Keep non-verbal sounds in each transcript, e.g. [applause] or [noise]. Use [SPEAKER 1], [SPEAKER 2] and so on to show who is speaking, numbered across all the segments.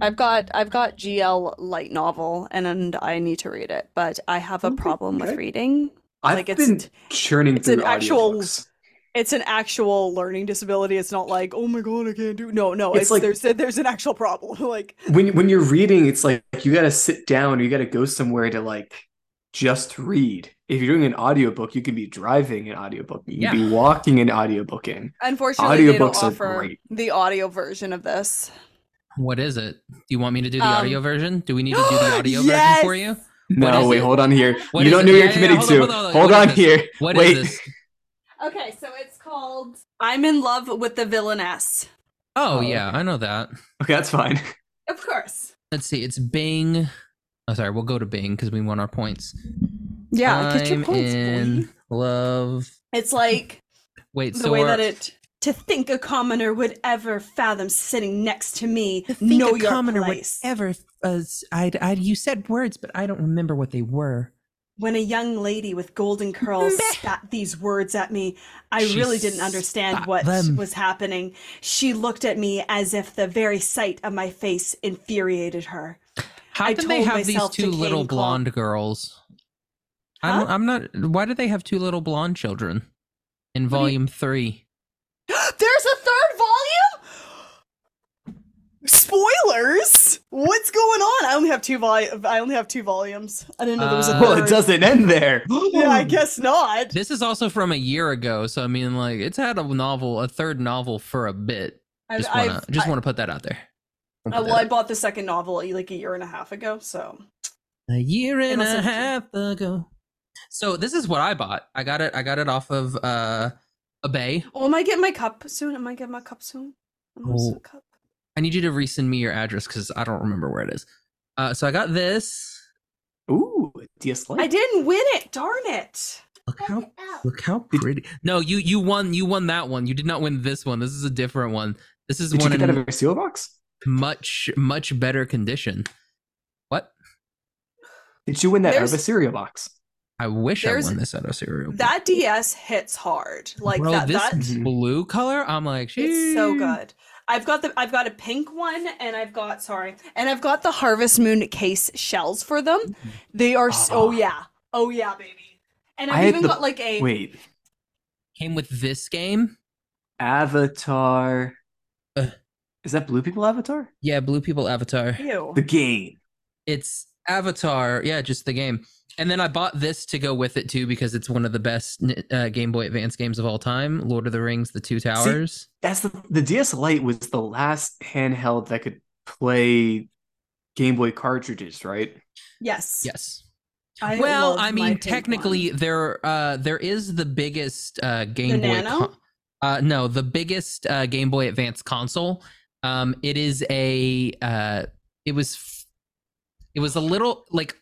[SPEAKER 1] I've got I've got GL light novel and, and I need to read it, but I have a
[SPEAKER 2] Okay,
[SPEAKER 1] problem with
[SPEAKER 2] good.
[SPEAKER 1] reading.
[SPEAKER 2] I've
[SPEAKER 1] Like, it's-
[SPEAKER 2] been churning
[SPEAKER 1] it's
[SPEAKER 2] through
[SPEAKER 1] an actual-
[SPEAKER 2] audiobooks.
[SPEAKER 1] It's an actual learning disability. It's not like, oh my god, I can't do no, no,
[SPEAKER 2] It's
[SPEAKER 1] it's,
[SPEAKER 2] like-
[SPEAKER 1] there's there's an actual problem. [laughs] Like
[SPEAKER 2] When when you're reading, it's like you gotta sit down, you gotta go somewhere to like just read. If you're doing an audiobook, you can be driving an audiobook, you can be walking and audiobooking.
[SPEAKER 1] unfortunately they don't
[SPEAKER 2] Audiobooks are
[SPEAKER 1] offer
[SPEAKER 2] great.
[SPEAKER 1] the audio version of this.
[SPEAKER 3] What is it? Do you want me to do the
[SPEAKER 1] Um,
[SPEAKER 3] audio version? Do we need to do
[SPEAKER 1] [gasps]
[SPEAKER 3] the audio version for you?
[SPEAKER 1] Yes!
[SPEAKER 3] What
[SPEAKER 2] No,
[SPEAKER 3] is
[SPEAKER 2] wait,
[SPEAKER 3] it?
[SPEAKER 2] hold on here.
[SPEAKER 3] What
[SPEAKER 2] you
[SPEAKER 3] is
[SPEAKER 2] don't
[SPEAKER 3] it?
[SPEAKER 2] know
[SPEAKER 3] Yeah,
[SPEAKER 2] you're
[SPEAKER 3] yeah,
[SPEAKER 2] committing
[SPEAKER 3] hold
[SPEAKER 2] to.
[SPEAKER 3] on, hold on,
[SPEAKER 2] Hold
[SPEAKER 3] what
[SPEAKER 2] on
[SPEAKER 3] is
[SPEAKER 2] here.
[SPEAKER 3] What is
[SPEAKER 2] wait,
[SPEAKER 3] this?
[SPEAKER 1] Okay, so it's called I'm in love with the villainess.
[SPEAKER 3] Oh,
[SPEAKER 2] Oh,
[SPEAKER 3] yeah, I know that.
[SPEAKER 2] okay, that's fine.
[SPEAKER 1] Of course.
[SPEAKER 3] Let's see. It's Bing. Oh, sorry. We'll go to Bing because we want our points.
[SPEAKER 1] Yeah, get your
[SPEAKER 3] I'm
[SPEAKER 1] points,
[SPEAKER 3] in
[SPEAKER 1] boy.
[SPEAKER 3] love.
[SPEAKER 1] It's like
[SPEAKER 3] Wait.
[SPEAKER 1] the
[SPEAKER 3] so
[SPEAKER 1] way
[SPEAKER 3] our-
[SPEAKER 1] that it to think a commoner would ever fathom sitting next to me
[SPEAKER 3] To think
[SPEAKER 1] know
[SPEAKER 3] a
[SPEAKER 1] your
[SPEAKER 3] commoner would
[SPEAKER 1] place
[SPEAKER 3] ever. Uh, I, I, you said words, but I don't remember what they were.
[SPEAKER 1] when a young lady with golden curls
[SPEAKER 3] Meh.
[SPEAKER 1] spat these words at me i
[SPEAKER 3] She
[SPEAKER 1] really didn't understand
[SPEAKER 3] spat
[SPEAKER 1] what
[SPEAKER 3] them.
[SPEAKER 1] was happening she looked at me as if the very sight of my face infuriated her
[SPEAKER 3] How
[SPEAKER 1] I
[SPEAKER 3] can they
[SPEAKER 1] told
[SPEAKER 3] have these
[SPEAKER 1] myself to
[SPEAKER 3] two little
[SPEAKER 1] cane call-
[SPEAKER 3] blonde girls? I don't,
[SPEAKER 1] Huh?
[SPEAKER 3] I'm not. Why do they have two little blonde children in
[SPEAKER 1] do you-
[SPEAKER 3] volume three?
[SPEAKER 1] [gasps] there's a third volume spoilers what's going on i only have two vol- i only have two volumes i didn't know there was a
[SPEAKER 3] Uh,
[SPEAKER 1] third.
[SPEAKER 2] [laughs] Well, it doesn't end there.
[SPEAKER 1] [gasps] yeah i guess not
[SPEAKER 3] This is also from a year ago, so I mean, like, it's had a novel, a third novel for a bit.
[SPEAKER 1] I've-
[SPEAKER 3] Just wanna,
[SPEAKER 1] I've-
[SPEAKER 3] just
[SPEAKER 1] I-
[SPEAKER 3] want to put that out there. Wanna
[SPEAKER 1] Uh,
[SPEAKER 3] put
[SPEAKER 1] well, I
[SPEAKER 3] that out.
[SPEAKER 1] bought the second novel eh, like a year and a half ago, so
[SPEAKER 3] A year and
[SPEAKER 1] also-
[SPEAKER 3] a half ago. So this is what I bought. I got it. I got it off of uh, a bay.
[SPEAKER 1] oh, am I getting my cup soon? Am I getting my cup soon? I'm gonna
[SPEAKER 3] Oh.
[SPEAKER 1] sip cup.
[SPEAKER 3] I need you to resend me your address because I don't remember where it is. Uh, so I got this.
[SPEAKER 2] Ooh, DS Lite.
[SPEAKER 1] I didn't win it. Darn it!
[SPEAKER 3] Look how Look how pretty. No, you you won. You won that one. You did not win this one. This is a different one. This is
[SPEAKER 2] Did you
[SPEAKER 3] one
[SPEAKER 2] get that out
[SPEAKER 3] in
[SPEAKER 2] of a seal box?
[SPEAKER 3] much much better condition. What?
[SPEAKER 2] Did you win that out of a
[SPEAKER 1] There's-
[SPEAKER 2] cereal box?
[SPEAKER 3] I wish
[SPEAKER 1] There's-
[SPEAKER 3] I won this out of cereal.
[SPEAKER 1] That DS hits hard. Like
[SPEAKER 3] Bro,
[SPEAKER 1] that.
[SPEAKER 3] this
[SPEAKER 1] That
[SPEAKER 2] Mhm.
[SPEAKER 3] blue color. I'm like,
[SPEAKER 1] it's so
[SPEAKER 3] "Sheesh."
[SPEAKER 1] good. I've got the I've got a pink one and I've got sorry and I've got the Harvest Moon case shells for them. They are so oh
[SPEAKER 2] Mm-hmm. Ah.
[SPEAKER 1] yeah oh yeah baby. And
[SPEAKER 2] I
[SPEAKER 1] I've
[SPEAKER 2] had
[SPEAKER 1] even
[SPEAKER 2] the-
[SPEAKER 1] got like a
[SPEAKER 2] Wait,
[SPEAKER 3] Came with this game.
[SPEAKER 2] Avatar.
[SPEAKER 3] Uh.
[SPEAKER 2] Is that Blue People Avatar?
[SPEAKER 3] Yeah, Blue People Avatar.
[SPEAKER 1] ew.
[SPEAKER 2] The game.
[SPEAKER 3] It's Avatar. Yeah, just the game. And then I bought this to go with it too because it's one of the best uh, Game Boy Advance games of all time. Lord of the Rings: The Two Towers.
[SPEAKER 2] That's the the DS Lite was the last handheld that could play Game Boy cartridges, right?
[SPEAKER 1] yes
[SPEAKER 3] Yes.
[SPEAKER 1] I
[SPEAKER 3] well,
[SPEAKER 1] love
[SPEAKER 3] I
[SPEAKER 1] my
[SPEAKER 3] mean,
[SPEAKER 1] pink one.
[SPEAKER 3] technically, there uh, there is the biggest uh, Game
[SPEAKER 1] The
[SPEAKER 3] Boy.
[SPEAKER 1] Nano?
[SPEAKER 3] con- uh, no, the biggest uh, Game Boy Advance console. Um, it is a. Uh, it was. f- It was a little like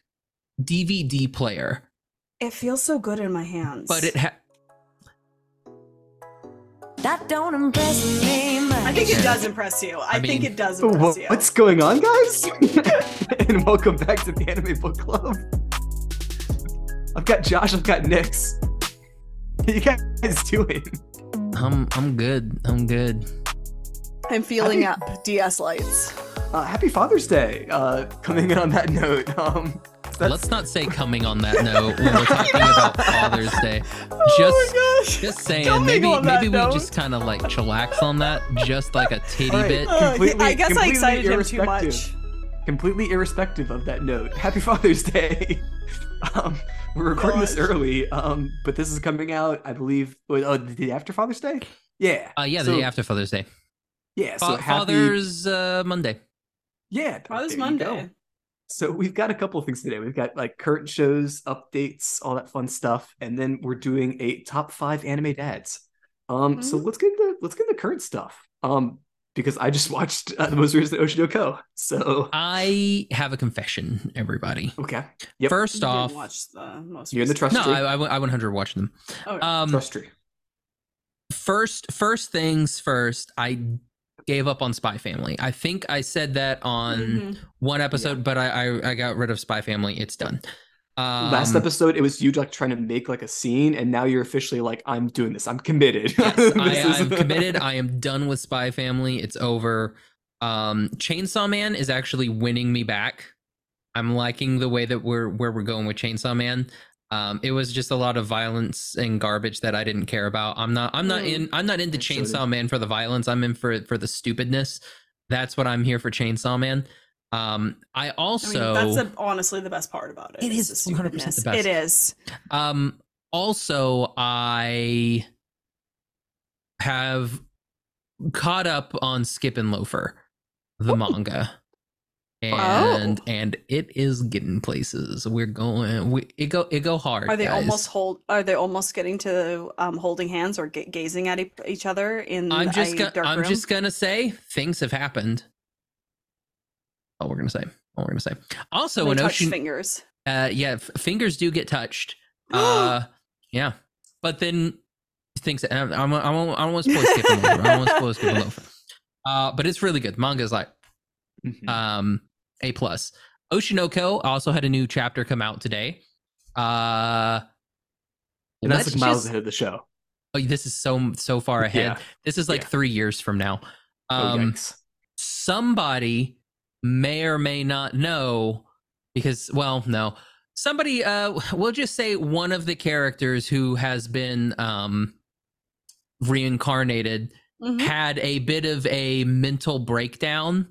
[SPEAKER 3] DVD player,
[SPEAKER 1] it feels so good in my hands.
[SPEAKER 3] but it had.
[SPEAKER 4] That don't impress me much.
[SPEAKER 1] I think it does impress you. I,
[SPEAKER 3] I
[SPEAKER 1] think
[SPEAKER 3] mean-
[SPEAKER 1] it does impress
[SPEAKER 2] Wha-
[SPEAKER 1] you.
[SPEAKER 2] What's going on, guys? [laughs] and welcome back to the Anime Book Club. I've got Josh. I've got Nix. What are you guys doing?
[SPEAKER 3] I'm I'm good. I'm good.
[SPEAKER 1] I'm feeling up DS lights.
[SPEAKER 2] Uh, happy Father's Day. Uh, coming in on that note. Um, that's-
[SPEAKER 3] Let's
[SPEAKER 1] [laughs]
[SPEAKER 3] not say coming on that note when we're talking about Father's Day. Just
[SPEAKER 1] oh my gosh.
[SPEAKER 3] just saying,
[SPEAKER 1] Coming
[SPEAKER 3] maybe
[SPEAKER 1] on that
[SPEAKER 3] maybe we
[SPEAKER 1] note.
[SPEAKER 3] just kind of like chillax on that, just like a titty
[SPEAKER 2] All right.
[SPEAKER 3] bit.
[SPEAKER 1] Uh, [laughs]
[SPEAKER 2] completely-
[SPEAKER 1] I guess I
[SPEAKER 2] completely
[SPEAKER 1] excited him too much.
[SPEAKER 2] irrespective. completely irrespective of that note, [laughs] happy Father's Day. um, we're recording this
[SPEAKER 1] Gosh.
[SPEAKER 2] early, um, but this is coming out, I believe, wait, oh, the day after Father's Day. Yeah.
[SPEAKER 3] Uh, yeah, the
[SPEAKER 2] So-
[SPEAKER 3] day after Father's Day.
[SPEAKER 2] Yeah. So
[SPEAKER 3] Fa-
[SPEAKER 2] happy.
[SPEAKER 3] Father's uh, Monday.
[SPEAKER 2] Yeah.
[SPEAKER 1] Father's
[SPEAKER 2] there you go.
[SPEAKER 1] Monday.
[SPEAKER 2] So we've got a couple of things today. We've got like current shows, updates, all that fun stuff, and then we're doing a top five anime dads. Um, so
[SPEAKER 3] Mm-hmm.
[SPEAKER 2] let's get the let's get the current stuff. Um, because I just [laughs] watched uh, the most recent Oshinoko. So
[SPEAKER 3] I have a confession, everybody.
[SPEAKER 2] okay, Yep.
[SPEAKER 3] First off,
[SPEAKER 1] watch the most.
[SPEAKER 2] you're in the trust
[SPEAKER 3] no,
[SPEAKER 2] tree.
[SPEAKER 3] I, I, I 100 watched them.
[SPEAKER 1] Oh,
[SPEAKER 3] Um,
[SPEAKER 2] trust tree.
[SPEAKER 3] first, first things first. I gave up on Spy Family. I think I said that on
[SPEAKER 1] Mm-hmm.
[SPEAKER 3] one episode, but I, I I got rid of Spy Family. It's done. Um,
[SPEAKER 2] Last episode, it was you like trying to make like a scene, and now you're officially like,
[SPEAKER 1] [laughs]
[SPEAKER 2] I'm [laughs] doing this. I'm committed.
[SPEAKER 3] Yes,
[SPEAKER 2] This
[SPEAKER 3] I, Uh,
[SPEAKER 2] is- [laughs]
[SPEAKER 3] I'm committed. I am done with Spy Family. It's over. Um, Chainsaw Man is actually winning me back. I'm liking the way that we're where we're going with Chainsaw Man. Um, it was just a lot of violence and garbage that I didn't care about. I'm not I'm not
[SPEAKER 1] Mm.
[SPEAKER 3] in I'm not into
[SPEAKER 2] I showed
[SPEAKER 3] Chainsaw Man for the violence. I'm in for for the stupidness. That's what I'm here for Chainsaw Man. Um, I
[SPEAKER 1] I mean,
[SPEAKER 3] also
[SPEAKER 1] that's a, honestly the best part about it.
[SPEAKER 3] It
[SPEAKER 1] is
[SPEAKER 3] is
[SPEAKER 1] the
[SPEAKER 3] 100% the
[SPEAKER 1] stupidness.
[SPEAKER 3] best.
[SPEAKER 1] It is.
[SPEAKER 3] Um, also, I have caught up on Skip and Loafer, the manga,
[SPEAKER 1] Oh.
[SPEAKER 3] and and it is getting places. We're going. We, it go it go hard.
[SPEAKER 1] Are they
[SPEAKER 3] guys.
[SPEAKER 1] almost hold? Are they almost getting to um, holding hands or ga- gazing at e- each other in
[SPEAKER 3] I'm just.
[SPEAKER 1] a
[SPEAKER 3] Go-
[SPEAKER 1] dark
[SPEAKER 3] I'm
[SPEAKER 1] room?
[SPEAKER 3] just gonna say things have happened. All we're gonna say. All we're gonna say. Also,
[SPEAKER 1] They
[SPEAKER 3] an
[SPEAKER 1] touch
[SPEAKER 3] ocean. [laughs]
[SPEAKER 1] fingers.
[SPEAKER 3] uh yeah f- fingers do get
[SPEAKER 2] [gasps]
[SPEAKER 3] touched uh yeah but then things i'm i'm i'm almost spoil skip and loafer. i'm almost spoil skip and
[SPEAKER 2] [laughs]
[SPEAKER 3] loafer. uh but it's really good manga's like
[SPEAKER 2] Mhm.
[SPEAKER 3] um a plus oshinoko also had a new chapter come out today uh
[SPEAKER 2] and that's
[SPEAKER 3] let's
[SPEAKER 2] like miles
[SPEAKER 3] just-
[SPEAKER 2] ahead of the show.
[SPEAKER 3] oh, this is so so far ahead
[SPEAKER 2] Yeah.
[SPEAKER 3] this is like
[SPEAKER 2] Yeah.
[SPEAKER 3] three years from now
[SPEAKER 2] Oh,
[SPEAKER 3] um
[SPEAKER 2] yikes.
[SPEAKER 3] somebody may or may not know because well no somebody uh we'll just say one of the characters who has been um reincarnated
[SPEAKER 1] Mhm.
[SPEAKER 3] had a bit of a mental breakdown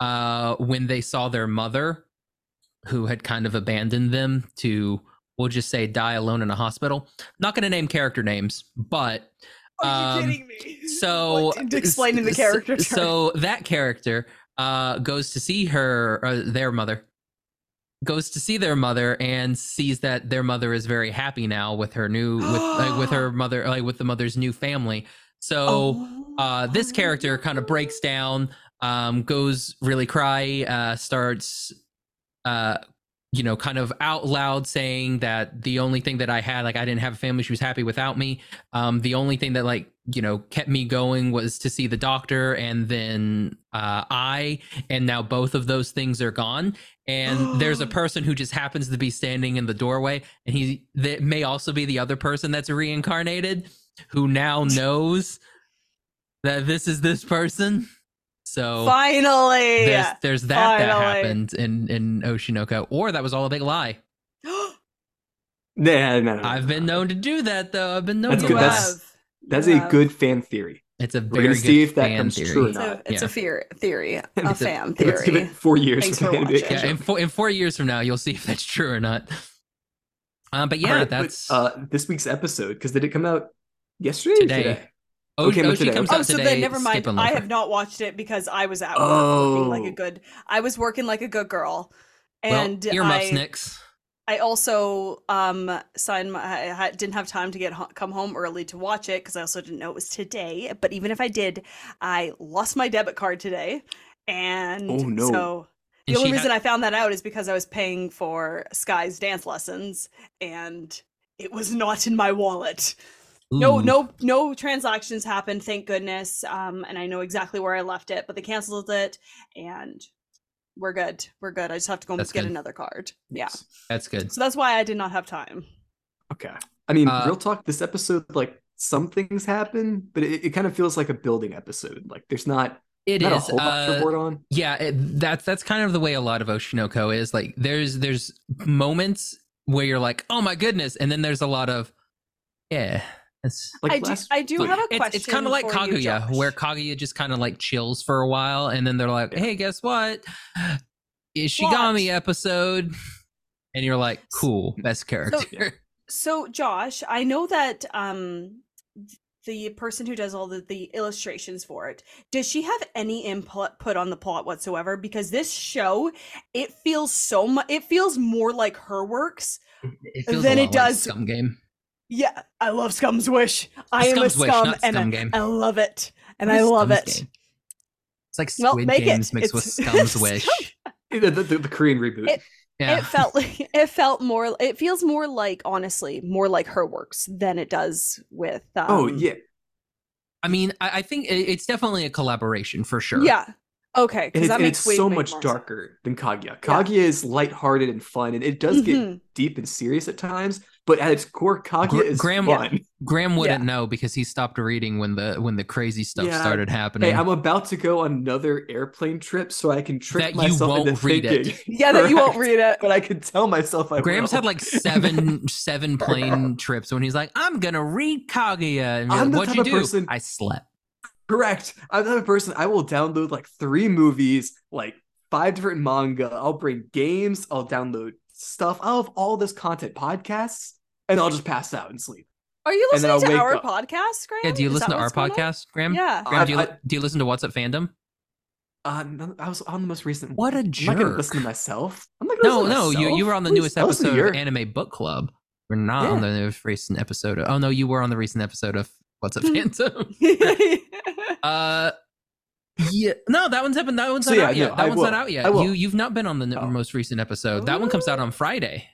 [SPEAKER 3] uh when they saw their mother who had kind of abandoned them to we'll just say die alone in a hospital not going to name character names but
[SPEAKER 1] Are you
[SPEAKER 3] um,
[SPEAKER 1] kidding [laughs] me?
[SPEAKER 3] so
[SPEAKER 1] Like, explaining the
[SPEAKER 3] s-
[SPEAKER 1] character.
[SPEAKER 3] s- So [laughs] that character uh, goes to see her, uh, their mother, goes to see their mother, and sees that their mother is very happy now with her new, with like,
[SPEAKER 1] [gasps]
[SPEAKER 3] with her mother, like with the mother's new family. So uh,
[SPEAKER 1] Oh.
[SPEAKER 3] this character kind of breaks down, um, goes really cry, uh, starts, uh, you know, kind of out loud saying that the only thing that I had, like, I didn't have a family. She was happy without me. Um, the only thing that, like, you know, kept me going was to see the doctor and then uh, I, and now both of those things are gone. And there's a person who just happens to be standing in the doorway, and he that may also be the other person that's reincarnated who now knows that this is this person. So
[SPEAKER 1] Finally.
[SPEAKER 3] Oh.
[SPEAKER 1] [gasps]
[SPEAKER 3] there's there's that that
[SPEAKER 1] finally.
[SPEAKER 3] happened in in Oshinoko, or that was all a big lie.
[SPEAKER 2] Nah, nah, nah, nah,
[SPEAKER 3] I've been
[SPEAKER 2] nah.
[SPEAKER 3] known to do that though. I've been known
[SPEAKER 2] That's
[SPEAKER 3] to
[SPEAKER 2] good.
[SPEAKER 3] lie.
[SPEAKER 2] That's- That's a
[SPEAKER 1] Yeah.
[SPEAKER 2] good fan theory.
[SPEAKER 3] it's a
[SPEAKER 2] We're
[SPEAKER 3] very
[SPEAKER 2] gonna
[SPEAKER 3] good
[SPEAKER 2] see if that
[SPEAKER 3] fan
[SPEAKER 2] comes
[SPEAKER 3] theory.
[SPEAKER 2] true or
[SPEAKER 1] it's
[SPEAKER 2] not.
[SPEAKER 1] a, it's
[SPEAKER 3] Yeah.
[SPEAKER 1] a fear, theory, a
[SPEAKER 3] It's a-
[SPEAKER 1] fan
[SPEAKER 2] Let's give
[SPEAKER 1] theory.
[SPEAKER 2] it four years.
[SPEAKER 1] Thanks
[SPEAKER 2] for
[SPEAKER 1] for
[SPEAKER 2] maybe it
[SPEAKER 1] watching.
[SPEAKER 2] comes
[SPEAKER 3] Yeah,
[SPEAKER 2] up.
[SPEAKER 3] in four in four years from now, you'll see if that's true or not. Um, but yeah,
[SPEAKER 2] Alright, but,
[SPEAKER 3] that's
[SPEAKER 2] uh, this week's episode because did it come out yesterday? or
[SPEAKER 3] today. O-
[SPEAKER 2] Okay, but
[SPEAKER 3] Oshi
[SPEAKER 2] today-
[SPEAKER 3] comes
[SPEAKER 2] okay.
[SPEAKER 1] Oh,
[SPEAKER 3] out
[SPEAKER 1] so
[SPEAKER 3] today.
[SPEAKER 1] then never mind.
[SPEAKER 3] Skip and
[SPEAKER 1] I
[SPEAKER 3] Loafer.
[SPEAKER 1] have not watched it because I was at work working like
[SPEAKER 2] Oh.
[SPEAKER 1] a good. I was working like a good girl,
[SPEAKER 3] well,
[SPEAKER 1] and
[SPEAKER 3] earmuffs,
[SPEAKER 1] I,
[SPEAKER 3] Nicks.
[SPEAKER 1] I also um signed my I ha- didn't have time to get ho- come home early to watch it because I also didn't know it was today. But even if I did, I lost my debit card today, and
[SPEAKER 2] Oh, no.
[SPEAKER 1] so the
[SPEAKER 3] And
[SPEAKER 1] only
[SPEAKER 3] she
[SPEAKER 1] reason
[SPEAKER 3] had-
[SPEAKER 1] I found that out is because I was paying for Sky's dance lessons, and it was not in my wallet. No,
[SPEAKER 3] Ooh.
[SPEAKER 1] no, no transactions happened. Thank goodness. Um, and I know exactly where I left it, but they canceled it, and we're good. We're good. I just have to go and
[SPEAKER 3] That's
[SPEAKER 1] get
[SPEAKER 3] good.
[SPEAKER 1] another card. Yeah.
[SPEAKER 2] Yes.
[SPEAKER 3] That's good.
[SPEAKER 1] So that's why I did not have time.
[SPEAKER 2] Okay. I mean,
[SPEAKER 3] Uh,
[SPEAKER 2] real talk. This episode, like, some things happen, but it, it kind of feels like a building episode. Like, there's not
[SPEAKER 3] It
[SPEAKER 2] not a
[SPEAKER 3] is.
[SPEAKER 2] whole lot to
[SPEAKER 3] Uh,
[SPEAKER 2] report on.
[SPEAKER 3] yeah it, that's that's kind of the way a lot of oshinoko is like there's there's moments where you're like oh my goodness and then there's a lot of yeah it's
[SPEAKER 2] Like
[SPEAKER 1] I
[SPEAKER 2] last,
[SPEAKER 1] do. I do
[SPEAKER 2] like,
[SPEAKER 1] have a
[SPEAKER 3] it's,
[SPEAKER 1] question.
[SPEAKER 3] it's kind of like
[SPEAKER 1] for you,
[SPEAKER 3] kaguya
[SPEAKER 1] Josh.
[SPEAKER 3] where kaguya just kind of like chills for a while and then they're like hey guess what ishigami
[SPEAKER 1] What?
[SPEAKER 3] episode and you're like cool best character [laughs]
[SPEAKER 1] so Josh, I know that um th- the person who does all the, the illustrations for it does she have any input put on the plot whatsoever because this show it feels so much it feels more like her works
[SPEAKER 3] it feels
[SPEAKER 1] Then
[SPEAKER 3] a
[SPEAKER 1] it
[SPEAKER 3] lot
[SPEAKER 1] does-
[SPEAKER 3] like scum game
[SPEAKER 1] Yeah, I love Scum's Wish. I am a
[SPEAKER 3] Scum's Wish,
[SPEAKER 1] scum,
[SPEAKER 3] not
[SPEAKER 1] and
[SPEAKER 3] Scum
[SPEAKER 1] I,
[SPEAKER 3] Game.
[SPEAKER 1] I love it, and
[SPEAKER 3] What
[SPEAKER 1] I
[SPEAKER 3] is
[SPEAKER 1] love
[SPEAKER 3] Scum's
[SPEAKER 1] it.
[SPEAKER 3] game? it's like
[SPEAKER 1] Well,
[SPEAKER 3] squid
[SPEAKER 1] make it.
[SPEAKER 3] games mixed with
[SPEAKER 1] It's- [laughs]
[SPEAKER 3] scum's wish
[SPEAKER 1] Scum-
[SPEAKER 2] the, the, the Korean reboot.
[SPEAKER 1] It-
[SPEAKER 3] yeah
[SPEAKER 1] It felt [laughs] like it felt more. It feels more like honestly more like her works than it does with. Um,
[SPEAKER 2] oh yeah,
[SPEAKER 3] i mean i, I think it, it's definitely a collaboration for sure
[SPEAKER 1] yeah. Okay,
[SPEAKER 2] and,
[SPEAKER 1] because
[SPEAKER 2] it's-
[SPEAKER 1] that
[SPEAKER 2] and
[SPEAKER 1] makes
[SPEAKER 2] it's
[SPEAKER 1] way-
[SPEAKER 2] so
[SPEAKER 1] way
[SPEAKER 2] much
[SPEAKER 1] more sense.
[SPEAKER 2] darker than Kaguya. Kaguya is lighthearted and fun, and it does get
[SPEAKER 1] Mhm.
[SPEAKER 2] deep and serious at times, but at its core, Kaguya
[SPEAKER 3] Gr-
[SPEAKER 2] is
[SPEAKER 3] Graham-
[SPEAKER 2] fun.
[SPEAKER 3] Graham wouldn't
[SPEAKER 1] Yeah.
[SPEAKER 3] know because he stopped reading when the when the crazy stuff
[SPEAKER 2] Yeah.
[SPEAKER 3] started happening.
[SPEAKER 2] Hey, I'm about to go on another airplane trip, so I can trick
[SPEAKER 3] That you
[SPEAKER 2] myself
[SPEAKER 3] won't
[SPEAKER 2] into
[SPEAKER 3] read it.
[SPEAKER 2] thinking.
[SPEAKER 1] Yeah, that you won't
[SPEAKER 2] Correct.
[SPEAKER 1] read it.
[SPEAKER 2] [laughs] But I can tell myself I
[SPEAKER 3] Graham's
[SPEAKER 2] will.
[SPEAKER 3] had
[SPEAKER 2] [laughs]
[SPEAKER 3] like seven seven plane trips when he's like, I'm gonna read Kaguya. And be
[SPEAKER 2] I'm
[SPEAKER 3] like,
[SPEAKER 2] the
[SPEAKER 3] What'd
[SPEAKER 2] type
[SPEAKER 3] you
[SPEAKER 2] of
[SPEAKER 3] do?
[SPEAKER 2] person-
[SPEAKER 3] I slept.
[SPEAKER 2] Correct. I'm the type of person I will download like three movies, like five different manga. I'll bring games. I'll download stuff. I'll have all this content, podcasts, and I'll just pass out and sleep.
[SPEAKER 1] Are you
[SPEAKER 2] And then
[SPEAKER 1] listening to
[SPEAKER 2] I'll
[SPEAKER 1] our
[SPEAKER 2] wake
[SPEAKER 1] podcast, Graham?
[SPEAKER 3] Yeah, do you
[SPEAKER 1] Is
[SPEAKER 3] listen
[SPEAKER 1] that
[SPEAKER 3] to our
[SPEAKER 1] what's going on?
[SPEAKER 3] podcast, Graham?
[SPEAKER 1] Yeah.
[SPEAKER 3] Graham, do you,
[SPEAKER 2] I-
[SPEAKER 3] do you listen to What's Up Fandom?
[SPEAKER 2] Uh, no, I was on the most recent.
[SPEAKER 3] What a
[SPEAKER 2] one. I'm not gonna
[SPEAKER 3] jerk.
[SPEAKER 2] listen to myself. I'm not gonna
[SPEAKER 3] No,
[SPEAKER 2] listen to
[SPEAKER 3] no, you,
[SPEAKER 2] myself.
[SPEAKER 3] you were on the
[SPEAKER 2] Please,
[SPEAKER 3] newest
[SPEAKER 2] I listen to
[SPEAKER 3] episode
[SPEAKER 2] your-
[SPEAKER 3] of Anime Book Club. We're not on the newest recent episode. Of, oh no, you were on the recent episode of What's Up
[SPEAKER 2] Hmm.
[SPEAKER 3] Phantom.
[SPEAKER 2] Oh,
[SPEAKER 1] [laughs]
[SPEAKER 3] uh, yeah, no, that one's happened. That one's
[SPEAKER 2] So
[SPEAKER 3] not
[SPEAKER 2] yeah,
[SPEAKER 3] out
[SPEAKER 2] no,
[SPEAKER 3] yet. That
[SPEAKER 2] I
[SPEAKER 3] one's not
[SPEAKER 2] will.
[SPEAKER 3] out
[SPEAKER 2] I
[SPEAKER 3] yet.
[SPEAKER 2] will.
[SPEAKER 3] You you've not been on the n-
[SPEAKER 2] Oh.
[SPEAKER 3] most recent episode. That one comes out on Friday.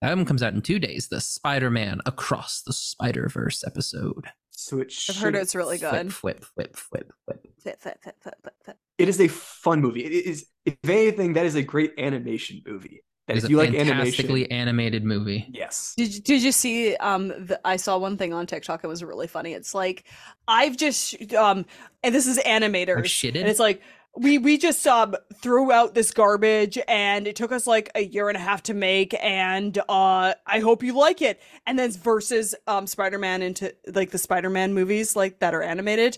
[SPEAKER 3] That one comes out in two days. The Spider Man Across the Spider Verse episode.
[SPEAKER 2] So it should.
[SPEAKER 1] I've heard it's really good.
[SPEAKER 3] Flip, flip, flip, flip, flip.
[SPEAKER 1] Fit, fit, fit, fit, fit, fit.
[SPEAKER 2] It is a fun movie. It is, if anything, that is a great animation movie. That
[SPEAKER 3] It's
[SPEAKER 2] if
[SPEAKER 3] a
[SPEAKER 2] you like
[SPEAKER 3] fantastically
[SPEAKER 2] animation,
[SPEAKER 3] animated movie.
[SPEAKER 2] yes,
[SPEAKER 1] Did you, did you see um the, I saw one thing on TikTok it was really funny. It's like I've just um and this is animators.
[SPEAKER 3] I've shitted.
[SPEAKER 1] And it's like we we just um threw out this garbage and it took us like a year and a half to make and uh I hope you like it. And then versus um Spider-Man into like the Spider-Man movies like that are animated.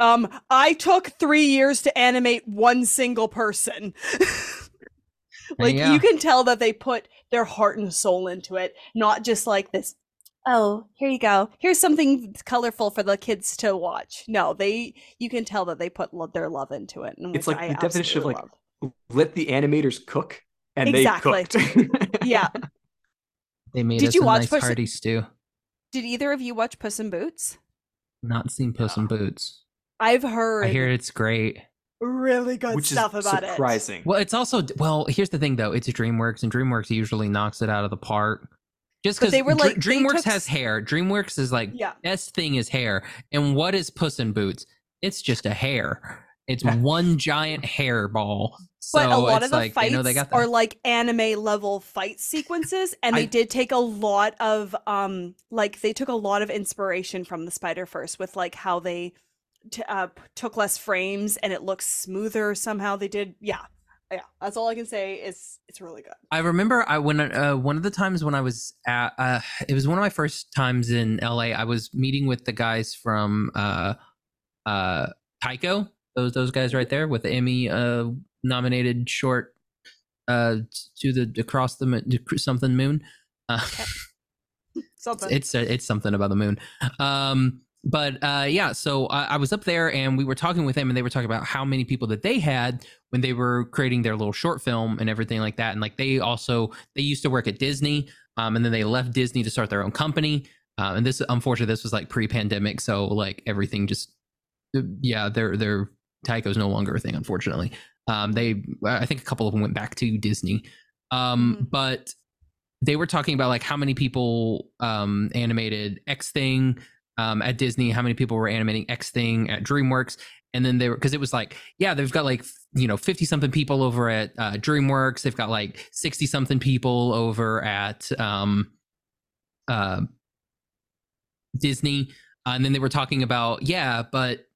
[SPEAKER 1] Um I took 3 years to animate one single person. [laughs] like
[SPEAKER 3] yeah.
[SPEAKER 1] you can tell that they put their heart and soul into it, not just like this oh here you go here's something colorful for the kids to watch no they you can tell that they put lo- their love into it and
[SPEAKER 2] It's
[SPEAKER 1] which
[SPEAKER 2] like
[SPEAKER 1] I
[SPEAKER 2] the definition of,
[SPEAKER 1] absolutely
[SPEAKER 2] like,
[SPEAKER 1] love.
[SPEAKER 2] let the animators cook, and
[SPEAKER 1] Exactly.
[SPEAKER 2] they
[SPEAKER 1] [laughs]
[SPEAKER 2] cooked.
[SPEAKER 1] yeah
[SPEAKER 3] They made
[SPEAKER 1] Did
[SPEAKER 3] us
[SPEAKER 1] you
[SPEAKER 3] a
[SPEAKER 1] watch
[SPEAKER 3] nice
[SPEAKER 1] Puss-
[SPEAKER 3] hearty stew.
[SPEAKER 1] did either of you watch puss in boots
[SPEAKER 3] Not seen Puss
[SPEAKER 1] Ah.
[SPEAKER 3] in Boots.
[SPEAKER 1] i've heard
[SPEAKER 3] I hear it's great.
[SPEAKER 1] really good
[SPEAKER 2] [laughs] which is
[SPEAKER 1] stuff about it
[SPEAKER 2] surprising.
[SPEAKER 3] Well, it's also well. Here's the thing, though. It's DreamWorks, and DreamWorks usually knocks it out of the park. Just
[SPEAKER 1] But
[SPEAKER 3] because
[SPEAKER 1] they were like- they
[SPEAKER 3] DreamWorks
[SPEAKER 1] took
[SPEAKER 3] has
[SPEAKER 1] s-
[SPEAKER 3] hair. DreamWorks is like
[SPEAKER 1] yeah
[SPEAKER 3] best thing is hair. And what is Puss in Boots? It's just a hair. It's
[SPEAKER 2] Yeah.
[SPEAKER 3] one giant hair ball. So
[SPEAKER 1] but a lot
[SPEAKER 3] it's
[SPEAKER 1] of the
[SPEAKER 3] like,
[SPEAKER 1] fights
[SPEAKER 3] they know they got that.
[SPEAKER 1] are like anime level fight sequences and
[SPEAKER 3] I-
[SPEAKER 1] they did take a lot of um like they took a lot of inspiration from the spider verse with like how they t- uh, p- took less frames and it looks smoother somehow they did yeah yeah that's all i can say is it's really good
[SPEAKER 3] I remember I when uh, one of the times when I was at uh, it was one of my first times in LA. I was meeting with the guys from uh, uh, Tycho. Those those guys right there with the Emmy uh, nominated short uh, to the across the moon, something moon. Uh,
[SPEAKER 1] something
[SPEAKER 3] it's uh, it's, it's something about the moon. Um, but uh, yeah, so I, I was up there and we were talking with them, and they were talking about how many people that they had when they were creating their little short film and everything like that. And like they also they used to work at Disney, um, and then they left Disney to start their own company. Um, and this unfortunately this was like pre-pandemic, so like everything just uh, yeah, their their Tycho's no longer a thing, unfortunately. Um, they I think a couple of them went back to Disney. Um,
[SPEAKER 1] Mhm.
[SPEAKER 3] but they were talking about like how many people um animated X thing um at Disney, how many people were animating X thing at DreamWorks, and then they were because it was like yeah, they've got like f- you know fifty something people over at uh, DreamWorks, they've got like sixty something people over at um uh, Disney, uh, and then they were talking about yeah, but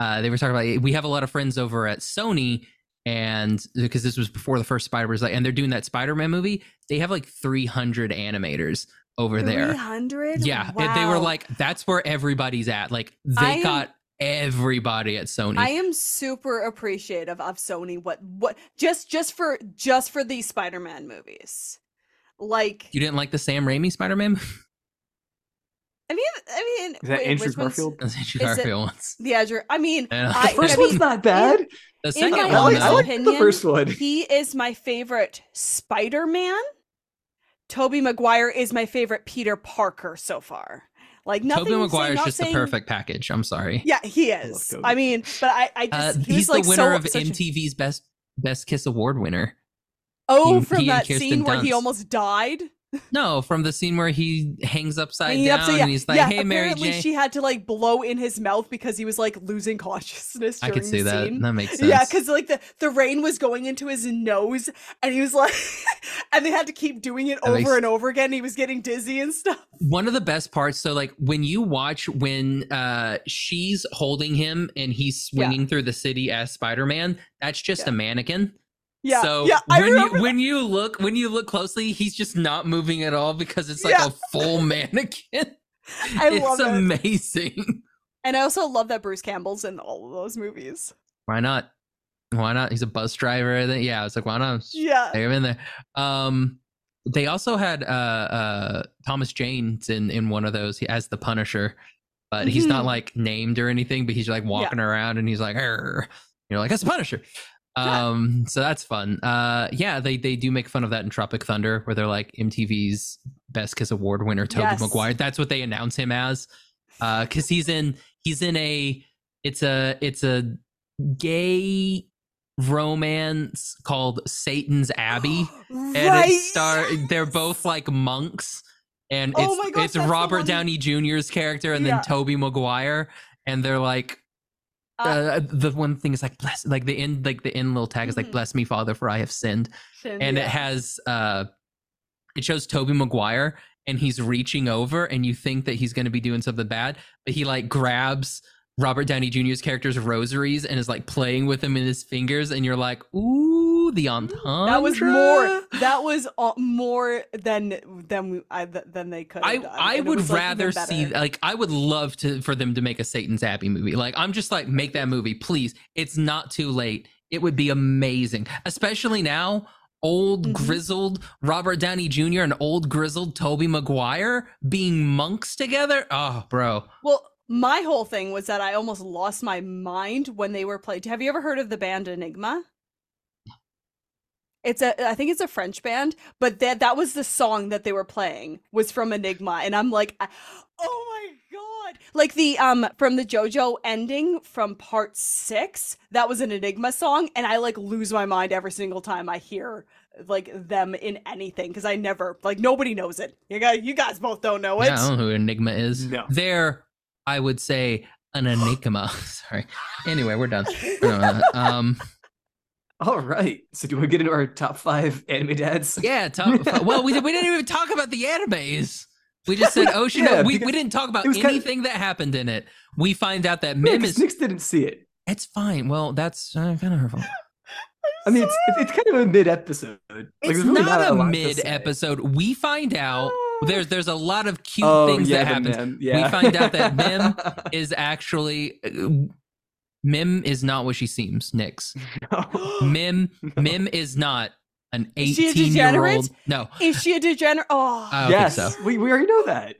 [SPEAKER 3] uh, they were talking about we have a lot of friends over at Sony. And because this was before the first Spider was like, and they're doing that Spider Man movie, they have like 300 animators over there.
[SPEAKER 1] 300
[SPEAKER 3] Yeah. it- they were
[SPEAKER 1] Wow.
[SPEAKER 3] like, that's where everybody's at. Like, they
[SPEAKER 1] I am-
[SPEAKER 3] got everybody at Sony.
[SPEAKER 1] I am super appreciative of Sony what what just just for just for these Spider-Man movies. Like
[SPEAKER 3] you didn't like the Sam Raimi Spider Man?
[SPEAKER 1] I mean I mean
[SPEAKER 2] is that
[SPEAKER 1] wait,
[SPEAKER 2] Andrew
[SPEAKER 1] which one's-
[SPEAKER 2] Garfield?
[SPEAKER 3] [laughs] That's Andrew
[SPEAKER 1] Is it-
[SPEAKER 3] Garfield [laughs] once.
[SPEAKER 1] The Andrew I mean
[SPEAKER 3] Yeah.
[SPEAKER 1] I-
[SPEAKER 2] the first
[SPEAKER 1] I mean,
[SPEAKER 2] one's not bad.
[SPEAKER 3] The
[SPEAKER 1] in
[SPEAKER 3] second
[SPEAKER 1] my
[SPEAKER 2] I,
[SPEAKER 3] one,
[SPEAKER 2] like, I
[SPEAKER 3] though-
[SPEAKER 1] honest
[SPEAKER 2] like the
[SPEAKER 1] opinion,
[SPEAKER 2] first one. [laughs]
[SPEAKER 1] He is my favorite Spider Man. Toby Maguire is my favorite Peter Parker so far. Like nothing.
[SPEAKER 3] Tobey
[SPEAKER 1] saying-
[SPEAKER 3] Maguire's
[SPEAKER 1] not
[SPEAKER 3] just
[SPEAKER 1] saying-
[SPEAKER 3] the perfect package. I'm sorry.
[SPEAKER 1] Yeah, he
[SPEAKER 2] love
[SPEAKER 1] is.
[SPEAKER 2] Tobey.
[SPEAKER 1] I, mean, but I, I
[SPEAKER 3] Uh,
[SPEAKER 1] just he was
[SPEAKER 3] he's
[SPEAKER 1] like
[SPEAKER 3] the winner
[SPEAKER 1] so
[SPEAKER 3] of
[SPEAKER 1] such a-
[SPEAKER 3] MTV's best best kiss award winner.
[SPEAKER 1] oh,
[SPEAKER 3] he-
[SPEAKER 1] from
[SPEAKER 3] he and
[SPEAKER 1] that scene
[SPEAKER 3] Kirsten
[SPEAKER 1] where he
[SPEAKER 3] Dunst.
[SPEAKER 1] almost died.
[SPEAKER 3] No, from the scene where he hangs upside
[SPEAKER 1] Hanging
[SPEAKER 3] down
[SPEAKER 1] upside-
[SPEAKER 3] and he's like,
[SPEAKER 1] yeah,
[SPEAKER 3] "Hey, Mary
[SPEAKER 1] apparently
[SPEAKER 3] Jane."
[SPEAKER 1] she had to like blow in his mouth because he was like losing consciousness.
[SPEAKER 3] I
[SPEAKER 1] During
[SPEAKER 3] could see
[SPEAKER 1] the
[SPEAKER 3] that.
[SPEAKER 1] Scene.
[SPEAKER 3] That makes sense.
[SPEAKER 1] Yeah, because like the, the rain was going into his nose, and he was like, [laughs] and they had to keep doing it
[SPEAKER 3] That
[SPEAKER 1] over
[SPEAKER 3] makes-
[SPEAKER 1] and over again. He was getting dizzy and stuff. [laughs]
[SPEAKER 3] one of the best parts so like when you watch when uh she's holding him and he's
[SPEAKER 1] Yeah.
[SPEAKER 3] swinging through the city as spider-man that's just
[SPEAKER 1] Yeah.
[SPEAKER 3] a mannequin
[SPEAKER 1] Yeah,
[SPEAKER 3] so
[SPEAKER 1] yeah, I
[SPEAKER 3] when you
[SPEAKER 1] remember.
[SPEAKER 3] when you look when you look closely he's just not moving at all because it's like
[SPEAKER 1] Yeah.
[SPEAKER 3] a full [laughs] mannequin
[SPEAKER 1] I
[SPEAKER 3] it's
[SPEAKER 1] love it,
[SPEAKER 3] amazing
[SPEAKER 1] and I also love that Bruce Campbell's in all of those movies.
[SPEAKER 3] why not why not he's a bus driver I think. yeah i was like why not Just
[SPEAKER 1] Yeah,
[SPEAKER 3] They're in there. Um, they also had uh, uh, Thomas Jane's in in one of those he- as the Punisher, but he's not
[SPEAKER 1] Mhm.
[SPEAKER 3] like named or anything. But he's like walking around and he's like, "Arr." you're like, that's the Punisher.
[SPEAKER 1] Yeah.
[SPEAKER 3] Um, so that's fun. Uh, yeah, they they do make fun of that in Tropic Thunder, where they're like MTV's Best Kiss Award winner, Toby
[SPEAKER 1] Yes.
[SPEAKER 3] Maguire. That's what they announce him as, because he's in he's in a it's a it's a gay romance called Satan's
[SPEAKER 1] [gasps]
[SPEAKER 3] Abbey. And
[SPEAKER 1] right? [laughs]
[SPEAKER 3] it's star they're both like monks. And
[SPEAKER 1] Oh
[SPEAKER 3] it's
[SPEAKER 1] my gosh,
[SPEAKER 3] it's
[SPEAKER 1] that's the
[SPEAKER 3] Robert
[SPEAKER 1] one.
[SPEAKER 3] Downey Jr.'s character and
[SPEAKER 1] Yeah.
[SPEAKER 3] then Toby Maguire. And they're like uh,
[SPEAKER 1] Uh,
[SPEAKER 3] the one thing is like bless like the end like the end little tag is
[SPEAKER 1] Mhm.
[SPEAKER 3] like bless me father for I have sinned. And it
[SPEAKER 1] yeah.
[SPEAKER 3] has uh it shows Toby Maguire and he's reaching over and you think that he's gonna be doing something bad, but he like grabs Robert Downey Jr.'s character's rosaries and is like playing with them in his fingers, and you're like, ooh, the entendre.
[SPEAKER 1] that was more. That was uh, more than than we- I than they could.
[SPEAKER 3] I,
[SPEAKER 1] have done,
[SPEAKER 3] I
[SPEAKER 1] and it
[SPEAKER 3] would
[SPEAKER 1] was, like, even
[SPEAKER 3] rather see
[SPEAKER 1] better.
[SPEAKER 3] like I would love to for them to make a Satan's Abbey movie. Like I'm just like make that movie, please. It's not too late. It would be amazing, especially now. Old
[SPEAKER 1] Mhm.
[SPEAKER 3] grizzled Robert Downey Jr. and old grizzled Toby Maguire being monks together. Oh, bro,
[SPEAKER 1] Well, my whole thing was that I almost lost my mind when they were played. Have you ever heard of the band Enigma? It's a I think it's a French band, but that that was the song that they were playing was from Enigma and I'm like I- oh my god. Like the um from the JoJo ending from part 6, that was an Enigma song and I like lose my mind every single time I hear like them in anything cuz I never like nobody knows it. You guys you guys both don't know it.
[SPEAKER 3] Yeah, I don't know who Enigma is.
[SPEAKER 2] No.
[SPEAKER 3] They're, I would say,
[SPEAKER 1] [gasps]
[SPEAKER 3] an Enigma. [laughs] Sorry. Anyway,
[SPEAKER 1] [laughs]
[SPEAKER 3] we're done. We're done with that. um,
[SPEAKER 2] All right. So do we get into our top five anime dads?
[SPEAKER 3] yeah. Top, fi- well, we, we didn't even talk about the animes. We just said Ocean.
[SPEAKER 2] Yeah,
[SPEAKER 3] we,
[SPEAKER 2] because
[SPEAKER 3] we didn't talk about
[SPEAKER 2] it was kind of-
[SPEAKER 3] anything that happened in it. We find out that
[SPEAKER 2] Yeah,
[SPEAKER 3] Mim
[SPEAKER 2] 'cause
[SPEAKER 3] is.
[SPEAKER 2] Nyx didn't see it.
[SPEAKER 3] It's fine. Well, that's uh, kind of her fault.
[SPEAKER 2] I mean, it's, it's kind of a mid episode. Like,
[SPEAKER 3] It's
[SPEAKER 2] there's really
[SPEAKER 3] not,
[SPEAKER 2] a
[SPEAKER 3] a
[SPEAKER 2] lot to
[SPEAKER 3] mid
[SPEAKER 2] say.
[SPEAKER 3] episode. We find out there's there's a lot of cute
[SPEAKER 2] Oh,
[SPEAKER 3] things
[SPEAKER 2] yeah,
[SPEAKER 3] that
[SPEAKER 2] the
[SPEAKER 3] happen.
[SPEAKER 2] Mem, yeah.
[SPEAKER 3] find out
[SPEAKER 2] [laughs]
[SPEAKER 3] that Mem- is actually uh, Mim is not what she
[SPEAKER 2] [gasps]
[SPEAKER 3] seems, Nyx. Mim Mim is not an
[SPEAKER 1] Is she a
[SPEAKER 3] 18 year
[SPEAKER 1] degenerate?
[SPEAKER 3] old. No.
[SPEAKER 1] Is she a degenerate? Oh.
[SPEAKER 3] I don't
[SPEAKER 2] yes,
[SPEAKER 3] think so.
[SPEAKER 2] we, we already know that.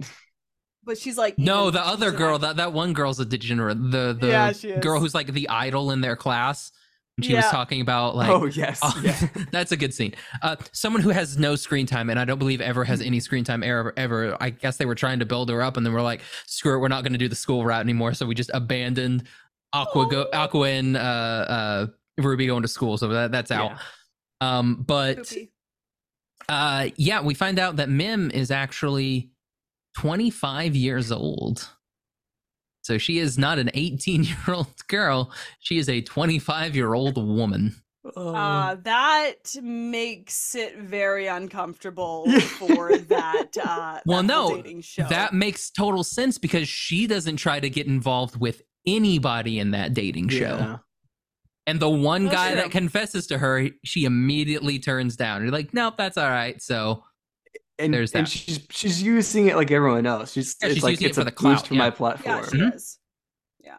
[SPEAKER 1] But she's like
[SPEAKER 3] No,
[SPEAKER 1] even-
[SPEAKER 3] the other
[SPEAKER 1] she's
[SPEAKER 3] girl,
[SPEAKER 1] like-
[SPEAKER 3] that, that one girl's a degenerate. The the
[SPEAKER 1] Yeah, she
[SPEAKER 3] girl
[SPEAKER 1] is.
[SPEAKER 3] who's like the idol in their class. And she was
[SPEAKER 1] Yeah. [laughs]
[SPEAKER 3] talking about like
[SPEAKER 2] oh yes,
[SPEAKER 3] Oh, [laughs]
[SPEAKER 2] yeah.
[SPEAKER 3] that's a good scene. Uh, someone who has no screen time, and I don't believe ever has any screen time ever. Ever, I guess they were trying to build her up, and then we're like, screw it, we're not going to do the school route anymore. So we just abandoned Aqua, go,
[SPEAKER 1] Oh.
[SPEAKER 3] Aqua and uh, uh, Ruby going to school. So that, that's out.
[SPEAKER 2] Yeah.
[SPEAKER 3] Um, but
[SPEAKER 1] Poopy.
[SPEAKER 3] uh, yeah, we find out that Mim is actually 25 years old. So she is not an 18 year old [laughs] girl. She is a 25 year old woman.
[SPEAKER 2] Oh,
[SPEAKER 3] Ah,
[SPEAKER 1] Uh, that makes it very uncomfortable for that. Uh,
[SPEAKER 3] Well,
[SPEAKER 1] that whole
[SPEAKER 3] no,
[SPEAKER 1] dating show.
[SPEAKER 3] That makes total sense because she doesn't try to get involved with anybody in that dating
[SPEAKER 2] Yeah.
[SPEAKER 3] show. And the one
[SPEAKER 1] That's
[SPEAKER 3] guy
[SPEAKER 1] true.
[SPEAKER 3] that confesses to her, she immediately turns down. You're like, nope, that's all right. So
[SPEAKER 2] and,
[SPEAKER 3] There's
[SPEAKER 2] and
[SPEAKER 3] that.
[SPEAKER 2] she's she's using it like everyone else. She's,
[SPEAKER 3] Yeah,
[SPEAKER 2] it's
[SPEAKER 3] she's
[SPEAKER 2] like
[SPEAKER 3] using it
[SPEAKER 2] it's
[SPEAKER 3] for
[SPEAKER 2] a
[SPEAKER 3] the clout,
[SPEAKER 2] boost for my
[SPEAKER 3] yeah.
[SPEAKER 2] platform.
[SPEAKER 1] yeah, she
[SPEAKER 3] Mhm.
[SPEAKER 1] is. Yeah,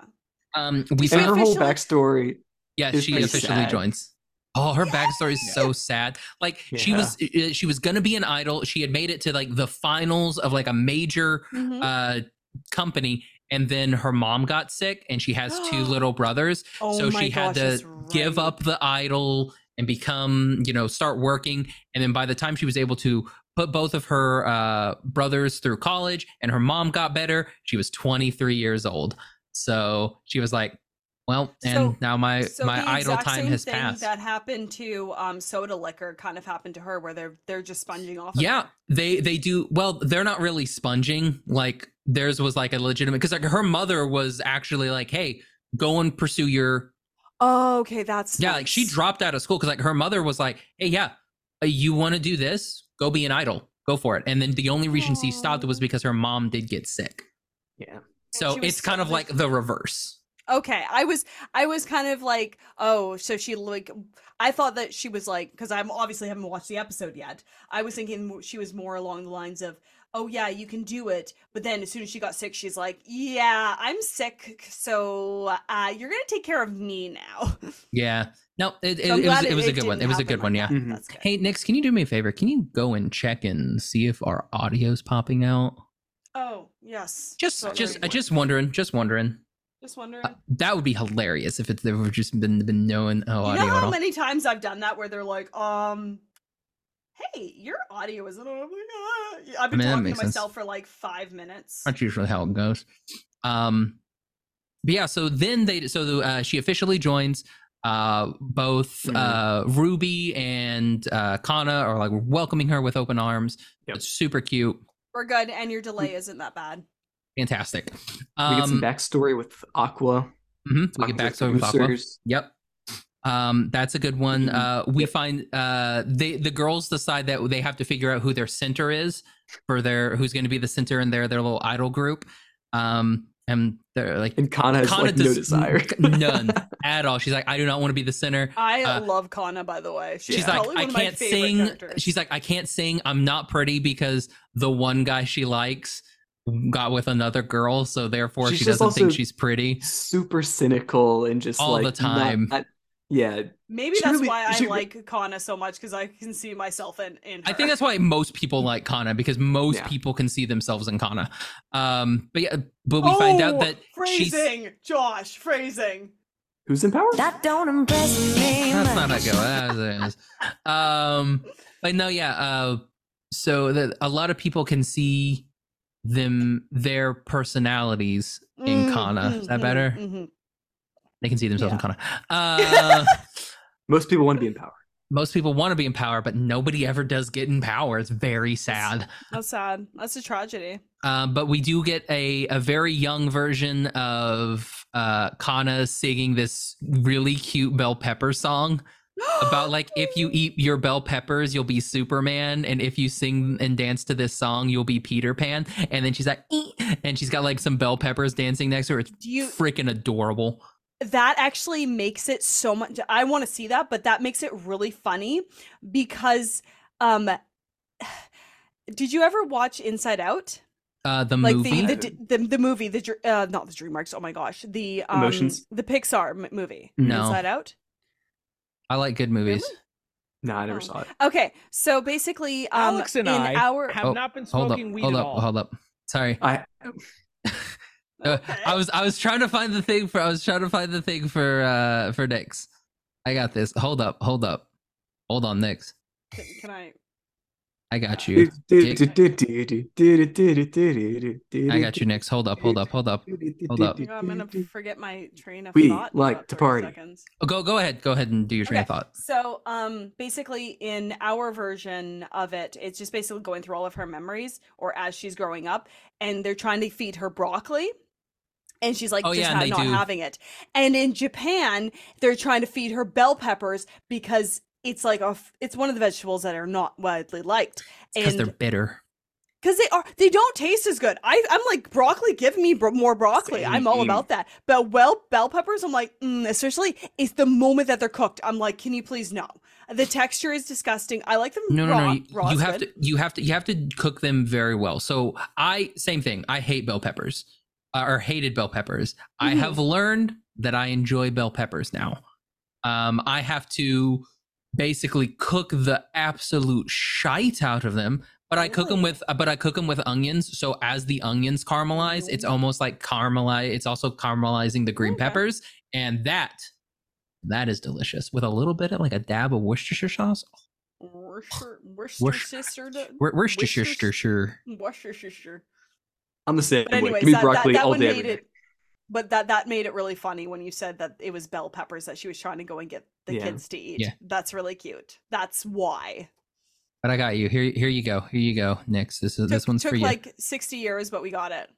[SPEAKER 3] um, we
[SPEAKER 2] and
[SPEAKER 1] She
[SPEAKER 2] her
[SPEAKER 3] found,
[SPEAKER 2] whole
[SPEAKER 1] officially-
[SPEAKER 2] backstory.
[SPEAKER 3] yeah,
[SPEAKER 2] is
[SPEAKER 3] she
[SPEAKER 2] pretty
[SPEAKER 3] officially
[SPEAKER 2] sad.
[SPEAKER 3] joins. Oh, her backstory is so sad. Like she
[SPEAKER 2] Yeah.
[SPEAKER 3] was, uh, she was gonna be an idol. She had made it to like the finals of like a major
[SPEAKER 1] Mhm.
[SPEAKER 3] uh company, and then her mom got sick, and she has
[SPEAKER 1] [gasps]
[SPEAKER 3] two little brothers,
[SPEAKER 1] oh
[SPEAKER 3] so
[SPEAKER 1] my
[SPEAKER 3] she
[SPEAKER 1] gosh,
[SPEAKER 3] had to
[SPEAKER 1] that's
[SPEAKER 3] give
[SPEAKER 1] right.
[SPEAKER 3] up the idol and become you know start working and then by the time she was able to put both of her uh, brothers through college and her mom got better she was 23 years old so she was like Well, and
[SPEAKER 1] So-
[SPEAKER 3] now my
[SPEAKER 1] so
[SPEAKER 3] my
[SPEAKER 1] the
[SPEAKER 3] idle
[SPEAKER 1] exact
[SPEAKER 3] time
[SPEAKER 1] same
[SPEAKER 3] has
[SPEAKER 1] thing
[SPEAKER 3] passed.
[SPEAKER 1] that happened to um soda liquor kind of happened to her where they're they're just sponging off of
[SPEAKER 3] Yeah,
[SPEAKER 1] her.
[SPEAKER 3] they they do well. They're not really sponging. Like theirs was like a legitimate because like her mother was actually like, "Hey, go and pursue your
[SPEAKER 1] oh okay that's
[SPEAKER 3] yeah." Like she
[SPEAKER 1] nice.
[SPEAKER 3] dropped out of school because like her mother was like, "Hey, yeah, uh, you want to do this? Go be an idol. Go for it." And then the only reason she stopped
[SPEAKER 1] Aw.
[SPEAKER 3] was because her mom did get sick.
[SPEAKER 2] Yeah.
[SPEAKER 3] So
[SPEAKER 1] she was
[SPEAKER 3] it's kind of
[SPEAKER 1] still-
[SPEAKER 3] like the reverse.
[SPEAKER 1] okay i was i was kind of like oh so she like i thought that she was like because i'm obviously haven't watched the episode yet i was thinking mo- she was more along the lines of oh yeah you can do it but then as soon as she got sick she's like yeah i'm sick so uh you're gonna take care of me now So
[SPEAKER 3] Yeah. No, it, it,
[SPEAKER 1] I'm
[SPEAKER 3] it was
[SPEAKER 1] glad
[SPEAKER 3] it was a good one.
[SPEAKER 1] didn't
[SPEAKER 3] It was a
[SPEAKER 1] happen
[SPEAKER 3] good
[SPEAKER 1] like
[SPEAKER 3] one. Yeah.
[SPEAKER 1] that.
[SPEAKER 2] Mhm.
[SPEAKER 1] That's good.
[SPEAKER 3] Hey, Nix, can you do me a favor? Can you go and check and see if our audio's popping out?
[SPEAKER 1] oh yes
[SPEAKER 3] Just,
[SPEAKER 1] Sorry.
[SPEAKER 3] just, uh, just wondering, just wondering.
[SPEAKER 1] just wondering
[SPEAKER 3] Uh, that would be hilarious if it there would just been been no one- no
[SPEAKER 1] you
[SPEAKER 3] audio
[SPEAKER 1] know
[SPEAKER 3] at
[SPEAKER 1] how
[SPEAKER 3] all.
[SPEAKER 1] many times I've done that where they're like, um, hey, your audio isn't on. I'm like, ah. I've been
[SPEAKER 3] mean, that
[SPEAKER 1] talking
[SPEAKER 3] makes
[SPEAKER 1] to
[SPEAKER 3] sense.
[SPEAKER 1] myself for like five minutes.
[SPEAKER 3] That's usually how it goes. Um, but yeah, so then they so the, uh, she officially joins. Uh, both
[SPEAKER 2] Mhm.
[SPEAKER 3] uh, Ruby and uh, Kana are like welcoming her with open arms.
[SPEAKER 2] Yep.
[SPEAKER 3] It's super cute,
[SPEAKER 1] We're good, and your delay isn't that bad.
[SPEAKER 3] fantastic.
[SPEAKER 2] we get some
[SPEAKER 3] Um,
[SPEAKER 2] backstory with Aqua.
[SPEAKER 3] mhm, we get
[SPEAKER 2] Aqua's
[SPEAKER 3] back to Aqua.
[SPEAKER 2] producers.
[SPEAKER 3] Yep. Um, that's a good one.
[SPEAKER 2] Mhm.
[SPEAKER 3] Uh, we
[SPEAKER 2] Yep.
[SPEAKER 3] find uh, they the girls decide that they have to figure out who their center is for their who's going to be the center in their their little idol group. Um, and they're like
[SPEAKER 2] And Kana has
[SPEAKER 3] Kana
[SPEAKER 2] like no
[SPEAKER 3] does-
[SPEAKER 2] desire. [laughs]
[SPEAKER 3] none at all. She's like, I do not want to be the center.
[SPEAKER 1] I
[SPEAKER 3] Uh,
[SPEAKER 1] love Kana, by the way. She's,
[SPEAKER 3] She's
[SPEAKER 1] probably
[SPEAKER 3] like, I
[SPEAKER 1] one of my
[SPEAKER 3] can't
[SPEAKER 1] favorite
[SPEAKER 3] sing.
[SPEAKER 1] characters.
[SPEAKER 3] She's like, I can't sing. I'm not pretty because the one guy she likes got with another girl, so therefore
[SPEAKER 2] She's
[SPEAKER 3] she
[SPEAKER 2] just
[SPEAKER 3] doesn't think
[SPEAKER 2] also-
[SPEAKER 3] she's pretty.
[SPEAKER 2] Super cynical and just
[SPEAKER 3] All
[SPEAKER 2] like
[SPEAKER 3] the
[SPEAKER 2] not-
[SPEAKER 3] time.
[SPEAKER 2] not- yeah,
[SPEAKER 1] maybe
[SPEAKER 2] she
[SPEAKER 1] that's
[SPEAKER 2] really-
[SPEAKER 1] why I
[SPEAKER 2] she re-
[SPEAKER 1] like Kana so much because I can see myself in. in
[SPEAKER 3] I
[SPEAKER 1] her.
[SPEAKER 3] think that's why most people like Kana because most
[SPEAKER 2] Yeah.
[SPEAKER 3] people can see themselves in Kana. Um, but yeah, but we find out
[SPEAKER 1] Oh,
[SPEAKER 3] that she's
[SPEAKER 1] phrasing, Josh, phrasing.
[SPEAKER 2] who's in power?
[SPEAKER 4] That don't impress me
[SPEAKER 3] that's not
[SPEAKER 4] much.
[SPEAKER 3] a go. That's- that's- um, but no, yeah. Uh, so that a lot of people can see them their personalities in
[SPEAKER 1] Mm,
[SPEAKER 3] Kana. Is
[SPEAKER 1] mm,
[SPEAKER 3] that
[SPEAKER 1] mm,
[SPEAKER 3] better?
[SPEAKER 1] mhm.
[SPEAKER 3] They can see themselves in Kana. Uh,
[SPEAKER 2] Most
[SPEAKER 1] [laughs]
[SPEAKER 2] people want to be in power.
[SPEAKER 3] most people want to be in power, but nobody ever does get in power. It's very sad.
[SPEAKER 1] That's sad. That's a tragedy. [gasps]
[SPEAKER 3] Um, but we do get a, a very young version of uh, Kana singing this really cute bell pepper song about like if you eat your bell peppers, you'll be Superman, and if you sing and dance to this song, you'll be Peter Pan. And then she's like, "Eek," and she's got like some bell peppers dancing next to her. It's
[SPEAKER 1] Do you
[SPEAKER 3] freaking adorable.
[SPEAKER 1] that actually makes it so much i want to see that but that makes it really funny because um [sighs] did you ever watch inside out
[SPEAKER 3] Uh, the
[SPEAKER 1] like
[SPEAKER 3] movie.
[SPEAKER 1] the the, d- the the movie the dr- uh not the dreamworks oh my gosh the um
[SPEAKER 2] Emotions?
[SPEAKER 1] the pixar m- movie
[SPEAKER 3] No.
[SPEAKER 1] inside out
[SPEAKER 3] I like good movies.
[SPEAKER 1] Really?
[SPEAKER 2] No, I never
[SPEAKER 1] Oh.
[SPEAKER 2] saw it.
[SPEAKER 1] okay so basically um
[SPEAKER 5] Alex and
[SPEAKER 1] in
[SPEAKER 5] I
[SPEAKER 1] our
[SPEAKER 5] have
[SPEAKER 3] Oh,
[SPEAKER 5] not been
[SPEAKER 3] Hold up,
[SPEAKER 5] smoking weed
[SPEAKER 3] hold
[SPEAKER 5] at
[SPEAKER 3] up,
[SPEAKER 5] all.
[SPEAKER 3] hold up. Sorry.
[SPEAKER 2] I
[SPEAKER 1] [laughs]
[SPEAKER 3] Uh,
[SPEAKER 1] Okay.
[SPEAKER 3] I was I was trying to find the thing for I was trying to find the thing for uh for Nix. I got this. Hold up, hold up. Hold on, Nix.
[SPEAKER 1] can, can
[SPEAKER 5] [laughs]
[SPEAKER 1] i
[SPEAKER 3] I got
[SPEAKER 2] I
[SPEAKER 3] you. I
[SPEAKER 2] got
[SPEAKER 3] got you, Nix. Hold up, hold up, hold up. Hold up.
[SPEAKER 1] oh my God, i'm gonna forget my train of
[SPEAKER 2] We
[SPEAKER 1] thought in
[SPEAKER 2] like
[SPEAKER 1] about
[SPEAKER 2] to
[SPEAKER 1] 30
[SPEAKER 2] party.
[SPEAKER 1] seconds.
[SPEAKER 3] Oh, go go ahead. Go ahead and do your train of
[SPEAKER 1] Okay.
[SPEAKER 3] thought.
[SPEAKER 1] So, um, basically, in our version of it, it's just basically going through all of her memories or as she's growing up, and they're trying to feed her broccoli. And she's like,
[SPEAKER 3] Oh,
[SPEAKER 1] just
[SPEAKER 3] yeah, and
[SPEAKER 1] ha-
[SPEAKER 3] they
[SPEAKER 1] not
[SPEAKER 3] do.
[SPEAKER 1] having it. And in Japan, they're trying to feed her bell peppers because it's like a, f- it's one of the vegetables that are not widely liked.
[SPEAKER 3] Because
[SPEAKER 1] And
[SPEAKER 3] they're bitter.
[SPEAKER 1] because they are, they don't taste as good. I, I'm like broccoli. Give me bro- more broccoli. I'm all
[SPEAKER 2] Same.
[SPEAKER 1] about that. But well, bell peppers. I'm like, mm, especially it's the moment that they're cooked. I'm like, can you please no? The texture is disgusting. I like them
[SPEAKER 3] No, no,
[SPEAKER 1] raw.
[SPEAKER 3] no. You,
[SPEAKER 1] raw
[SPEAKER 3] you
[SPEAKER 1] is
[SPEAKER 3] have
[SPEAKER 1] good.
[SPEAKER 3] to you have to you have to cook them very well. So I same thing. I hate bell peppers. Uh, or hated bell peppers. I
[SPEAKER 1] Mhm.
[SPEAKER 3] have learned that I enjoy bell peppers now. Um, I have to basically cook the absolute shite out of them, but I cook them
[SPEAKER 1] Really?
[SPEAKER 3] with uh, but I cook them with onions. So as the onions caramelize, it's
[SPEAKER 1] Mhm.
[SPEAKER 3] almost like caramelize. It's also caramelizing the green
[SPEAKER 1] Okay.
[SPEAKER 3] peppers, and that that is delicious with a little bit of like a dab of Worcestershire sauce.
[SPEAKER 1] Worcester,
[SPEAKER 3] Worc-
[SPEAKER 1] Worcestershire,
[SPEAKER 3] Wor- Worcestershire.
[SPEAKER 1] Worcestershire.
[SPEAKER 2] I'm the same
[SPEAKER 1] But
[SPEAKER 2] way.
[SPEAKER 1] anyways,
[SPEAKER 2] Give me
[SPEAKER 1] that, that,
[SPEAKER 2] broccoli
[SPEAKER 1] that
[SPEAKER 2] all
[SPEAKER 1] one
[SPEAKER 2] day.
[SPEAKER 1] made
[SPEAKER 2] every day.
[SPEAKER 1] it. but that that made it really funny when you said that it was bell peppers that she was trying to go and get the
[SPEAKER 2] Yeah.
[SPEAKER 1] kids to eat.
[SPEAKER 3] Yeah.
[SPEAKER 1] That's really cute. That's why.
[SPEAKER 3] But I got you. Here, here you go. Here you go, Nix. This is this
[SPEAKER 1] Took-
[SPEAKER 3] one's
[SPEAKER 1] took
[SPEAKER 3] for you.
[SPEAKER 1] like 60 years, but we got it.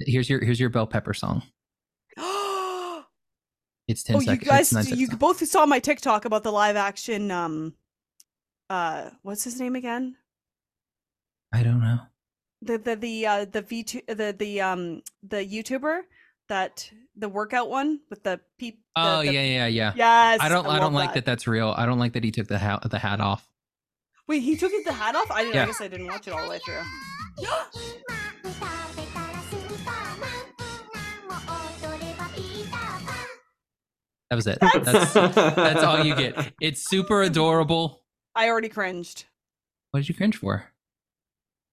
[SPEAKER 3] here's your here's your bell pepper song.
[SPEAKER 1] [gasps] oh,
[SPEAKER 3] It's ten
[SPEAKER 1] you
[SPEAKER 3] seconds. it's
[SPEAKER 1] guys,
[SPEAKER 3] nine
[SPEAKER 1] you
[SPEAKER 3] seconds.
[SPEAKER 1] both saw my TikTok about the live action. Um, uh, what's his name again?
[SPEAKER 3] I don't know.
[SPEAKER 1] The the the uh, the V two the the um the YouTuber that the workout one with the peep. the-
[SPEAKER 3] Oh
[SPEAKER 1] the-
[SPEAKER 3] yeah, yeah, yeah.
[SPEAKER 1] Yes,
[SPEAKER 3] I don't. I,
[SPEAKER 1] love
[SPEAKER 3] don't like that. That's real. I don't like that he took the hat the hat off.
[SPEAKER 1] Wait, he took the hat off. I, didn't, I
[SPEAKER 3] Yeah.
[SPEAKER 1] guess I didn't watch it all the way [gasps] through.
[SPEAKER 3] That was it.
[SPEAKER 1] [laughs]
[SPEAKER 3] That's that's all you get. It's super adorable.
[SPEAKER 1] I already cringed.
[SPEAKER 3] What did you cringe for?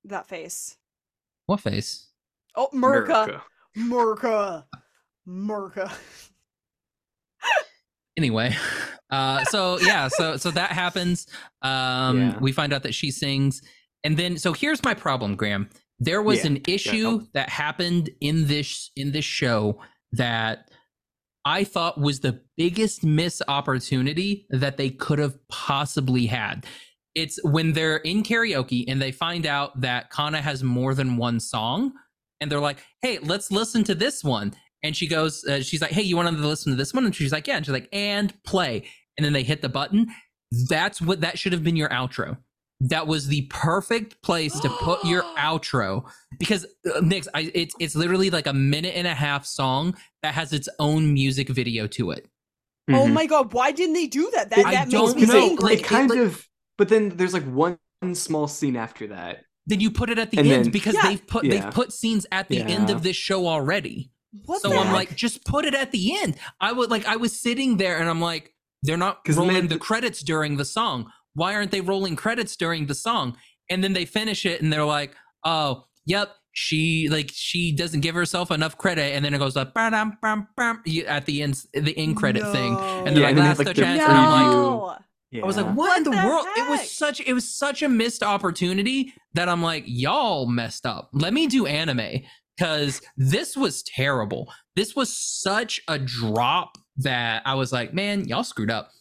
[SPEAKER 1] That face.
[SPEAKER 3] What face?
[SPEAKER 1] Oh, Murka, Murka, Murka.
[SPEAKER 3] Anyway, uh, so yeah, so so that happens. Um,
[SPEAKER 2] Yeah.
[SPEAKER 3] we find out that she sings, and then so here's my problem, Graham. There was
[SPEAKER 2] Yeah.
[SPEAKER 3] an issue that happened in this in this show that I thought was the biggest miss opportunity that they could have possibly had. It's when they're in karaoke and they find out that Kana has more than one song, and they're like, "Hey, let's listen to this one." And she goes, uh, "She's like, hey, you want to listen to this one?" And she's like, "Yeah." And she's like, "And play." And then they hit the button. That's what that should have been your outro. That was the perfect place to put your outro because uh, Nix, I, it's it's literally like a minute and a half song that has its own music video to it.
[SPEAKER 1] Oh
[SPEAKER 2] Mhm.
[SPEAKER 1] my god, why didn't they do that? That
[SPEAKER 3] I
[SPEAKER 1] that makes
[SPEAKER 3] don't
[SPEAKER 1] me
[SPEAKER 3] know,
[SPEAKER 2] No,
[SPEAKER 1] angry.
[SPEAKER 3] like,
[SPEAKER 2] it
[SPEAKER 3] it-
[SPEAKER 2] kind
[SPEAKER 3] like-
[SPEAKER 2] of. But then there's like one small scene after that.
[SPEAKER 3] Then you put it at the
[SPEAKER 2] And
[SPEAKER 3] end
[SPEAKER 2] then-
[SPEAKER 3] because
[SPEAKER 1] Yeah.
[SPEAKER 3] they've put
[SPEAKER 2] Yeah.
[SPEAKER 3] they've put scenes at the end
[SPEAKER 2] Yeah.
[SPEAKER 3] of this show already.
[SPEAKER 1] What
[SPEAKER 3] so
[SPEAKER 1] the
[SPEAKER 3] I'm
[SPEAKER 1] heck?
[SPEAKER 3] like, just put it at the end. I would like I was sitting there and I'm like, they're not
[SPEAKER 2] 'Cause then they
[SPEAKER 3] rolling
[SPEAKER 2] had
[SPEAKER 3] the
[SPEAKER 2] to-
[SPEAKER 3] credits during the song. Why aren't they rolling credits during the song? And then they finish it and they're like, oh, yep, she like she doesn't give herself enough credit, and then it goes like "Ba-dum, bum, bum," you- at the end the end credit thing. And
[SPEAKER 2] Yeah,
[SPEAKER 3] they're
[SPEAKER 2] and
[SPEAKER 3] like,
[SPEAKER 2] they have,
[SPEAKER 3] last
[SPEAKER 2] like,
[SPEAKER 3] the
[SPEAKER 2] their
[SPEAKER 3] chance, and I'm like,
[SPEAKER 1] no.
[SPEAKER 2] Yeah.
[SPEAKER 3] I was like, what,
[SPEAKER 1] What
[SPEAKER 3] in the,
[SPEAKER 1] the
[SPEAKER 3] world? It
[SPEAKER 1] heck?
[SPEAKER 3] was such it was such a missed opportunity that I'm like, y'all messed up. Let me do anime because this was terrible. This was such a drop that I was like, man, y'all screwed up.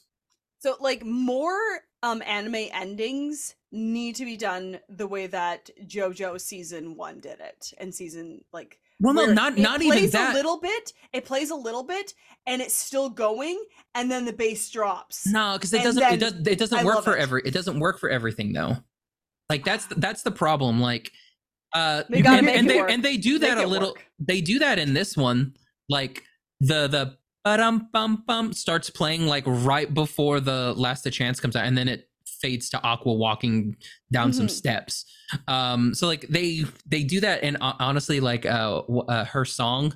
[SPEAKER 1] So like more um anime endings need to be done the way that JoJo season 1 did it and season like
[SPEAKER 3] Well, no,
[SPEAKER 1] where
[SPEAKER 3] not
[SPEAKER 1] it
[SPEAKER 3] not even
[SPEAKER 1] plays
[SPEAKER 3] that.
[SPEAKER 1] a little bit, it plays a little bit and it's still going and then the bass drops.
[SPEAKER 3] no, because
[SPEAKER 1] and
[SPEAKER 3] it doesn't.
[SPEAKER 1] then-
[SPEAKER 3] It, does, it doesn't
[SPEAKER 1] I
[SPEAKER 3] work
[SPEAKER 1] love
[SPEAKER 3] for
[SPEAKER 1] it.
[SPEAKER 3] every. It doesn't work for everything though. Like that's the, that's the problem. Like, uh,
[SPEAKER 1] They gotta
[SPEAKER 3] and,
[SPEAKER 1] make
[SPEAKER 3] and
[SPEAKER 1] it
[SPEAKER 3] they
[SPEAKER 1] work.
[SPEAKER 3] and they do
[SPEAKER 1] Make
[SPEAKER 3] that a
[SPEAKER 1] it
[SPEAKER 3] little.
[SPEAKER 1] work.
[SPEAKER 3] they do that in this one like the the bum bum bum starts playing like right before the last the chance comes out and then it fades to aqua walking down some
[SPEAKER 1] Mhm.
[SPEAKER 3] steps um so like they they do that and ho- honestly like uh, w- uh her song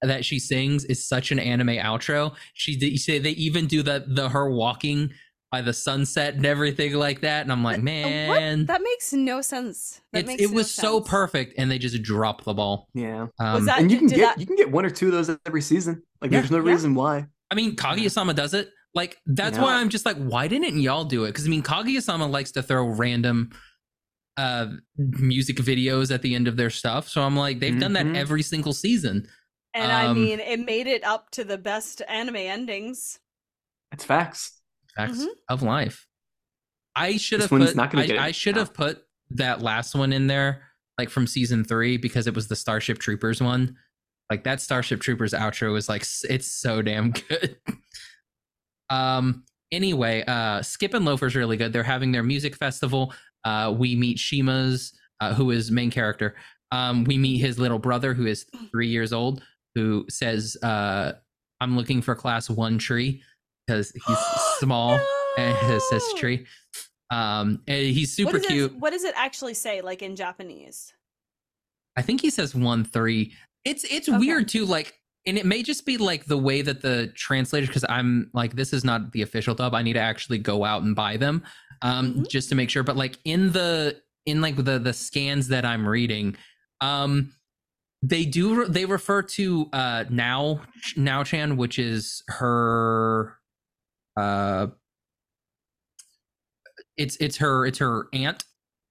[SPEAKER 3] that she sings is such an anime outro she did say they even do the the her walking by the sunset and everything like that and i'm like man
[SPEAKER 1] Uh, That makes no sense. That
[SPEAKER 3] it's,
[SPEAKER 1] makes
[SPEAKER 3] it
[SPEAKER 1] no
[SPEAKER 3] was so
[SPEAKER 1] sense.
[SPEAKER 3] perfect and they just dropped the ball
[SPEAKER 2] Yeah.
[SPEAKER 3] um,
[SPEAKER 1] that
[SPEAKER 2] And you
[SPEAKER 1] did-
[SPEAKER 2] can
[SPEAKER 1] did
[SPEAKER 2] get
[SPEAKER 1] that-
[SPEAKER 2] you can get one or two of those every season. Like
[SPEAKER 3] Yeah.
[SPEAKER 2] there's no
[SPEAKER 1] Yeah.
[SPEAKER 2] reason why.
[SPEAKER 3] I mean, Kaguya-sama does it. Like that's
[SPEAKER 2] Yeah.
[SPEAKER 3] why I'm just like, why didn't y'all do it? Because I mean, Kaguya-sama likes to throw random uh music videos at the end of their stuff. So I'm like, they've done that
[SPEAKER 2] Mhm.
[SPEAKER 3] every single season.
[SPEAKER 1] And I
[SPEAKER 3] Um,
[SPEAKER 1] mean, it made it up to the best anime endings.
[SPEAKER 2] It's facts.
[SPEAKER 3] Facts
[SPEAKER 1] Mhm.
[SPEAKER 3] of life. I should
[SPEAKER 2] This
[SPEAKER 3] have
[SPEAKER 2] one's
[SPEAKER 3] put.
[SPEAKER 2] not gonna get it.
[SPEAKER 3] I, I should
[SPEAKER 2] No.
[SPEAKER 3] have put that last one in there, like from season three, because it was the Starship Troopers one. Like that Starship Troopers outro is like s- it's so damn [laughs] good. um. Anyway, uh, Skip and Loafer's really good. They're having their music festival. Uh, we meet Shima's, uh, who is main character. Um, we meet his little brother, who is three years old, who says, uh, "I'm looking for class one tree because he's small." and his sis
[SPEAKER 1] No!
[SPEAKER 3] tree. Um, and he's
[SPEAKER 1] What
[SPEAKER 3] super
[SPEAKER 1] does it-
[SPEAKER 3] cute.
[SPEAKER 1] what does it actually say, like in Japanese?
[SPEAKER 3] I think he says one three. It's it's
[SPEAKER 1] Okay.
[SPEAKER 3] weird too. Like, and it may just be like the way that the translator, because I'm like, this is not the official dub. I need to actually go out and buy them, um,
[SPEAKER 1] Mhm.
[SPEAKER 3] just to make sure. But like in the in like the the scans that I'm reading, um, they do re- they refer to uh now now Chan, which is her, uh, it's it's her it's her aunt,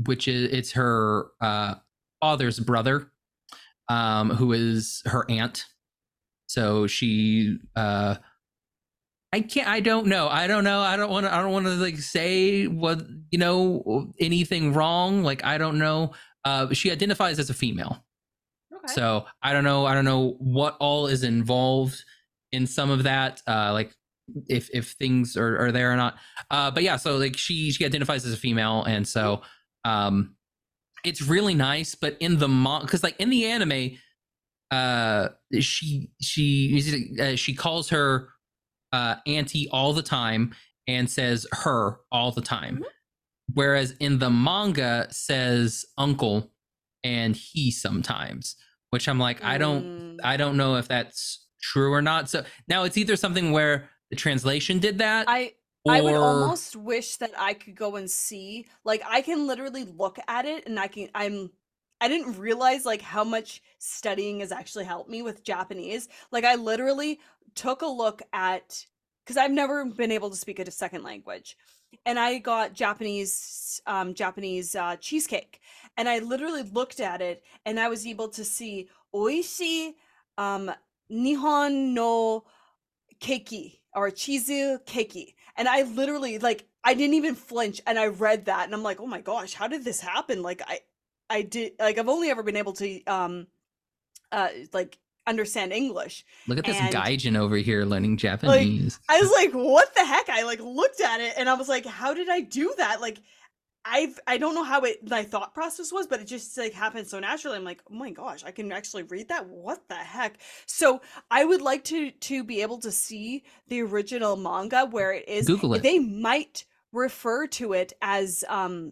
[SPEAKER 3] which is it's her uh father's brother, um, who is her aunt. So she uh I can't I don't know. I don't know. I don't want to I don't want to like say what you know anything wrong. Like I don't know. Uh she identifies as a female.
[SPEAKER 1] Okay.
[SPEAKER 3] So I don't know. I don't know what all is involved in some of that. Uh, like if if things are, are there or not. Uh, but yeah. So like she she identifies as a female, and so um, it's really nice. But in the manga, because like in the anime, uh, she she uh, she calls her uh auntie all the time and says her all the time.
[SPEAKER 1] Mhm.
[SPEAKER 3] Whereas in the manga says uncle and he sometimes, which I'm like, I don't
[SPEAKER 1] Mm.
[SPEAKER 3] I don't know if that's true or not. So now it's either something where the translation did that,
[SPEAKER 1] I
[SPEAKER 3] or
[SPEAKER 1] I would almost wish that I could go and see. Like I can literally look at it and I can I'm I didn't realize like how much studying has actually helped me with Japanese. Like I literally took a look at cuz I've never been able to speak a second language. And I got Japanese um Japanese uh cheesecake and I literally looked at it and I was able to see oishi um nihon no keiki or chizu keiki and i literally like i didn't even flinch and i read that and i'm like oh my gosh how did this happen like i i did like i've only ever been able to um uh like understand english
[SPEAKER 3] look at this
[SPEAKER 1] and-
[SPEAKER 3] gaijin over here learning Japanese.
[SPEAKER 1] [laughs] I was like, what the heck? I like looked at it and I was like, how did I do that? Like I've I don't know how it my thought process was, but it just like happened so naturally. I'm like, oh my gosh, I can actually read that. What the heck? So I would like to to be able to see the original manga where it is
[SPEAKER 3] Google it.
[SPEAKER 1] they might refer to it as um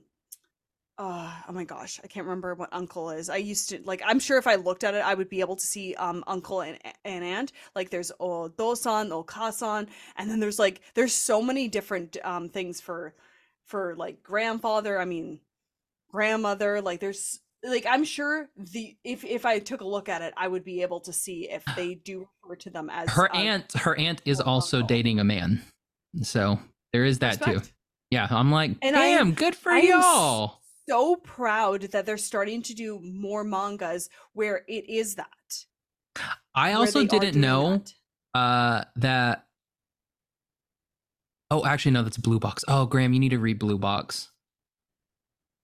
[SPEAKER 1] uh, oh my gosh i can't remember what uncle is i used to like i'm sure if i looked at it i would be able to see um uncle and and aunt like there's o dosan o kasan and then there's like there's so many different um things for for like grandfather i mean grandmother like there's like i'm sure the if if i took a look at it i would be able to see if they
[SPEAKER 3] [sighs]
[SPEAKER 1] do refer to them as Oh,
[SPEAKER 3] her
[SPEAKER 1] um,
[SPEAKER 3] aunt her aunt is
[SPEAKER 1] or
[SPEAKER 3] also
[SPEAKER 1] uncle.
[SPEAKER 3] dating a man. So there is that too.
[SPEAKER 1] respect.
[SPEAKER 3] Yeah, I'm like,
[SPEAKER 1] And I am-
[SPEAKER 3] damn, good for
[SPEAKER 1] I am s-
[SPEAKER 3] y'all.
[SPEAKER 1] so proud that they're starting to do more mangas where it is that.
[SPEAKER 3] I
[SPEAKER 1] where
[SPEAKER 3] also
[SPEAKER 1] they are
[SPEAKER 3] didn't
[SPEAKER 1] doing
[SPEAKER 3] know
[SPEAKER 1] that.
[SPEAKER 3] uh that Oh, actually no, that's Blue Box. Oh, Graham, you need to read Blue Box.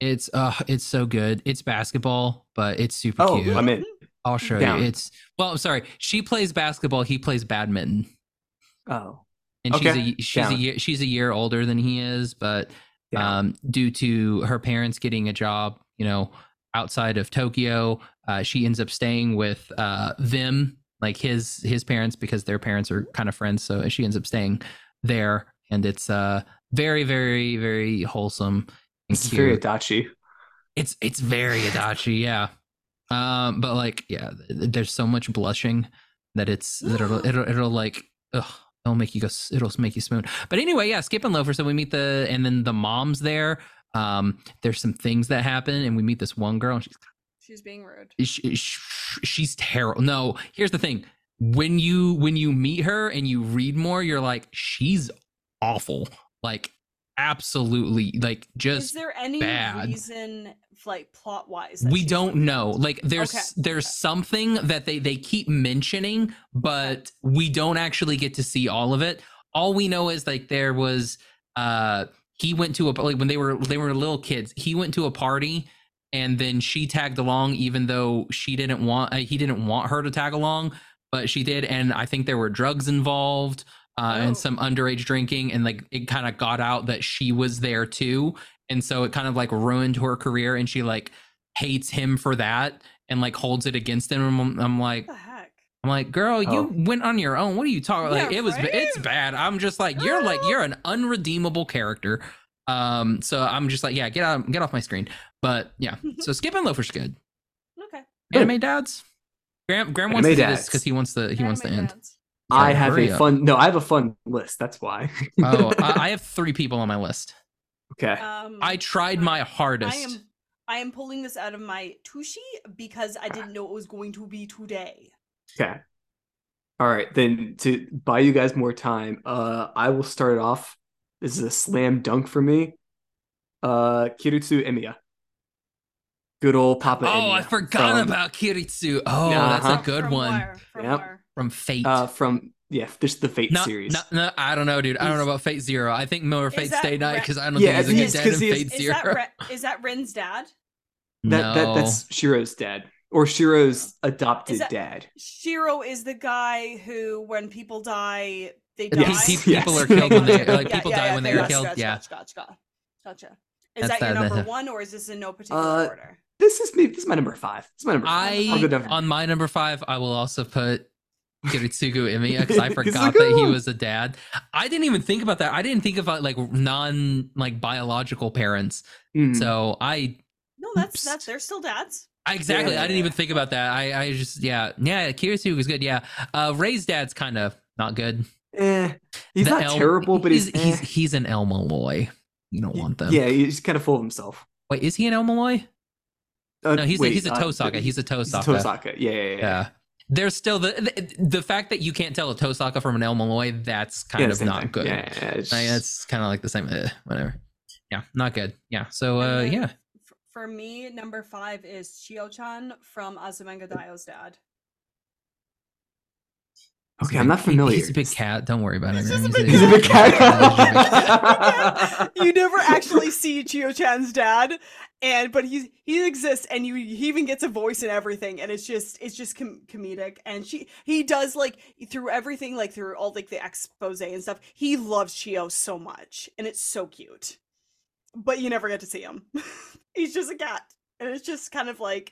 [SPEAKER 3] It's uh it's so good. It's basketball, but it's super
[SPEAKER 2] Oh,
[SPEAKER 3] cute.
[SPEAKER 2] I'm in.
[SPEAKER 3] I'll show
[SPEAKER 2] Down.
[SPEAKER 3] you. It's well, I'm sorry. She plays basketball. He plays badminton,
[SPEAKER 1] Mm-hmm.
[SPEAKER 2] Oh,
[SPEAKER 3] and
[SPEAKER 2] Okay,
[SPEAKER 3] she's a she's a
[SPEAKER 2] down.
[SPEAKER 3] year she's a year older than he is. But
[SPEAKER 2] yeah.
[SPEAKER 3] um, due to her parents getting a job, you know, outside of Tokyo, uh, she ends up staying with uh, Vim, like his his parents, because their parents are kind of friends. So she ends up staying there, and it's uh very very very wholesome. And
[SPEAKER 2] it's
[SPEAKER 3] cute
[SPEAKER 2] very Adachi.
[SPEAKER 3] it's it's very adachi yeah um but like yeah th- th- there's so much blushing that it's that it'll it'll, it'll like ugh, it'll make you go s- it'll make you swoon but anyway yeah skip and loafer so we meet the and then the mom's there um there's some things that happen and we meet this one girl and she's
[SPEAKER 1] She's being rude.
[SPEAKER 3] she, sh she's terrible. No, here's the thing: when you when you meet her and you read more, you're like, she's awful. Like, absolutely, like
[SPEAKER 1] Is
[SPEAKER 3] just
[SPEAKER 1] there any
[SPEAKER 3] bad.
[SPEAKER 1] reason, like plot wise?
[SPEAKER 3] we don't know. Like, there's
[SPEAKER 1] Okay,
[SPEAKER 3] there's something that they they keep mentioning, but we don't actually get to see all of it. All we know is like there was uh he went to a like when they were they were little kids he went to a party and then she tagged along even though she didn't want uh, he didn't want her to tag along but she did and i think there were drugs involved uh,
[SPEAKER 1] Oh.
[SPEAKER 3] and some underage drinking and like it kind of got out that she was there too and so it kind of like ruined her career and she like hates him for that and like holds it against him i'm, I'm like
[SPEAKER 1] What the heck?
[SPEAKER 3] I'm like, girl,
[SPEAKER 2] Oh.
[SPEAKER 3] you went on your own. What are you talking? Like,
[SPEAKER 1] Yeah,
[SPEAKER 3] it was,
[SPEAKER 1] right?
[SPEAKER 3] it's bad. I'm just like, you're like, you're an unredeemable character. Um, so I'm just like, yeah, get out, get off my screen. But yeah,
[SPEAKER 1] [laughs]
[SPEAKER 3] so Skip and Loafer's good.
[SPEAKER 1] Okay.
[SPEAKER 2] Good.
[SPEAKER 3] Anime dads. Graham, Graham wants
[SPEAKER 2] Anime
[SPEAKER 3] to do this
[SPEAKER 2] dads.
[SPEAKER 3] because he wants the he wants the
[SPEAKER 1] Anime
[SPEAKER 3] end.
[SPEAKER 1] fans.
[SPEAKER 2] I
[SPEAKER 3] Yeah,
[SPEAKER 2] have
[SPEAKER 3] hurry
[SPEAKER 2] a
[SPEAKER 3] up.
[SPEAKER 2] fun. No, I have a fun list. That's why.
[SPEAKER 3] oh,
[SPEAKER 1] [laughs]
[SPEAKER 3] I, I have three people on my list.
[SPEAKER 2] [laughs] okay.
[SPEAKER 1] Um,
[SPEAKER 3] I tried my
[SPEAKER 1] I
[SPEAKER 3] hardest.
[SPEAKER 1] am. I am pulling this out of my tushy because
[SPEAKER 3] Uh-huh.
[SPEAKER 1] I didn't know it was going to be today.
[SPEAKER 2] Okay. All right, then to buy you guys more time, uh, I will start it off. This is a slam dunk for me. Uh, Kirutsu Emiya. Good old Papa
[SPEAKER 3] oh, I
[SPEAKER 2] Emiya
[SPEAKER 3] Oh, forgot
[SPEAKER 2] from-
[SPEAKER 3] about Kiritsu. Oh, that's
[SPEAKER 2] Uh-huh.
[SPEAKER 3] a good
[SPEAKER 1] From
[SPEAKER 3] one.
[SPEAKER 1] where? From
[SPEAKER 2] Yep.
[SPEAKER 1] where?
[SPEAKER 3] from Fate.
[SPEAKER 2] uh, from yeah, this the Fate
[SPEAKER 3] Not-
[SPEAKER 2] series.
[SPEAKER 3] not- no, I don't know, dude. I don't know about Fate Zero. I think Miller
[SPEAKER 1] Is
[SPEAKER 3] Fate's
[SPEAKER 1] that
[SPEAKER 3] Day Night
[SPEAKER 1] Ra-
[SPEAKER 3] because I don't
[SPEAKER 2] Yeah, I
[SPEAKER 3] think
[SPEAKER 2] think
[SPEAKER 3] he's
[SPEAKER 2] it's
[SPEAKER 3] a good
[SPEAKER 2] 'cause
[SPEAKER 3] dad in
[SPEAKER 2] he is-
[SPEAKER 3] Fate
[SPEAKER 1] Is
[SPEAKER 3] Zero.
[SPEAKER 1] that Re- is that Ren's dad?
[SPEAKER 2] that, that
[SPEAKER 3] No.
[SPEAKER 2] that's Shiro's dad or Shiro's adopted
[SPEAKER 1] Is that-
[SPEAKER 2] dad.
[SPEAKER 1] Shiro is the guy who, when people die, they
[SPEAKER 3] Pe-
[SPEAKER 1] die.
[SPEAKER 2] [laughs]
[SPEAKER 3] pe-
[SPEAKER 2] Yes.
[SPEAKER 3] people are
[SPEAKER 2] Yes.
[SPEAKER 3] killed when they like
[SPEAKER 1] Yeah,
[SPEAKER 3] people
[SPEAKER 1] yeah,
[SPEAKER 3] die
[SPEAKER 1] yeah,
[SPEAKER 3] when
[SPEAKER 1] okay,
[SPEAKER 3] they are
[SPEAKER 1] gotcha,
[SPEAKER 3] killed.
[SPEAKER 1] Gotcha,
[SPEAKER 3] Yeah,
[SPEAKER 1] gotcha, gotcha, gotcha. Is
[SPEAKER 3] That's
[SPEAKER 1] that
[SPEAKER 3] uh-huh.
[SPEAKER 1] your
[SPEAKER 3] that-
[SPEAKER 1] number
[SPEAKER 3] that-
[SPEAKER 1] one, or is this in no particular
[SPEAKER 2] Uh,
[SPEAKER 1] order?
[SPEAKER 2] This is maybe this is my number five. This is my number. Five. I'll go
[SPEAKER 3] I
[SPEAKER 2] down.
[SPEAKER 3] on my number five, I will also put Kiritsugu Emiya because I
[SPEAKER 2] [laughs] He's a
[SPEAKER 3] forgot
[SPEAKER 2] good
[SPEAKER 3] that he
[SPEAKER 2] one.
[SPEAKER 3] was a dad. I didn't even think about that. I didn't think about like non like biological parents.
[SPEAKER 2] Hmm.
[SPEAKER 3] So I
[SPEAKER 1] No, that's
[SPEAKER 3] Oops.
[SPEAKER 1] that's they're still dads.
[SPEAKER 3] I- exactly. I didn't even
[SPEAKER 2] Yeah.
[SPEAKER 3] think about that. I I just yeah yeah Kiritsugu was good. Yeah, uh, Ray's dad's kind of not good.
[SPEAKER 2] Eh, he's
[SPEAKER 3] The
[SPEAKER 2] not
[SPEAKER 3] El-
[SPEAKER 2] terrible, but he's
[SPEAKER 3] he's
[SPEAKER 2] eh.
[SPEAKER 3] he's an El Malloy. You don't want them.
[SPEAKER 2] Yeah, he's kind of full of himself.
[SPEAKER 3] Wait, is he an El Malloy?
[SPEAKER 2] Uh,
[SPEAKER 3] No, he's
[SPEAKER 2] wait,
[SPEAKER 3] a, he's a
[SPEAKER 2] uh,
[SPEAKER 3] Tosaka.
[SPEAKER 2] he's
[SPEAKER 3] he's a
[SPEAKER 2] a
[SPEAKER 3] Tosaka.
[SPEAKER 2] Tosaka. Yeah, yeah, yeah.
[SPEAKER 3] Yeah. There's still the, the the fact that you can't tell a Tosaka from an El Malloy. That's kind
[SPEAKER 2] Yeah,
[SPEAKER 3] of
[SPEAKER 2] same
[SPEAKER 3] not
[SPEAKER 2] thing.
[SPEAKER 3] good.
[SPEAKER 2] Yeah, yeah, yeah, it's
[SPEAKER 3] Like,
[SPEAKER 2] just-
[SPEAKER 3] that's kind of like the same. Uh, whatever. Yeah, not good. Yeah. So uh,
[SPEAKER 1] And then
[SPEAKER 3] yeah,
[SPEAKER 1] f- For me, number five is Chio-chan from Azumanga Daio's dad.
[SPEAKER 2] okay, I'm not
[SPEAKER 3] He-
[SPEAKER 2] familiar.
[SPEAKER 3] he's a big cat. Don't worry about it.
[SPEAKER 1] He's
[SPEAKER 3] man.
[SPEAKER 1] just a big
[SPEAKER 2] He's a big
[SPEAKER 1] cat.
[SPEAKER 2] [laughs]
[SPEAKER 3] [laughs]
[SPEAKER 2] cat.
[SPEAKER 1] you never actually see Chio-chan's dad, and but he's he exists, and you he even gets a voice and everything, and it's just it's just com- comedic. And she he does like through everything, like through all like the expose and stuff. He loves Chio so much, and it's so cute. But you never get to see him. [laughs] he's just a cat, and it's just kind of like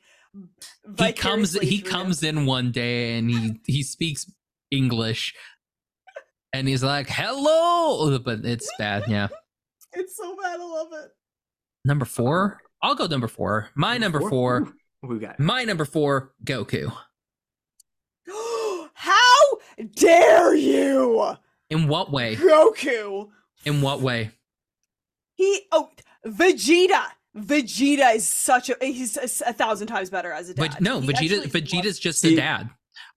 [SPEAKER 3] He comes.
[SPEAKER 1] vicariously
[SPEAKER 3] He
[SPEAKER 1] through him.
[SPEAKER 3] comes in one day and he he speaks English, and he's like, "Hello," but it's bad. Yeah.
[SPEAKER 1] It's so bad. I love it.
[SPEAKER 3] Number four. I'll go number four. My number four. Hmm.
[SPEAKER 2] Ooh, what we got?
[SPEAKER 3] My number four. Goku.
[SPEAKER 1] How dare you,
[SPEAKER 3] In what way?
[SPEAKER 1] Goku?
[SPEAKER 3] In what way?
[SPEAKER 1] He oh, Vegeta. Vegeta is such a he's a, s- a thousand times better as a [laughs] dad.
[SPEAKER 3] But no,
[SPEAKER 1] He
[SPEAKER 3] Vegeta.
[SPEAKER 1] actually
[SPEAKER 3] Vegeta's
[SPEAKER 1] loves-
[SPEAKER 3] just
[SPEAKER 2] See-
[SPEAKER 3] a dad.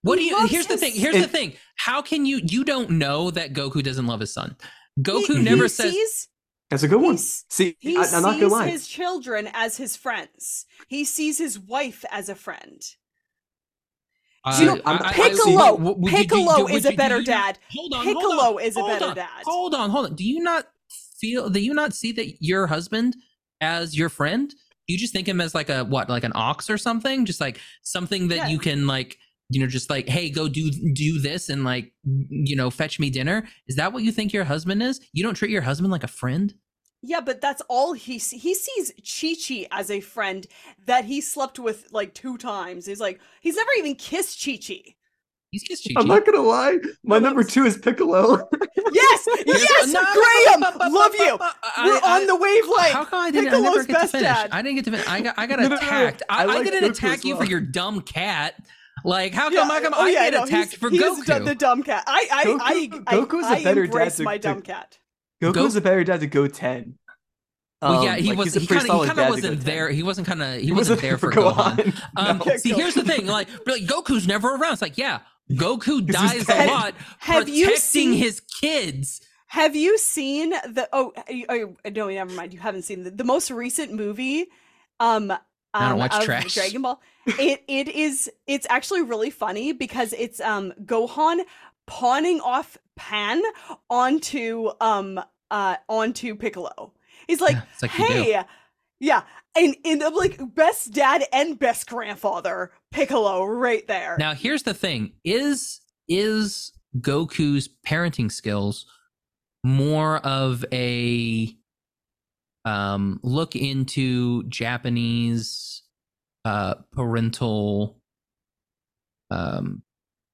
[SPEAKER 3] What do
[SPEAKER 1] He
[SPEAKER 3] you?
[SPEAKER 1] loves
[SPEAKER 3] Here's the
[SPEAKER 1] his
[SPEAKER 3] thing. Here's the
[SPEAKER 2] son.
[SPEAKER 3] thing. How can you? You don't know that Goku doesn't love his son.
[SPEAKER 1] he-
[SPEAKER 3] Goku
[SPEAKER 1] he
[SPEAKER 3] never says.
[SPEAKER 1] sees-
[SPEAKER 2] That's a good one.
[SPEAKER 1] he's-
[SPEAKER 2] See,
[SPEAKER 1] He
[SPEAKER 2] I,
[SPEAKER 1] sees
[SPEAKER 2] I'm not gonna lie.
[SPEAKER 1] his children as his friends. He sees his wife as a friend.
[SPEAKER 2] You know,
[SPEAKER 3] Uh, I- I- I-
[SPEAKER 1] Piccolo-
[SPEAKER 3] would- would you- do-
[SPEAKER 1] Piccolo
[SPEAKER 3] would
[SPEAKER 1] is a
[SPEAKER 3] you- do
[SPEAKER 1] better
[SPEAKER 3] you-
[SPEAKER 1] dad.
[SPEAKER 3] Hold on, hold on,
[SPEAKER 1] Piccolo is a
[SPEAKER 3] hold
[SPEAKER 1] better
[SPEAKER 3] on,
[SPEAKER 1] dad.
[SPEAKER 3] Hold on, hold on. Do you not feel? Do you not see that your husband as your friend? You just think him as like a what, like an ox or something? Just like something that
[SPEAKER 1] Yeah.
[SPEAKER 3] you can like, you know, just like, hey, go do do this and like, you know, fetch me dinner. Is that what you think your husband is? You don't treat your husband like a friend.
[SPEAKER 1] Yeah, but that's all he see- he sees Chi Chi as a friend that he slept with like two times. He's like he's never even kissed Chi
[SPEAKER 3] [laughs]
[SPEAKER 1] Chi.
[SPEAKER 3] He's just cheating.
[SPEAKER 2] I'm not gonna lie. My number two is Piccolo. [laughs]
[SPEAKER 1] Yes, yes, Graham, love you.
[SPEAKER 3] uh,
[SPEAKER 1] We're on the wavelengeth.
[SPEAKER 3] How come I didn't? I never
[SPEAKER 1] Piccolo's
[SPEAKER 3] get to
[SPEAKER 1] best
[SPEAKER 3] finish.
[SPEAKER 1] dad.
[SPEAKER 3] I didn't get to. Fin- I got. I got
[SPEAKER 2] No, no, no, no.
[SPEAKER 3] attacked. I,
[SPEAKER 2] I
[SPEAKER 3] I,
[SPEAKER 2] like
[SPEAKER 3] didn't
[SPEAKER 2] Goku as
[SPEAKER 3] attack you for
[SPEAKER 2] well.
[SPEAKER 3] your dumb cat. Like how come?
[SPEAKER 1] Yeah,
[SPEAKER 3] how come
[SPEAKER 1] oh,
[SPEAKER 3] I
[SPEAKER 1] yeah,
[SPEAKER 3] get
[SPEAKER 1] no,
[SPEAKER 3] attacked
[SPEAKER 1] he's-
[SPEAKER 3] for
[SPEAKER 1] he's
[SPEAKER 3] Goku?
[SPEAKER 1] the, the dumb cat. I, I,
[SPEAKER 2] Goku-
[SPEAKER 1] I, I,
[SPEAKER 2] Goku's a
[SPEAKER 1] I
[SPEAKER 2] better dad
[SPEAKER 1] embrace
[SPEAKER 2] to-
[SPEAKER 1] my
[SPEAKER 2] to-
[SPEAKER 1] dumb cat.
[SPEAKER 2] Goku's
[SPEAKER 3] Go-
[SPEAKER 2] a better dad to go ten.
[SPEAKER 3] well, yeah,
[SPEAKER 2] Um,
[SPEAKER 3] he
[SPEAKER 2] like,
[SPEAKER 3] was.
[SPEAKER 2] he's a
[SPEAKER 3] He
[SPEAKER 2] pretty
[SPEAKER 3] kind of.
[SPEAKER 2] solid
[SPEAKER 3] He kind of
[SPEAKER 2] dad to
[SPEAKER 3] wasn't
[SPEAKER 2] Goten.
[SPEAKER 3] there. He wasn't kind of. He,
[SPEAKER 2] He
[SPEAKER 3] wasn't there for Gohan.
[SPEAKER 2] [laughs]
[SPEAKER 3] Um,
[SPEAKER 2] No.
[SPEAKER 1] Yeah,
[SPEAKER 3] see,
[SPEAKER 1] Gohan.
[SPEAKER 3] here's the thing. Like, but, like, Goku's never around. It's like, yeah, Goku
[SPEAKER 2] This is
[SPEAKER 3] dies a
[SPEAKER 2] dead.
[SPEAKER 3] lot
[SPEAKER 1] Have
[SPEAKER 3] protecting
[SPEAKER 1] you seen?
[SPEAKER 3] his kids.
[SPEAKER 1] Have you seen the? Oh, you- oh, no, never mind. You haven't seen the, the most recent movie. Um,
[SPEAKER 3] I don't
[SPEAKER 1] um,
[SPEAKER 3] watch
[SPEAKER 1] of
[SPEAKER 3] trash.
[SPEAKER 1] Dragon Ball. It it is. It's actually really funny because it's um Gohan pawning off Pan onto um uh onto Piccolo. He's like,
[SPEAKER 3] Yeah, it's like you do.
[SPEAKER 1] hey, yeah, and and I'm like best dad and best grandfather Piccolo right there.
[SPEAKER 3] Now here's the thing: is is Goku's parenting skills more of a um, look into Japanese uh, parental, um,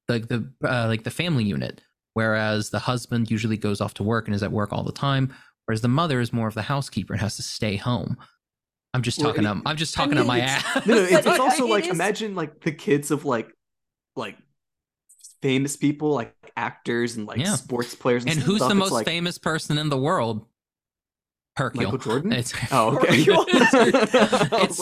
[SPEAKER 3] like the uh, like the family unit, whereas the husband usually goes off to work and is at work all the time, whereas the mother is more of the housekeeper and has to stay home. I'm just
[SPEAKER 2] Well,
[SPEAKER 3] talking.
[SPEAKER 2] it-
[SPEAKER 3] up, I'm just talking
[SPEAKER 1] mean,
[SPEAKER 3] up my
[SPEAKER 1] it's-
[SPEAKER 2] [laughs]
[SPEAKER 3] ass. [laughs]
[SPEAKER 2] No, no, it's,
[SPEAKER 1] But
[SPEAKER 2] it's
[SPEAKER 1] it-
[SPEAKER 2] also
[SPEAKER 1] it
[SPEAKER 2] like
[SPEAKER 1] is-
[SPEAKER 2] imagine like the kids of like like famous people, like actors and like
[SPEAKER 3] Yeah.
[SPEAKER 2] sports players, and,
[SPEAKER 3] And who's
[SPEAKER 2] stuff.
[SPEAKER 3] the
[SPEAKER 2] It's
[SPEAKER 3] most
[SPEAKER 2] like
[SPEAKER 3] famous person in the world? Hercule.
[SPEAKER 2] Michael Jordan?
[SPEAKER 3] It's
[SPEAKER 2] [laughs] Oh, okay.
[SPEAKER 1] Hercule.
[SPEAKER 3] it's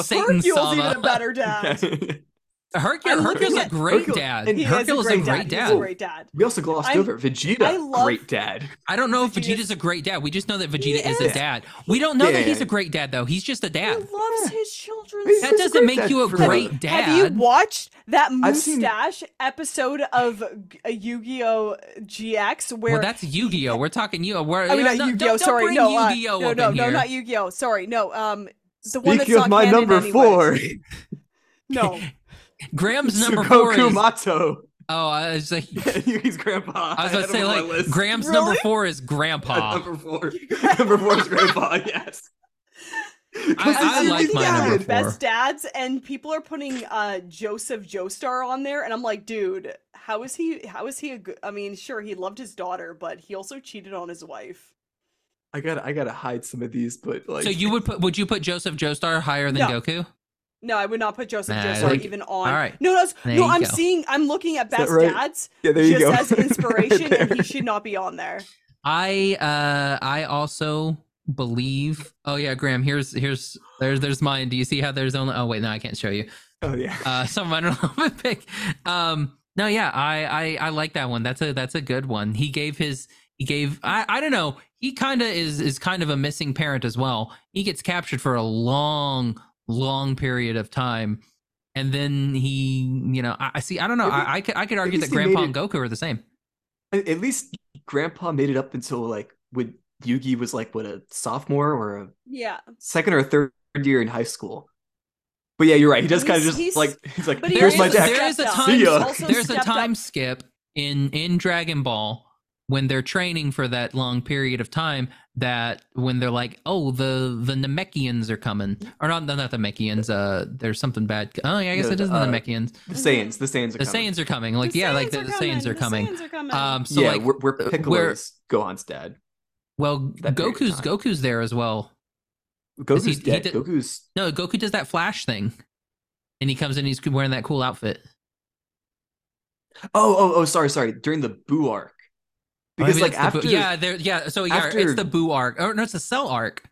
[SPEAKER 1] Hercule's
[SPEAKER 3] Satan's [laughs] Sama.
[SPEAKER 2] Oh,
[SPEAKER 1] even a better dad.
[SPEAKER 3] [laughs] Hercule,
[SPEAKER 1] I'm
[SPEAKER 3] Hercule's
[SPEAKER 1] looking
[SPEAKER 3] a
[SPEAKER 1] at-
[SPEAKER 3] great
[SPEAKER 2] Hercule-
[SPEAKER 3] dad.
[SPEAKER 2] and
[SPEAKER 1] He is
[SPEAKER 3] Hercule's a great,
[SPEAKER 1] He's
[SPEAKER 3] dad.
[SPEAKER 1] a great dad.
[SPEAKER 2] We also glossed
[SPEAKER 1] I-
[SPEAKER 2] over it. Vegeta,
[SPEAKER 1] I love-
[SPEAKER 2] great dad.
[SPEAKER 3] I don't know if
[SPEAKER 1] Vegeta's-
[SPEAKER 3] Vegeta's a great dad. We just know that Vegeta is.
[SPEAKER 1] is.
[SPEAKER 3] a dad. We don't know
[SPEAKER 2] Yeah.
[SPEAKER 3] that he's a great dad though. He's just a
[SPEAKER 1] He
[SPEAKER 3] dad.
[SPEAKER 1] loves his children.
[SPEAKER 2] He's
[SPEAKER 1] so
[SPEAKER 3] That
[SPEAKER 2] just a great
[SPEAKER 3] doesn't make
[SPEAKER 2] dad
[SPEAKER 3] you a
[SPEAKER 2] for her.
[SPEAKER 3] great dad.
[SPEAKER 1] Have you watched that
[SPEAKER 2] I've seen-
[SPEAKER 1] mustache episode of G- uh, Yu-Gi-Oh! GX where
[SPEAKER 3] well, that's Yu-Gi-Oh. We're talking you. We're,
[SPEAKER 1] I mean,
[SPEAKER 3] no,
[SPEAKER 1] not
[SPEAKER 3] no,
[SPEAKER 1] Yu-Gi-Oh!
[SPEAKER 3] Don't,
[SPEAKER 1] sorry,
[SPEAKER 3] don't bring
[SPEAKER 1] no, uh,
[SPEAKER 3] Yu-Gi-Oh
[SPEAKER 1] no,
[SPEAKER 3] up
[SPEAKER 1] no,
[SPEAKER 3] in
[SPEAKER 1] no,
[SPEAKER 3] here.
[SPEAKER 1] not Yu-Gi-Oh! Sorry, no, um, the one that's
[SPEAKER 2] Speaking
[SPEAKER 1] not
[SPEAKER 2] of my
[SPEAKER 1] canon
[SPEAKER 2] number
[SPEAKER 1] anyway.
[SPEAKER 2] [laughs] four,
[SPEAKER 1] No,
[SPEAKER 3] Graham's number four
[SPEAKER 2] Sugoku
[SPEAKER 3] is.
[SPEAKER 2] Mato. [laughs]
[SPEAKER 3] oh, I was like,
[SPEAKER 2] Yuki's grandpa.
[SPEAKER 3] I was
[SPEAKER 2] had
[SPEAKER 3] about to
[SPEAKER 2] him
[SPEAKER 3] say
[SPEAKER 2] on my
[SPEAKER 3] like
[SPEAKER 2] list.
[SPEAKER 3] Graham's
[SPEAKER 1] Really?
[SPEAKER 3] number four
[SPEAKER 2] [laughs]
[SPEAKER 3] is
[SPEAKER 2] At
[SPEAKER 3] Grandpa.
[SPEAKER 2] number four. number four is grandpa, [laughs] yes. 'Cause
[SPEAKER 3] [laughs] I- I
[SPEAKER 2] he's a
[SPEAKER 1] I'm
[SPEAKER 3] like
[SPEAKER 1] looking
[SPEAKER 2] good
[SPEAKER 3] my
[SPEAKER 1] at
[SPEAKER 3] number
[SPEAKER 1] the
[SPEAKER 3] four.
[SPEAKER 1] best dads, and people are putting uh Joseph Joestar on there, and I'm like, dude, how is he? How is he a good? I mean, sure, he loved his daughter, but he also cheated on his wife.
[SPEAKER 2] I gotta I gotta hide some of these, but like
[SPEAKER 3] so you would put? Would you put Joseph Joestar higher than
[SPEAKER 1] No.
[SPEAKER 3] Goku?
[SPEAKER 1] No, I would not put Joseph
[SPEAKER 3] Nah, I
[SPEAKER 1] Joestar
[SPEAKER 3] think-
[SPEAKER 1] even on.
[SPEAKER 3] all right.
[SPEAKER 1] No, no, it's-
[SPEAKER 3] There
[SPEAKER 1] no.
[SPEAKER 3] you
[SPEAKER 1] I'm
[SPEAKER 3] go.
[SPEAKER 1] seeing. I'm looking at
[SPEAKER 2] that
[SPEAKER 1] best
[SPEAKER 2] right?
[SPEAKER 1] dads
[SPEAKER 2] Yeah, there you
[SPEAKER 1] just
[SPEAKER 2] go.
[SPEAKER 1] as
[SPEAKER 2] [laughs]
[SPEAKER 1] inspiration,
[SPEAKER 2] right
[SPEAKER 1] and he
[SPEAKER 2] there.
[SPEAKER 1] should not be on there.
[SPEAKER 3] I uh I also believe. Oh yeah, Graham. Here's here's there's there's mine. Do you see how there's only? Oh wait, no, I can't show you.
[SPEAKER 2] [laughs] Oh yeah.
[SPEAKER 3] Uh, [laughs] some I don't know if I pick. Um, no, yeah, I, I I like that one. That's a that's a good one. He gave his he gave I I don't know. He kind of is is kind of a missing parent as well. He gets captured for a long long period of time, and then he you know I, I see I don't know
[SPEAKER 2] At lea-
[SPEAKER 3] I I could I could argue that
[SPEAKER 2] least he made
[SPEAKER 3] Grandpa and
[SPEAKER 2] it-
[SPEAKER 3] Goku are the same.
[SPEAKER 2] At at least grandpa made it up until like when Yugi was like what a sophomore or a
[SPEAKER 1] Yeah,
[SPEAKER 2] second or third year in high school. But yeah, you're right. He does kind
[SPEAKER 1] He's-
[SPEAKER 2] of just
[SPEAKER 1] he's-
[SPEAKER 2] like he's like
[SPEAKER 1] but he
[SPEAKER 2] here's
[SPEAKER 1] also
[SPEAKER 2] my deck.
[SPEAKER 3] There is a
[SPEAKER 1] stepped up.
[SPEAKER 3] time
[SPEAKER 2] See ya.
[SPEAKER 1] Also
[SPEAKER 3] there's a
[SPEAKER 1] stepped
[SPEAKER 3] time
[SPEAKER 1] up-
[SPEAKER 3] skip in in Dragon Ball when they're training for that long period of time that when they're like, oh, the the Namekians are coming, or not, not the Namekians. Uh, there's something bad. Oh yeah, I guess
[SPEAKER 2] No,
[SPEAKER 3] it is the
[SPEAKER 2] uh,
[SPEAKER 3] Namekians.
[SPEAKER 2] The Saiyans, the Saiyans are
[SPEAKER 3] The
[SPEAKER 2] coming.
[SPEAKER 3] Saiyans are coming. Like
[SPEAKER 1] The
[SPEAKER 3] yeah,
[SPEAKER 1] Saiyans
[SPEAKER 3] like the, the Saiyans are
[SPEAKER 1] the
[SPEAKER 3] coming.
[SPEAKER 1] Saiyans are coming.
[SPEAKER 3] Um, so
[SPEAKER 2] yeah,
[SPEAKER 3] like,
[SPEAKER 2] we're, we're
[SPEAKER 3] uh,
[SPEAKER 2] Piccolo's
[SPEAKER 3] where-
[SPEAKER 2] Gohan's dad.
[SPEAKER 3] well,
[SPEAKER 2] that period of
[SPEAKER 3] Goku's
[SPEAKER 2] time.
[SPEAKER 3] Goku's there as well.
[SPEAKER 2] Goku's
[SPEAKER 3] he- he
[SPEAKER 2] dead.
[SPEAKER 3] did-
[SPEAKER 2] Goku's
[SPEAKER 3] No, Goku does that flash thing, and he comes in. He's wearing that cool outfit.
[SPEAKER 2] oh oh oh sorry sorry during the Buu arc
[SPEAKER 3] Or
[SPEAKER 2] because
[SPEAKER 3] maybe
[SPEAKER 2] like
[SPEAKER 3] that's Oh,
[SPEAKER 2] after
[SPEAKER 3] the Buu- yeah, there, yeah. So yeah,
[SPEAKER 2] after-
[SPEAKER 3] it's the Boo arc, or no, it's the Cell arc.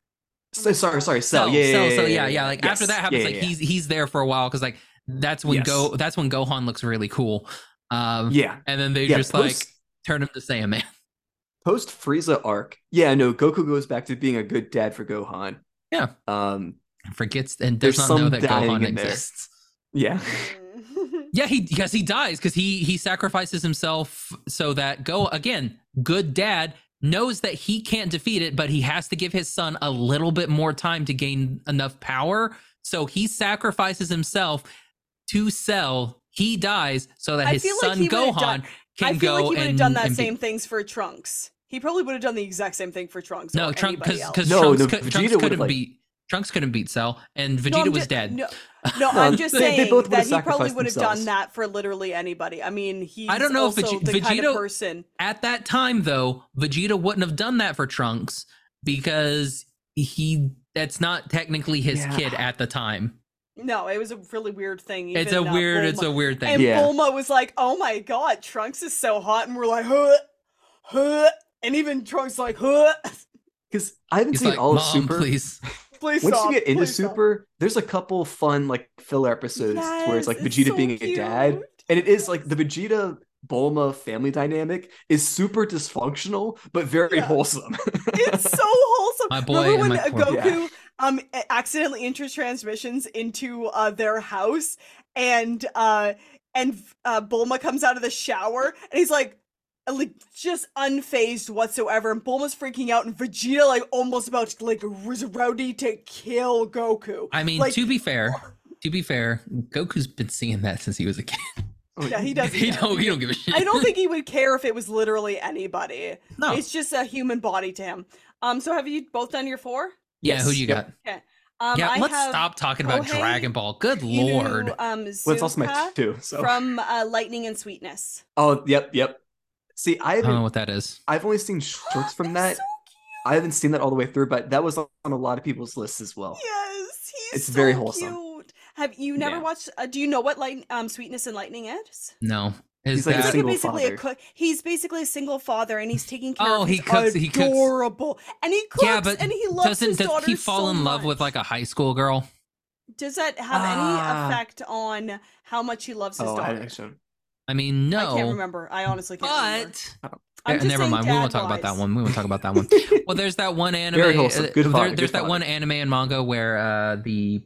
[SPEAKER 2] so, sorry sorry
[SPEAKER 3] So
[SPEAKER 2] Cell yeah yeah yeah,
[SPEAKER 3] so
[SPEAKER 2] yeah,
[SPEAKER 3] yeah, yeah. Like after
[SPEAKER 2] Yes.
[SPEAKER 3] that happens,
[SPEAKER 2] Yeah,
[SPEAKER 3] like
[SPEAKER 2] yeah,
[SPEAKER 3] he's he's there for a while because like that's when
[SPEAKER 2] Yes.
[SPEAKER 3] go that's when Gohan looks really cool. Um,
[SPEAKER 2] yeah
[SPEAKER 3] and then they
[SPEAKER 2] yeah
[SPEAKER 3] just
[SPEAKER 2] post,
[SPEAKER 3] like turn him to Saiyaman. [laughs]
[SPEAKER 2] post Frieza arc yeah no Goku goes back to being a good dad for Gohan
[SPEAKER 3] Yeah.
[SPEAKER 2] um
[SPEAKER 3] Forgets and does
[SPEAKER 2] There's
[SPEAKER 3] not know
[SPEAKER 2] some
[SPEAKER 3] that
[SPEAKER 2] dying
[SPEAKER 3] Gohan
[SPEAKER 2] in there.
[SPEAKER 3] exists.
[SPEAKER 2] yeah [laughs]
[SPEAKER 1] Mm.
[SPEAKER 3] Yeah, he because he dies because he he sacrifices himself so that Go again good dad knows that he can't defeat it, but he has to give his son a little bit more time to gain enough power. So he sacrifices himself to Cell. He dies so that
[SPEAKER 1] I
[SPEAKER 3] his
[SPEAKER 1] feel like
[SPEAKER 3] son
[SPEAKER 1] he would've
[SPEAKER 3] Gohan
[SPEAKER 1] done-
[SPEAKER 3] can
[SPEAKER 1] I feel
[SPEAKER 3] go
[SPEAKER 1] like he would
[SPEAKER 3] and
[SPEAKER 1] have done that
[SPEAKER 3] and be-
[SPEAKER 1] same things for Trunks. He probably would have done the exact same thing for Trunks.
[SPEAKER 3] No,
[SPEAKER 1] or
[SPEAKER 3] Trunks
[SPEAKER 1] anybody
[SPEAKER 3] because
[SPEAKER 1] else.
[SPEAKER 3] because
[SPEAKER 2] No,
[SPEAKER 3] Trunks,
[SPEAKER 2] no,
[SPEAKER 3] cou-
[SPEAKER 2] Vegeta
[SPEAKER 3] Trunks
[SPEAKER 2] would've,
[SPEAKER 3] couldn't
[SPEAKER 2] like-
[SPEAKER 3] beat Trunks couldn't beat Cell, and
[SPEAKER 1] No,
[SPEAKER 3] Vegeta
[SPEAKER 1] I'm
[SPEAKER 3] was
[SPEAKER 1] ju-
[SPEAKER 3] dead.
[SPEAKER 1] No, no, I'm
[SPEAKER 2] No,
[SPEAKER 1] just
[SPEAKER 2] they- they
[SPEAKER 1] saying
[SPEAKER 2] both would've
[SPEAKER 1] that he probably
[SPEAKER 2] sacrificed
[SPEAKER 1] would have
[SPEAKER 2] themselves.
[SPEAKER 1] done that for literally anybody. I mean, he's
[SPEAKER 3] don't know if
[SPEAKER 1] also
[SPEAKER 3] Vege-
[SPEAKER 1] the kind
[SPEAKER 3] Vegeta-
[SPEAKER 1] of person.
[SPEAKER 3] [laughs] At that time, though, Vegeta wouldn't have done that for Trunks because he that's not technically his
[SPEAKER 2] Yeah.
[SPEAKER 3] kid at the time.
[SPEAKER 1] No, it was a really weird thing.
[SPEAKER 3] it's a
[SPEAKER 1] even, uh,
[SPEAKER 3] weird, it's
[SPEAKER 1] Bulma-
[SPEAKER 3] a weird thing.
[SPEAKER 1] And
[SPEAKER 2] Yeah.
[SPEAKER 1] Bulma was like, "Oh my god, Trunks is so hot," and we're like, "Huh, huh," and even Trunks like, "Huh, [laughs]
[SPEAKER 2] because I haven't
[SPEAKER 3] He's
[SPEAKER 2] seen
[SPEAKER 3] like,
[SPEAKER 2] all
[SPEAKER 3] Mom,
[SPEAKER 2] of Super
[SPEAKER 3] please.
[SPEAKER 1] please [laughs]
[SPEAKER 2] once
[SPEAKER 1] stop."
[SPEAKER 2] you get into
[SPEAKER 1] please stop."
[SPEAKER 2] Super there's a couple fun like filler episodes where it's like
[SPEAKER 1] Yes,
[SPEAKER 2] Vegeta
[SPEAKER 1] so
[SPEAKER 2] being a dad
[SPEAKER 1] cute.
[SPEAKER 2] And it is like the Vegeta Bulma family dynamic is super dysfunctional, but very
[SPEAKER 1] Yeah.
[SPEAKER 2] wholesome.
[SPEAKER 1] it's
[SPEAKER 2] [laughs]
[SPEAKER 1] so wholesome.
[SPEAKER 3] My boy
[SPEAKER 1] Remember when
[SPEAKER 3] and my
[SPEAKER 1] uh,
[SPEAKER 3] poor-
[SPEAKER 1] Goku um a- accidentally enters transmissions into uh, their house, and uh and uh, Bulma comes out of the shower, and he's like. uh, Like just unfazed whatsoever, and Bulma's freaking out, and Vegeta like almost about to, like was ready to kill Goku.
[SPEAKER 3] I mean,
[SPEAKER 1] Like-
[SPEAKER 3] to be fair, to be fair, Goku's been seeing that since he was a kid.
[SPEAKER 2] Oh,
[SPEAKER 1] Yeah, he
[SPEAKER 3] [laughs]
[SPEAKER 1] doesn't.
[SPEAKER 3] Oh, he
[SPEAKER 1] care.
[SPEAKER 3] don't, he don't give a shit.
[SPEAKER 1] I
[SPEAKER 3] [laughs]
[SPEAKER 1] don't think he would care if it was literally anybody.
[SPEAKER 3] no.
[SPEAKER 1] It's just a human body to him. Um, so have you both done your four?
[SPEAKER 3] yeah, who
[SPEAKER 2] Yes.
[SPEAKER 3] do you
[SPEAKER 2] Yep.
[SPEAKER 3] got?
[SPEAKER 1] Um,
[SPEAKER 3] yeah,
[SPEAKER 1] I
[SPEAKER 3] let's
[SPEAKER 1] have
[SPEAKER 3] stop talking about
[SPEAKER 1] Kohei
[SPEAKER 3] Dragon Ball. Good
[SPEAKER 1] Inu,
[SPEAKER 3] lord.
[SPEAKER 1] Um,
[SPEAKER 2] Well, it's also my
[SPEAKER 1] Zuka
[SPEAKER 2] two. So
[SPEAKER 1] from uh, Lightning and
[SPEAKER 2] [gasps]
[SPEAKER 1] Sweetness.
[SPEAKER 2] oh, yep, yep. See, I
[SPEAKER 3] I don't
[SPEAKER 2] haven't.
[SPEAKER 3] know what that is.
[SPEAKER 2] I've only seen shorts
[SPEAKER 1] [gasps]
[SPEAKER 2] from
[SPEAKER 1] They're
[SPEAKER 2] that.
[SPEAKER 1] so
[SPEAKER 2] I haven't seen that all the way through, but that was on a lot of people's lists as well.
[SPEAKER 1] cute. yes, he's
[SPEAKER 2] It's very
[SPEAKER 1] so
[SPEAKER 2] wholesome.
[SPEAKER 1] Cute. Have you never
[SPEAKER 2] Yeah.
[SPEAKER 1] watched? Uh, do you know what light, um, Sweetness and Lightning is?
[SPEAKER 3] No. Is
[SPEAKER 2] He's like a
[SPEAKER 1] He's like
[SPEAKER 3] that-
[SPEAKER 1] a,
[SPEAKER 2] single
[SPEAKER 1] basically a
[SPEAKER 2] father.
[SPEAKER 1] cook. He's basically a single father, and he's taking care.
[SPEAKER 3] Oh,
[SPEAKER 1] of
[SPEAKER 3] he
[SPEAKER 1] his
[SPEAKER 3] cooks- he cooks.
[SPEAKER 1] Adorable, and he cooks.
[SPEAKER 3] Yeah, but
[SPEAKER 1] and he loves
[SPEAKER 3] doesn't
[SPEAKER 1] his
[SPEAKER 3] does
[SPEAKER 1] daughter
[SPEAKER 3] he fall
[SPEAKER 1] so
[SPEAKER 3] in love with
[SPEAKER 1] much.
[SPEAKER 3] like a high school girl?
[SPEAKER 1] Does that have
[SPEAKER 3] Ah.
[SPEAKER 1] any effect on how much he loves his
[SPEAKER 2] Oh, I
[SPEAKER 1] daughter?
[SPEAKER 2] actually.
[SPEAKER 3] I mean,
[SPEAKER 1] I,
[SPEAKER 3] no.
[SPEAKER 1] can't remember. I honestly can't. remember.
[SPEAKER 3] But
[SPEAKER 1] I'm
[SPEAKER 3] Eh,
[SPEAKER 1] just
[SPEAKER 3] never
[SPEAKER 1] saying
[SPEAKER 3] mind. We won't
[SPEAKER 1] dad
[SPEAKER 3] talk about that
[SPEAKER 1] lies.
[SPEAKER 3] one. We won't talk about
[SPEAKER 1] [laughs]
[SPEAKER 2] [laughs]
[SPEAKER 3] that one. Well, there's that one anime.
[SPEAKER 2] Very wholesome.
[SPEAKER 3] uh,
[SPEAKER 2] Good
[SPEAKER 3] there-
[SPEAKER 2] father,
[SPEAKER 3] there's
[SPEAKER 2] good
[SPEAKER 3] that one
[SPEAKER 2] father.
[SPEAKER 3] anime and manga where uh, the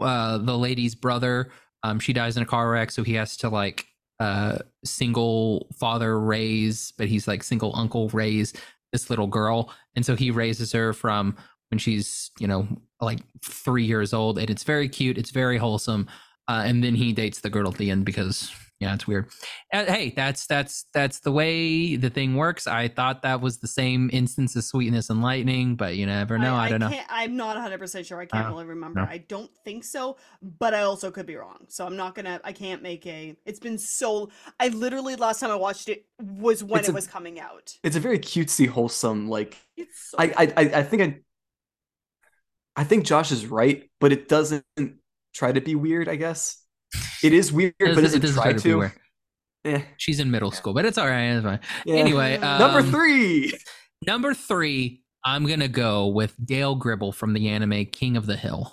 [SPEAKER 3] uh, the lady's brother um, she dies in a car wreck, so he has to like uh, single father raise, but he's like single uncle raise this little girl, and so he raises her from when she's you know like three years old, and it's very cute. It's very wholesome, uh, and then he dates the girl at the end because. Yeah, it's weird. Uh, hey, that's that's that's the way the thing works. I thought that was the same instance of sweetness and lightning, but you never know. I, don't know.
[SPEAKER 1] Can't, I'm not 100 percent sure. I can't
[SPEAKER 2] Oh,
[SPEAKER 3] Uh,
[SPEAKER 1] really remember.
[SPEAKER 3] no.
[SPEAKER 1] I don't think so, but I also could be wrong. So I'm not gonna. I can't make a. It's been so. I literally last time I watched it was when
[SPEAKER 2] It's
[SPEAKER 1] it
[SPEAKER 2] a-
[SPEAKER 1] was coming out.
[SPEAKER 2] It's a very cutesy, wholesome. Like
[SPEAKER 1] It's so.
[SPEAKER 2] I, [gasps] I, I I think I, I think Josh is right, but it doesn't try to be weird. I guess it is weird,
[SPEAKER 3] It
[SPEAKER 2] but
[SPEAKER 3] doesn't- it
[SPEAKER 2] doesn't
[SPEAKER 3] doesn't
[SPEAKER 2] try
[SPEAKER 3] to be
[SPEAKER 2] to.
[SPEAKER 3] weird.
[SPEAKER 2] Eh,
[SPEAKER 3] She's in middle school, but it's all right. It's fine.
[SPEAKER 2] yeah.
[SPEAKER 3] Anyway,
[SPEAKER 2] [laughs]
[SPEAKER 3] um,
[SPEAKER 2] number three. [laughs]
[SPEAKER 3] Number three, I'm gonna go with Dale Gribble from the anime King of the Hill.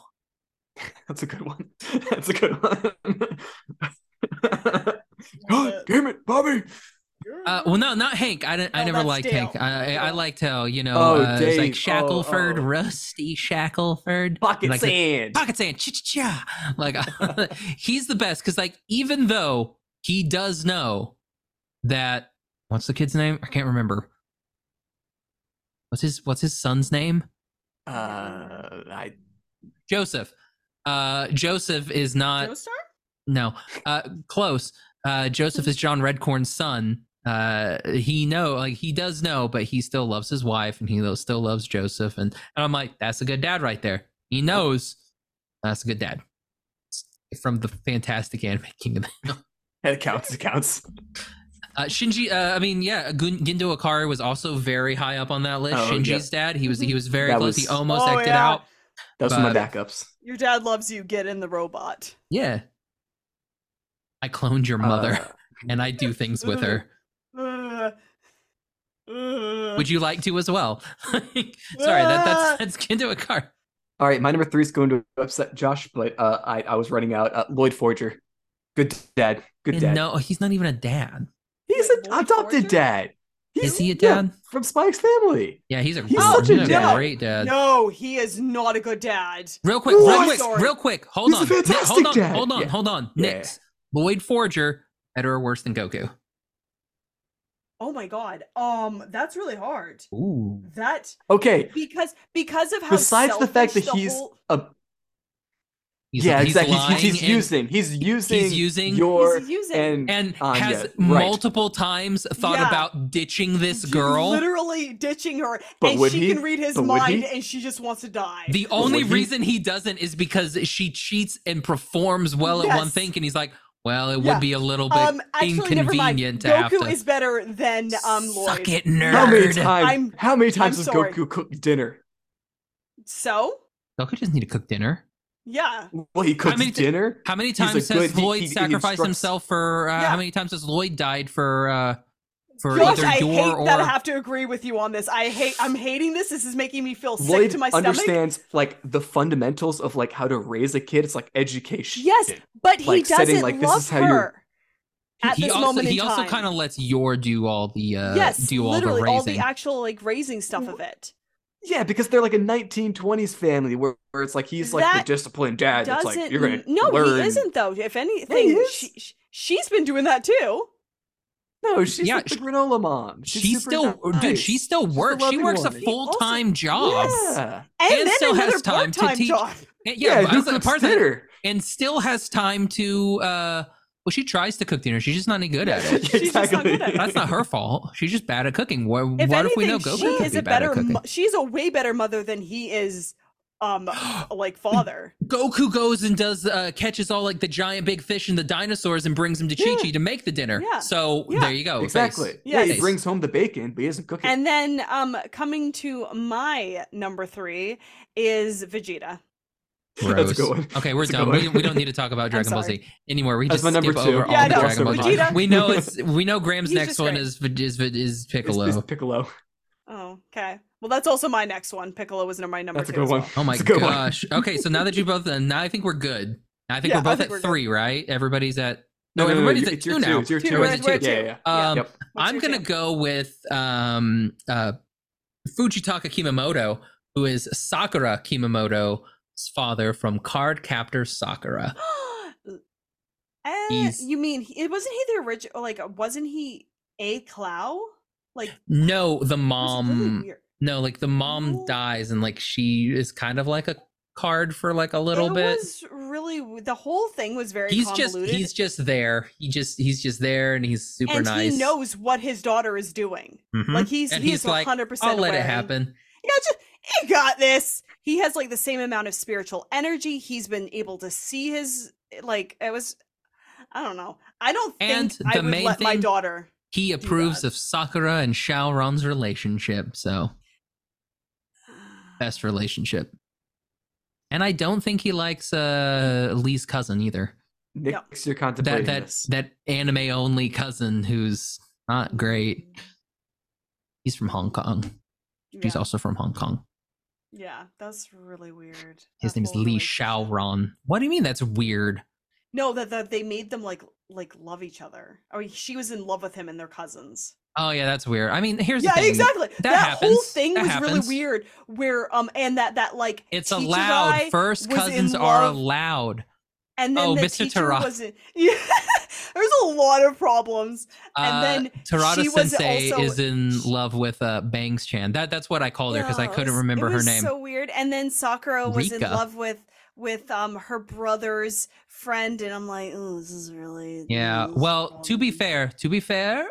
[SPEAKER 2] That's a good one. [laughs] That's a good one.
[SPEAKER 1] love
[SPEAKER 2] God [gasps] damn it, Bobby!
[SPEAKER 1] it.
[SPEAKER 3] Uh, well, no, not Hank. I didn't, I
[SPEAKER 1] No,
[SPEAKER 3] never
[SPEAKER 1] that's
[SPEAKER 3] liked Hank.
[SPEAKER 1] Dale.
[SPEAKER 3] I, I
[SPEAKER 1] Dale.
[SPEAKER 3] liked how you know
[SPEAKER 2] Oh,
[SPEAKER 3] uh, it's like
[SPEAKER 2] Dave. Oh,
[SPEAKER 3] Shackleford,
[SPEAKER 2] oh.
[SPEAKER 3] Rusty Shackleford.
[SPEAKER 2] Pocket
[SPEAKER 3] Like the-
[SPEAKER 2] sand.
[SPEAKER 3] pocket sand cha-cha-cha. like [laughs] he's the best because like even though he does know that what's the kid's name i can't remember what's his what's his son's name
[SPEAKER 2] Uh, I
[SPEAKER 3] joseph uh joseph is not
[SPEAKER 1] Joestar?
[SPEAKER 3] no uh close uh joseph is john redcorn's son uh he know like he does know but he still loves his wife and he lo- still loves joseph and, and i'm like that's a good dad right there he knows that's a good dad from the fantastic anime [laughs] kingdom
[SPEAKER 2] it counts. It counts.
[SPEAKER 3] uh shinji uh, i mean yeah Gun- gindo akari was also very high up on that list
[SPEAKER 2] Oh, yeah.
[SPEAKER 3] shinji's dad he was he was very
[SPEAKER 2] That
[SPEAKER 3] close
[SPEAKER 2] was-
[SPEAKER 3] he almost
[SPEAKER 1] Mm-hmm. Oh,
[SPEAKER 3] acted
[SPEAKER 1] yeah.
[SPEAKER 3] out
[SPEAKER 2] That's one of my
[SPEAKER 3] But-
[SPEAKER 2] backups.
[SPEAKER 1] Your dad loves you. Get in the robot.
[SPEAKER 3] yeah i cloned your mother
[SPEAKER 2] Uh,
[SPEAKER 3] [laughs] and i do things with
[SPEAKER 1] [laughs]
[SPEAKER 3] her
[SPEAKER 1] Ugh. Ugh.
[SPEAKER 3] Would you like to as well? [laughs] Sorry, that, that's [laughs]
[SPEAKER 1] Ah.
[SPEAKER 3] that's Kendo a car.
[SPEAKER 2] all right, my number three is going to upset Josh, but uh, I I was running out. Uh, Lloyd Forger, good dad, good dad.
[SPEAKER 3] No, he's not even a dad.
[SPEAKER 2] He's
[SPEAKER 1] Wait,
[SPEAKER 2] an
[SPEAKER 1] Lloyd
[SPEAKER 2] adopted
[SPEAKER 1] Forger?
[SPEAKER 2] dad.
[SPEAKER 3] Is he a
[SPEAKER 2] yeah,
[SPEAKER 3] dad?
[SPEAKER 2] from Spike's family?
[SPEAKER 3] Yeah, he's a,
[SPEAKER 2] He's
[SPEAKER 1] such a
[SPEAKER 3] he's
[SPEAKER 1] dad.
[SPEAKER 3] great dad.
[SPEAKER 1] No, he is not a good dad.
[SPEAKER 3] Real quick,
[SPEAKER 2] Ooh,
[SPEAKER 3] real
[SPEAKER 2] I'm
[SPEAKER 3] quick,
[SPEAKER 1] sorry.
[SPEAKER 3] real quick. Hold
[SPEAKER 2] He's a
[SPEAKER 3] on, Nick,
[SPEAKER 2] fantastic
[SPEAKER 3] hold on,
[SPEAKER 2] dad.
[SPEAKER 3] hold on,
[SPEAKER 2] Yeah.
[SPEAKER 3] hold on.
[SPEAKER 2] Yeah.
[SPEAKER 3] Nix, Lloyd Forger, better or worse than Goku?
[SPEAKER 1] Oh my god. Um, that's really hard.
[SPEAKER 3] Ooh,
[SPEAKER 1] That
[SPEAKER 2] Okay.
[SPEAKER 1] because because of how
[SPEAKER 2] Besides the fact that
[SPEAKER 1] selfish the
[SPEAKER 2] he's
[SPEAKER 1] whole-
[SPEAKER 2] a
[SPEAKER 3] he's,
[SPEAKER 2] yeah,
[SPEAKER 3] he's
[SPEAKER 2] exactly. He's,
[SPEAKER 3] lying
[SPEAKER 2] he's,
[SPEAKER 3] and-
[SPEAKER 2] using he's using
[SPEAKER 3] using-
[SPEAKER 2] your
[SPEAKER 1] he's using
[SPEAKER 2] and
[SPEAKER 3] and
[SPEAKER 2] Anya,
[SPEAKER 3] has
[SPEAKER 2] uh, right.
[SPEAKER 3] multiple times thought
[SPEAKER 1] Yeah.
[SPEAKER 3] about ditching this
[SPEAKER 1] He's
[SPEAKER 3] girl.
[SPEAKER 1] literally ditching her,
[SPEAKER 2] But
[SPEAKER 1] and
[SPEAKER 2] would
[SPEAKER 1] she
[SPEAKER 2] he?
[SPEAKER 1] can read his
[SPEAKER 2] But would he?
[SPEAKER 1] mind, and she just wants to die.
[SPEAKER 3] The only
[SPEAKER 2] would he?
[SPEAKER 3] reason he doesn't is because she cheats and performs well at one
[SPEAKER 1] Yes.
[SPEAKER 3] thing, and he's like, "Well, it
[SPEAKER 1] Yeah.
[SPEAKER 3] would be a little bit
[SPEAKER 1] um, actually, never mind.
[SPEAKER 3] inconvenient to have
[SPEAKER 1] Goku
[SPEAKER 3] to
[SPEAKER 1] is better than um Lloyd.
[SPEAKER 3] suck it,
[SPEAKER 2] how many
[SPEAKER 3] nerd."
[SPEAKER 2] times?
[SPEAKER 1] I'm-
[SPEAKER 2] How many times
[SPEAKER 1] I'm
[SPEAKER 2] does
[SPEAKER 1] sorry.
[SPEAKER 2] Goku cook dinner?
[SPEAKER 1] So
[SPEAKER 3] Goku doesn't need to cook dinner.
[SPEAKER 1] yeah,
[SPEAKER 2] Well, he cooks
[SPEAKER 3] many ti-
[SPEAKER 2] dinner.
[SPEAKER 3] How many
[SPEAKER 2] a
[SPEAKER 3] times
[SPEAKER 2] good-
[SPEAKER 3] has
[SPEAKER 2] he-
[SPEAKER 3] Lloyd
[SPEAKER 2] he- he
[SPEAKER 3] sacrificed
[SPEAKER 2] instructs-
[SPEAKER 3] himself for? Uh,
[SPEAKER 1] Yeah.
[SPEAKER 3] How many times has Lloyd died for? Uh, for
[SPEAKER 1] Josh,
[SPEAKER 3] either
[SPEAKER 1] I
[SPEAKER 3] door
[SPEAKER 1] hate
[SPEAKER 3] or
[SPEAKER 1] that I have to agree with you on this. I hate. I'm hating this. This is making me feel sick
[SPEAKER 2] Lloyd
[SPEAKER 1] to my stomach.
[SPEAKER 2] understands like the fundamentals of like how to raise a kid. It's like education.
[SPEAKER 1] Yes, but he
[SPEAKER 2] like,
[SPEAKER 1] doesn't
[SPEAKER 2] setting, like, this
[SPEAKER 1] love
[SPEAKER 2] is how you-
[SPEAKER 1] her. At
[SPEAKER 3] he
[SPEAKER 1] this
[SPEAKER 3] also
[SPEAKER 1] moment in
[SPEAKER 3] he also
[SPEAKER 1] time.
[SPEAKER 3] kind of lets Yor do all the uh,
[SPEAKER 1] yes,
[SPEAKER 3] do all the
[SPEAKER 1] literally
[SPEAKER 3] raising.
[SPEAKER 1] all the actual like raising stuff of it.
[SPEAKER 2] Yeah, because they're like a 1920s family where, where it's like he's like
[SPEAKER 1] That
[SPEAKER 2] the disciplined dad. That's like you're gonna
[SPEAKER 1] no,
[SPEAKER 2] learn.
[SPEAKER 1] he isn't though. If anything,
[SPEAKER 2] is.
[SPEAKER 1] she, sh- she's been doing that too.
[SPEAKER 2] No, she's
[SPEAKER 3] Yeah,
[SPEAKER 2] like the
[SPEAKER 3] she-
[SPEAKER 2] granola mom. She's,
[SPEAKER 3] She's
[SPEAKER 2] super
[SPEAKER 3] still, dude.
[SPEAKER 2] nice.
[SPEAKER 3] She still
[SPEAKER 2] She's a
[SPEAKER 3] works. she
[SPEAKER 2] loving
[SPEAKER 3] works
[SPEAKER 2] woman.
[SPEAKER 3] a
[SPEAKER 1] She also-
[SPEAKER 3] full time job.
[SPEAKER 1] Yes.
[SPEAKER 2] Yeah,
[SPEAKER 1] And,
[SPEAKER 3] And
[SPEAKER 1] then
[SPEAKER 3] still has
[SPEAKER 1] another
[SPEAKER 3] time to
[SPEAKER 1] part-time
[SPEAKER 3] teach-
[SPEAKER 1] job.
[SPEAKER 2] yeah.
[SPEAKER 3] And- yeah, but I
[SPEAKER 2] who
[SPEAKER 3] was like,
[SPEAKER 2] cooks
[SPEAKER 3] part of that- [laughs]
[SPEAKER 2] dinner?
[SPEAKER 3] and still has time to. uh Well, she tries to cook dinner. She's just not any
[SPEAKER 2] [laughs]
[SPEAKER 3] good at it.
[SPEAKER 1] [laughs] She's just not good at it.
[SPEAKER 3] That's not her fault. She's just bad at cooking. What,
[SPEAKER 1] If
[SPEAKER 3] what
[SPEAKER 1] anything,
[SPEAKER 3] if we know
[SPEAKER 1] she
[SPEAKER 3] Goku could
[SPEAKER 1] is
[SPEAKER 3] be
[SPEAKER 1] a
[SPEAKER 3] bad at
[SPEAKER 1] better.
[SPEAKER 3] cooking?
[SPEAKER 1] mo- she's a way better mother than he is.
[SPEAKER 3] [gasps]
[SPEAKER 1] Um, like father.
[SPEAKER 3] Goku goes and does uh, catches all like the giant big fish and the dinosaurs and brings them to Chi Chi to make the dinner.
[SPEAKER 1] Yeah.
[SPEAKER 3] So
[SPEAKER 1] Yeah.
[SPEAKER 3] there you go. face.
[SPEAKER 2] Exactly. Yeah,
[SPEAKER 1] Yes.
[SPEAKER 2] he brings home the bacon, but he doesn't cook it.
[SPEAKER 1] And then, um, coming to my number three is Vegeta.
[SPEAKER 2] [laughs] [laughs] That's a
[SPEAKER 3] Gross.
[SPEAKER 2] good one.
[SPEAKER 3] Okay, we're
[SPEAKER 2] That's a
[SPEAKER 3] done.
[SPEAKER 2] good
[SPEAKER 3] We,
[SPEAKER 2] one. [laughs]
[SPEAKER 3] we don't need to
[SPEAKER 1] [laughs]
[SPEAKER 3] talk about Dragon Ball
[SPEAKER 1] sorry.
[SPEAKER 3] Z anymore. We can
[SPEAKER 2] That's
[SPEAKER 3] just
[SPEAKER 2] my number
[SPEAKER 3] skip
[SPEAKER 2] two.
[SPEAKER 3] over all
[SPEAKER 1] Yeah, I
[SPEAKER 3] the
[SPEAKER 1] know.
[SPEAKER 3] Dragon Ball Z.
[SPEAKER 1] Vegeta.
[SPEAKER 3] We
[SPEAKER 1] [laughs]
[SPEAKER 3] know it's we know Graham's
[SPEAKER 1] He's
[SPEAKER 3] next
[SPEAKER 1] just
[SPEAKER 3] one
[SPEAKER 1] great.
[SPEAKER 3] is is
[SPEAKER 2] It's-
[SPEAKER 3] is Piccolo.
[SPEAKER 2] it's Piccolo.
[SPEAKER 1] Oh, okay. Well, that's also my next one. Piccolo was my number
[SPEAKER 2] That's a
[SPEAKER 1] two
[SPEAKER 2] good
[SPEAKER 1] as
[SPEAKER 2] one.
[SPEAKER 1] well.
[SPEAKER 3] Oh my
[SPEAKER 2] It's a good one.
[SPEAKER 3] gosh. Okay, so now that you both, uh, now I think we're good. I think
[SPEAKER 1] Yeah,
[SPEAKER 3] we're
[SPEAKER 1] I
[SPEAKER 3] both
[SPEAKER 1] think
[SPEAKER 3] at
[SPEAKER 1] we're good.
[SPEAKER 3] three, right? Everybody's at no, everybody's at
[SPEAKER 2] it's your
[SPEAKER 3] two now.
[SPEAKER 2] It's your
[SPEAKER 1] Two,
[SPEAKER 2] two.
[SPEAKER 1] we're
[SPEAKER 2] it's
[SPEAKER 1] at-
[SPEAKER 2] your
[SPEAKER 1] we're at
[SPEAKER 2] two. Yeah,
[SPEAKER 1] two.
[SPEAKER 2] yeah,
[SPEAKER 1] Yeah.
[SPEAKER 3] Um,
[SPEAKER 2] Yep.
[SPEAKER 1] What's
[SPEAKER 3] I'm
[SPEAKER 1] your
[SPEAKER 3] gonna
[SPEAKER 1] two?
[SPEAKER 3] go with um, uh, Fujitaka Kimomoto, who is Sakura Kimomoto's father from Card Captor Sakura.
[SPEAKER 1] [gasps] Eh,
[SPEAKER 3] He's-
[SPEAKER 1] you mean he- it wasn't he the original? Like, wasn't he a Clow? Like,
[SPEAKER 3] No,
[SPEAKER 1] was really
[SPEAKER 3] the mom.
[SPEAKER 1] weird. Oh.
[SPEAKER 3] No, like the mom
[SPEAKER 1] No.
[SPEAKER 3] dies, and like she is kind of like a card for like a little
[SPEAKER 1] it
[SPEAKER 3] bit.
[SPEAKER 1] was really w- the whole thing was very
[SPEAKER 3] He's just
[SPEAKER 1] convoluted.
[SPEAKER 3] he's just there. He just he's just there, and he's super
[SPEAKER 1] and
[SPEAKER 3] nice.
[SPEAKER 1] he knows what his daughter is doing.
[SPEAKER 3] Mhm.
[SPEAKER 1] Like he's
[SPEAKER 3] And
[SPEAKER 1] he's,
[SPEAKER 3] he's like,
[SPEAKER 1] 100%
[SPEAKER 3] I'll let
[SPEAKER 1] aware.
[SPEAKER 3] it happen.
[SPEAKER 1] Yeah, just he got this. He has like the same amount of spiritual energy. He's been able to see his like it was I don't know. I don't think
[SPEAKER 3] And
[SPEAKER 1] I
[SPEAKER 3] the
[SPEAKER 1] would
[SPEAKER 3] main
[SPEAKER 1] let my
[SPEAKER 3] thing-
[SPEAKER 1] daughter.
[SPEAKER 3] He approves
[SPEAKER 1] that.
[SPEAKER 3] of Sakura and Shaoran's relationship, so best relationship. And I don't think he likes uh Lee's cousin either.
[SPEAKER 2] Nick's you're
[SPEAKER 3] That
[SPEAKER 2] contemplating
[SPEAKER 3] that
[SPEAKER 2] this.
[SPEAKER 3] that anime only cousin who's not great. He's from Hong Kong. She's
[SPEAKER 1] yeah.
[SPEAKER 3] also from Hong Kong.
[SPEAKER 1] yeah, that's really weird.
[SPEAKER 3] His
[SPEAKER 1] That
[SPEAKER 3] name's
[SPEAKER 1] whole
[SPEAKER 3] Lee
[SPEAKER 1] relationship.
[SPEAKER 3] Shaoran. What do you mean that's weird?
[SPEAKER 1] No, that, that they made them like like love each other. Or she was in love with him and they're cousins.
[SPEAKER 3] Oh yeah, that's weird. I mean, here's
[SPEAKER 1] yeah,
[SPEAKER 3] the thing.
[SPEAKER 1] exactly. That, whole
[SPEAKER 3] happens.
[SPEAKER 1] thing
[SPEAKER 3] That
[SPEAKER 1] was
[SPEAKER 3] happens.
[SPEAKER 1] really weird. Where um and that that like
[SPEAKER 3] It's
[SPEAKER 1] teacher's
[SPEAKER 3] allowed.
[SPEAKER 1] eye
[SPEAKER 3] First
[SPEAKER 1] was in
[SPEAKER 3] cousins are
[SPEAKER 1] love-
[SPEAKER 3] allowed.
[SPEAKER 1] and then
[SPEAKER 3] oh,
[SPEAKER 1] the
[SPEAKER 3] Mr.
[SPEAKER 1] teacher
[SPEAKER 3] Tara-
[SPEAKER 1] wasn't. [laughs] Yeah, there's a lot of problems. And
[SPEAKER 3] Uh,
[SPEAKER 1] then
[SPEAKER 3] Tarada
[SPEAKER 1] she was
[SPEAKER 3] Sensei
[SPEAKER 1] also-
[SPEAKER 3] is in love with uh, Bangs Chan. That that's what I called her because Oh, I
[SPEAKER 1] Yeah, it
[SPEAKER 3] couldn't
[SPEAKER 1] was-
[SPEAKER 3] remember
[SPEAKER 1] it
[SPEAKER 3] her
[SPEAKER 1] was
[SPEAKER 3] name.
[SPEAKER 1] So weird. And then Sakura was in
[SPEAKER 3] Rika.
[SPEAKER 1] love with with um her brother's friend, and I'm like, oh, this is really
[SPEAKER 3] Yeah.
[SPEAKER 1] this is
[SPEAKER 3] Well, to be
[SPEAKER 1] problems."
[SPEAKER 3] fair, to be fair,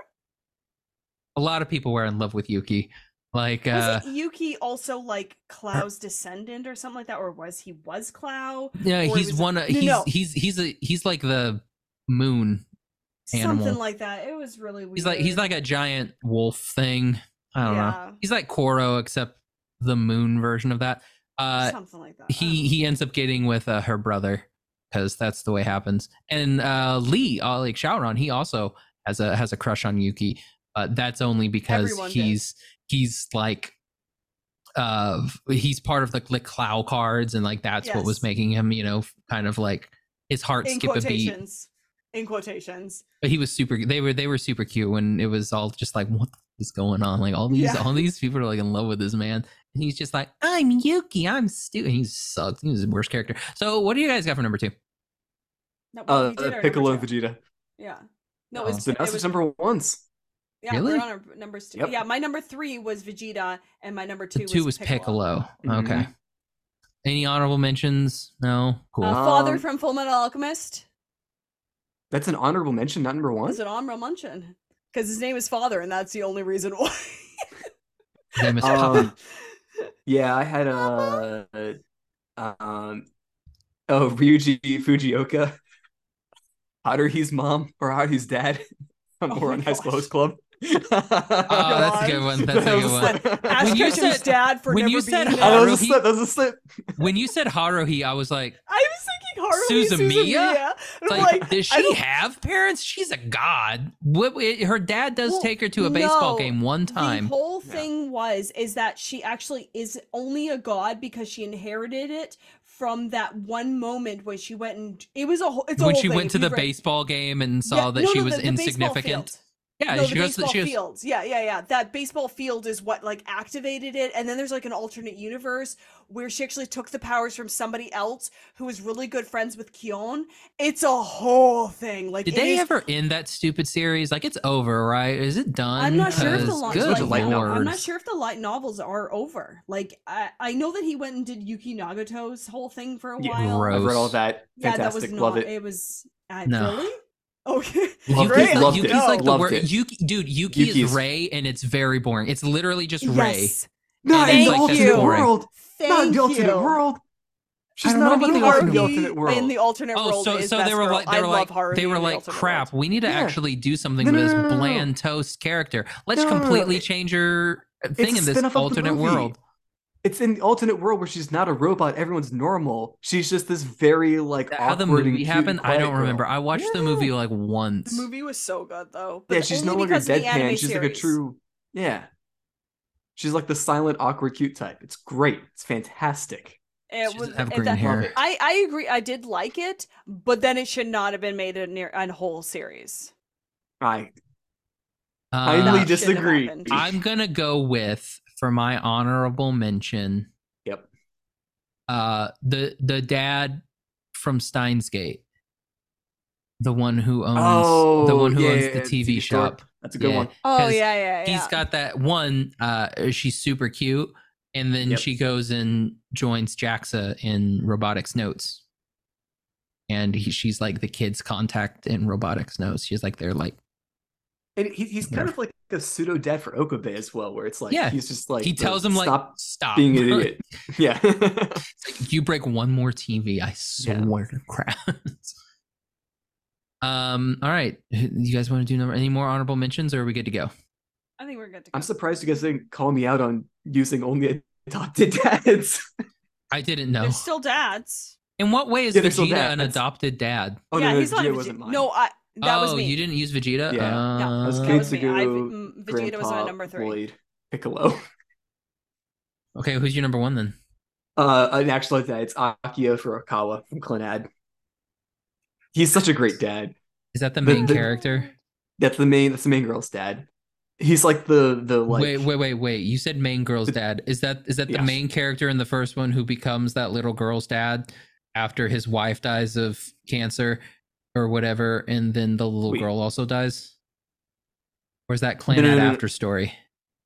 [SPEAKER 3] a lot of people were in love with Yuki. Like, uh,
[SPEAKER 1] Was it Yuki also like Clow's descendant or something like that, or was he was Clow?
[SPEAKER 3] yeah,
[SPEAKER 1] or it
[SPEAKER 3] he's
[SPEAKER 1] was-
[SPEAKER 3] one. Of,
[SPEAKER 1] no,
[SPEAKER 3] he's
[SPEAKER 1] no.
[SPEAKER 3] he's he's a he's like the moon. Animal.
[SPEAKER 1] Something like that. It was really weird.
[SPEAKER 3] He's like he's like a giant wolf thing. I don't know.
[SPEAKER 1] yeah,
[SPEAKER 3] He's like Koro except the moon version of that. Uh,
[SPEAKER 1] something like that. I
[SPEAKER 3] he he ends up getting with uh, her brother because that's the way it happens. And uh, Lee, uh, like Shaoran, he also has a has a crush on Yuki, but that's only because
[SPEAKER 1] Everyone did.
[SPEAKER 3] he's he's like uh he's part of the the Clow cards, and like that's what was
[SPEAKER 1] Yes.
[SPEAKER 3] making him, you know, kind of like his heart
[SPEAKER 1] in
[SPEAKER 3] skip a beat.
[SPEAKER 1] quotations. In quotations.
[SPEAKER 3] But he was super. They were they were super cute when it was all just like what the f- is going on? Like all these
[SPEAKER 1] Yeah.
[SPEAKER 3] all these people are like in love with this man, and he's just like I'm Yuki. I'm Stu. And he sucks. He was the worst character. So what do you guys got for number two?
[SPEAKER 1] No, well,
[SPEAKER 2] Uh,
[SPEAKER 1] we did our number
[SPEAKER 2] Piccolo and
[SPEAKER 1] two.
[SPEAKER 2] Vegeta.
[SPEAKER 1] Yeah. No,
[SPEAKER 3] Oh.
[SPEAKER 1] it was,
[SPEAKER 2] So
[SPEAKER 1] it
[SPEAKER 2] now it's
[SPEAKER 1] was-
[SPEAKER 2] number ones.
[SPEAKER 1] yeah,
[SPEAKER 3] Really?
[SPEAKER 1] we're on our numbers two.
[SPEAKER 2] Yep.
[SPEAKER 1] Yeah, my number three was Vegeta, and my number
[SPEAKER 3] The
[SPEAKER 1] two, Uh, Mm-hmm.
[SPEAKER 3] two was Piccolo.
[SPEAKER 2] Mhm.
[SPEAKER 3] Okay. Any honorable mentions? No. Cool.
[SPEAKER 1] Uh, father
[SPEAKER 2] Um,
[SPEAKER 1] from Full Metal Alchemist
[SPEAKER 2] That's an honorable mention, not number one.
[SPEAKER 1] was an Amra Munchin because his name is Father, and that's the only reason why.
[SPEAKER 3] Name is Papa.
[SPEAKER 2] Um,
[SPEAKER 3] [laughs]
[SPEAKER 2] yeah, I had a um oh Ryuji Fujioka, Haruhi's mom or Haruhi's dad. [laughs]
[SPEAKER 1] Oh
[SPEAKER 2] We're
[SPEAKER 1] my
[SPEAKER 2] on High School
[SPEAKER 1] gosh. [laughs]
[SPEAKER 2] Host Club.
[SPEAKER 3] Oh, that's a good one. That's a
[SPEAKER 2] That was
[SPEAKER 3] good
[SPEAKER 2] a
[SPEAKER 3] one.
[SPEAKER 2] slip. Oh,
[SPEAKER 1] Ash
[SPEAKER 3] When you
[SPEAKER 1] Ketchum's
[SPEAKER 3] said-
[SPEAKER 1] dad for
[SPEAKER 3] when
[SPEAKER 1] never
[SPEAKER 3] you said
[SPEAKER 1] being
[SPEAKER 2] That
[SPEAKER 1] there.
[SPEAKER 2] was a slip. That was a slip.
[SPEAKER 3] When you said Haruhi, I was like,
[SPEAKER 1] I was thinking Harley
[SPEAKER 3] Suzumiya?
[SPEAKER 1] Suzumiya.
[SPEAKER 3] it's
[SPEAKER 1] and I'm
[SPEAKER 3] like,
[SPEAKER 1] like,
[SPEAKER 3] does
[SPEAKER 1] I
[SPEAKER 3] she
[SPEAKER 1] don't-
[SPEAKER 3] have parents? She's a god. What, her dad does
[SPEAKER 1] Well,
[SPEAKER 3] take her to a baseball
[SPEAKER 1] no,
[SPEAKER 3] game one time.
[SPEAKER 1] The whole
[SPEAKER 2] Yeah.
[SPEAKER 1] thing was is that she actually is only a god because she inherited it from that one moment when she went and it was a whole. It's a
[SPEAKER 3] when
[SPEAKER 1] whole
[SPEAKER 3] she
[SPEAKER 1] thing.
[SPEAKER 3] went to
[SPEAKER 1] If
[SPEAKER 3] the
[SPEAKER 1] you've read-
[SPEAKER 3] baseball game and
[SPEAKER 1] Yeah,
[SPEAKER 3] saw that
[SPEAKER 1] no,
[SPEAKER 3] she
[SPEAKER 1] no,
[SPEAKER 3] was
[SPEAKER 1] the- the baseball
[SPEAKER 3] insignificant.
[SPEAKER 1] field.
[SPEAKER 3] Yeah,
[SPEAKER 1] no,
[SPEAKER 3] she
[SPEAKER 1] the
[SPEAKER 3] goes.
[SPEAKER 1] baseball
[SPEAKER 3] She goes.
[SPEAKER 1] fields. Yeah, yeah, yeah. That baseball field is what like activated it, and then there's like an alternate universe where she actually took the powers from somebody else who was really good friends with Kion. It's a whole thing. Like,
[SPEAKER 3] Did
[SPEAKER 1] it
[SPEAKER 3] they
[SPEAKER 1] is-
[SPEAKER 3] ever end that stupid series? Like it's over, right? Is it done?
[SPEAKER 1] I'm not sure if the
[SPEAKER 3] 'Cause
[SPEAKER 1] light,
[SPEAKER 3] good
[SPEAKER 1] light
[SPEAKER 2] light
[SPEAKER 1] novel- I'm
[SPEAKER 3] lord.
[SPEAKER 1] not sure if the light novels are over. Like I, I know that he went and did Yuki Nagato's whole thing for a
[SPEAKER 2] Yeah,
[SPEAKER 1] while.
[SPEAKER 3] gross.
[SPEAKER 2] I've read all that.
[SPEAKER 1] Yeah, that was
[SPEAKER 2] Fantastic.
[SPEAKER 1] not.
[SPEAKER 2] Love
[SPEAKER 1] it.
[SPEAKER 2] it.
[SPEAKER 1] was I
[SPEAKER 3] No.
[SPEAKER 1] really okay.
[SPEAKER 2] Loved
[SPEAKER 3] Yuki's,
[SPEAKER 1] it,
[SPEAKER 3] like-
[SPEAKER 1] loved it,
[SPEAKER 3] Yuki's like the
[SPEAKER 2] loved
[SPEAKER 3] word.
[SPEAKER 2] it.
[SPEAKER 3] Yuki, dude, Yuki is
[SPEAKER 2] Yuki's-
[SPEAKER 3] Ray, and it's very boring. It's literally just Ray.
[SPEAKER 1] Yes.
[SPEAKER 2] Not
[SPEAKER 1] Thank
[SPEAKER 2] in the
[SPEAKER 1] you.
[SPEAKER 2] alternate world. Not in
[SPEAKER 1] Thank
[SPEAKER 2] the alternate
[SPEAKER 1] you.
[SPEAKER 2] world. She's
[SPEAKER 3] don't
[SPEAKER 2] not
[SPEAKER 3] know
[SPEAKER 2] in
[SPEAKER 3] about
[SPEAKER 2] the
[SPEAKER 3] the
[SPEAKER 2] alternate- the
[SPEAKER 3] alternate-
[SPEAKER 1] Haruhi
[SPEAKER 2] alternate
[SPEAKER 1] in
[SPEAKER 2] world.
[SPEAKER 1] the alternate
[SPEAKER 3] Oh,
[SPEAKER 1] world
[SPEAKER 3] so
[SPEAKER 1] is
[SPEAKER 3] so they
[SPEAKER 1] best
[SPEAKER 3] were
[SPEAKER 1] girl.
[SPEAKER 3] like
[SPEAKER 1] I
[SPEAKER 3] they were
[SPEAKER 1] love
[SPEAKER 3] like
[SPEAKER 1] Haruhi
[SPEAKER 3] they
[SPEAKER 1] in
[SPEAKER 3] were
[SPEAKER 1] the
[SPEAKER 3] like
[SPEAKER 1] alternate
[SPEAKER 3] crap.
[SPEAKER 1] world.
[SPEAKER 3] We need to
[SPEAKER 2] Yeah.
[SPEAKER 3] actually do something
[SPEAKER 2] No,
[SPEAKER 3] with
[SPEAKER 2] no,
[SPEAKER 3] this
[SPEAKER 2] no, no, no, no.
[SPEAKER 3] bland toast character. Let's
[SPEAKER 2] No, no, no, no.
[SPEAKER 3] completely change her thing
[SPEAKER 2] a
[SPEAKER 3] in this
[SPEAKER 2] spin-off of the
[SPEAKER 3] alternate
[SPEAKER 2] movie.
[SPEAKER 3] world.
[SPEAKER 2] It's in the alternate world where she's not a robot. Everyone's normal. She's just this very like
[SPEAKER 3] How the
[SPEAKER 2] awkward and
[SPEAKER 3] movie
[SPEAKER 2] cute
[SPEAKER 3] happened,
[SPEAKER 2] and
[SPEAKER 3] I
[SPEAKER 2] quiet
[SPEAKER 3] don't
[SPEAKER 2] girl.
[SPEAKER 3] remember. I watched the
[SPEAKER 2] Yeah.
[SPEAKER 3] movie like once.
[SPEAKER 1] The movie was so good though. but
[SPEAKER 2] Yeah, she's no
[SPEAKER 1] only
[SPEAKER 2] longer
[SPEAKER 1] because of the anime
[SPEAKER 2] deadpan. She's like a
[SPEAKER 1] series.
[SPEAKER 2] true. Yeah. She's like the silent, awkward, cute type. It's great. It's fantastic.
[SPEAKER 3] She
[SPEAKER 1] It was
[SPEAKER 3] doesn't have
[SPEAKER 1] it-
[SPEAKER 3] green
[SPEAKER 1] that-
[SPEAKER 3] hair.
[SPEAKER 1] I I agree. I did like it, but then it should not have been made a near a whole series.
[SPEAKER 2] I
[SPEAKER 3] Uh,
[SPEAKER 2] highly
[SPEAKER 1] shouldn't have
[SPEAKER 2] disagree.
[SPEAKER 1] happened.
[SPEAKER 3] I'm gonna go with for my honorable mention.
[SPEAKER 2] Yep.
[SPEAKER 3] Uh, the the dad from Steins Gate, the one who owns the one who
[SPEAKER 2] yeah,
[SPEAKER 3] owns
[SPEAKER 2] Oh, yeah,
[SPEAKER 3] the
[SPEAKER 2] yeah,
[SPEAKER 3] TV
[SPEAKER 2] store.
[SPEAKER 3] shop.
[SPEAKER 2] That's a good
[SPEAKER 3] Yeah.
[SPEAKER 2] one.
[SPEAKER 1] Oh
[SPEAKER 3] 'Cause
[SPEAKER 1] yeah, yeah, yeah.
[SPEAKER 3] He's got that one. Uh, she's super cute, and then
[SPEAKER 2] Yep.
[SPEAKER 3] she goes and joins Jaxa in robotics notes, and he, she's like the kids contact in robotics notes. She's like they're like
[SPEAKER 2] And he, he's kind of like a pseudo dad for Okabe as well, where it's like
[SPEAKER 3] Yeah.
[SPEAKER 2] he's just like
[SPEAKER 3] he
[SPEAKER 2] the
[SPEAKER 3] tells him like
[SPEAKER 2] stop
[SPEAKER 3] stop,
[SPEAKER 2] being
[SPEAKER 3] [laughs]
[SPEAKER 2] an idiot. Yeah, [laughs]
[SPEAKER 3] If you break one more TV, I swear to crap. [laughs] um. All right, you guys want to do number, any more honorable mentions, or are we good to go?
[SPEAKER 1] I think we're good to go.
[SPEAKER 2] I'm surprised you guys didn't call me out on using only adopted dads. [laughs]
[SPEAKER 3] I didn't know.
[SPEAKER 1] There's still dads.
[SPEAKER 3] In what way is
[SPEAKER 2] Yeah, they're still
[SPEAKER 3] Vegeta
[SPEAKER 2] dads.
[SPEAKER 3] an adopted dad?
[SPEAKER 2] oh
[SPEAKER 1] yeah,
[SPEAKER 2] no, no,
[SPEAKER 1] he's not.
[SPEAKER 2] Vegeta
[SPEAKER 1] a Vege-
[SPEAKER 2] wasn't mine.
[SPEAKER 1] No, I. That
[SPEAKER 3] oh,
[SPEAKER 1] was me.
[SPEAKER 3] you didn't use
[SPEAKER 2] Yeah.
[SPEAKER 3] Vegeta.
[SPEAKER 1] Yeah,
[SPEAKER 2] that was
[SPEAKER 3] Uh,
[SPEAKER 1] That
[SPEAKER 2] Kids
[SPEAKER 1] was me. I,
[SPEAKER 2] ago,
[SPEAKER 1] mm, Vegeta was my
[SPEAKER 2] Grandpa
[SPEAKER 1] number three.
[SPEAKER 2] Lloyd Piccolo.
[SPEAKER 3] okay, who's your number one then?
[SPEAKER 2] Uh, an actual dad. It's Akio Furukawa from Clannad. He's such a great dad.
[SPEAKER 3] Is that the
[SPEAKER 2] The-
[SPEAKER 3] main
[SPEAKER 2] the-
[SPEAKER 3] [laughs] character?
[SPEAKER 2] That's the main. That's the main girl's dad. He's like the the like.
[SPEAKER 3] wait, wait, wait, wait. You said main girl's dad. Is that is that the
[SPEAKER 2] Yeah.
[SPEAKER 3] main character in the first one who becomes that little girl's dad after his wife dies of cancer or whatever, and then the little
[SPEAKER 2] Wait.
[SPEAKER 3] girl also dies? Or is that Clan
[SPEAKER 2] no, no, no.
[SPEAKER 3] after story?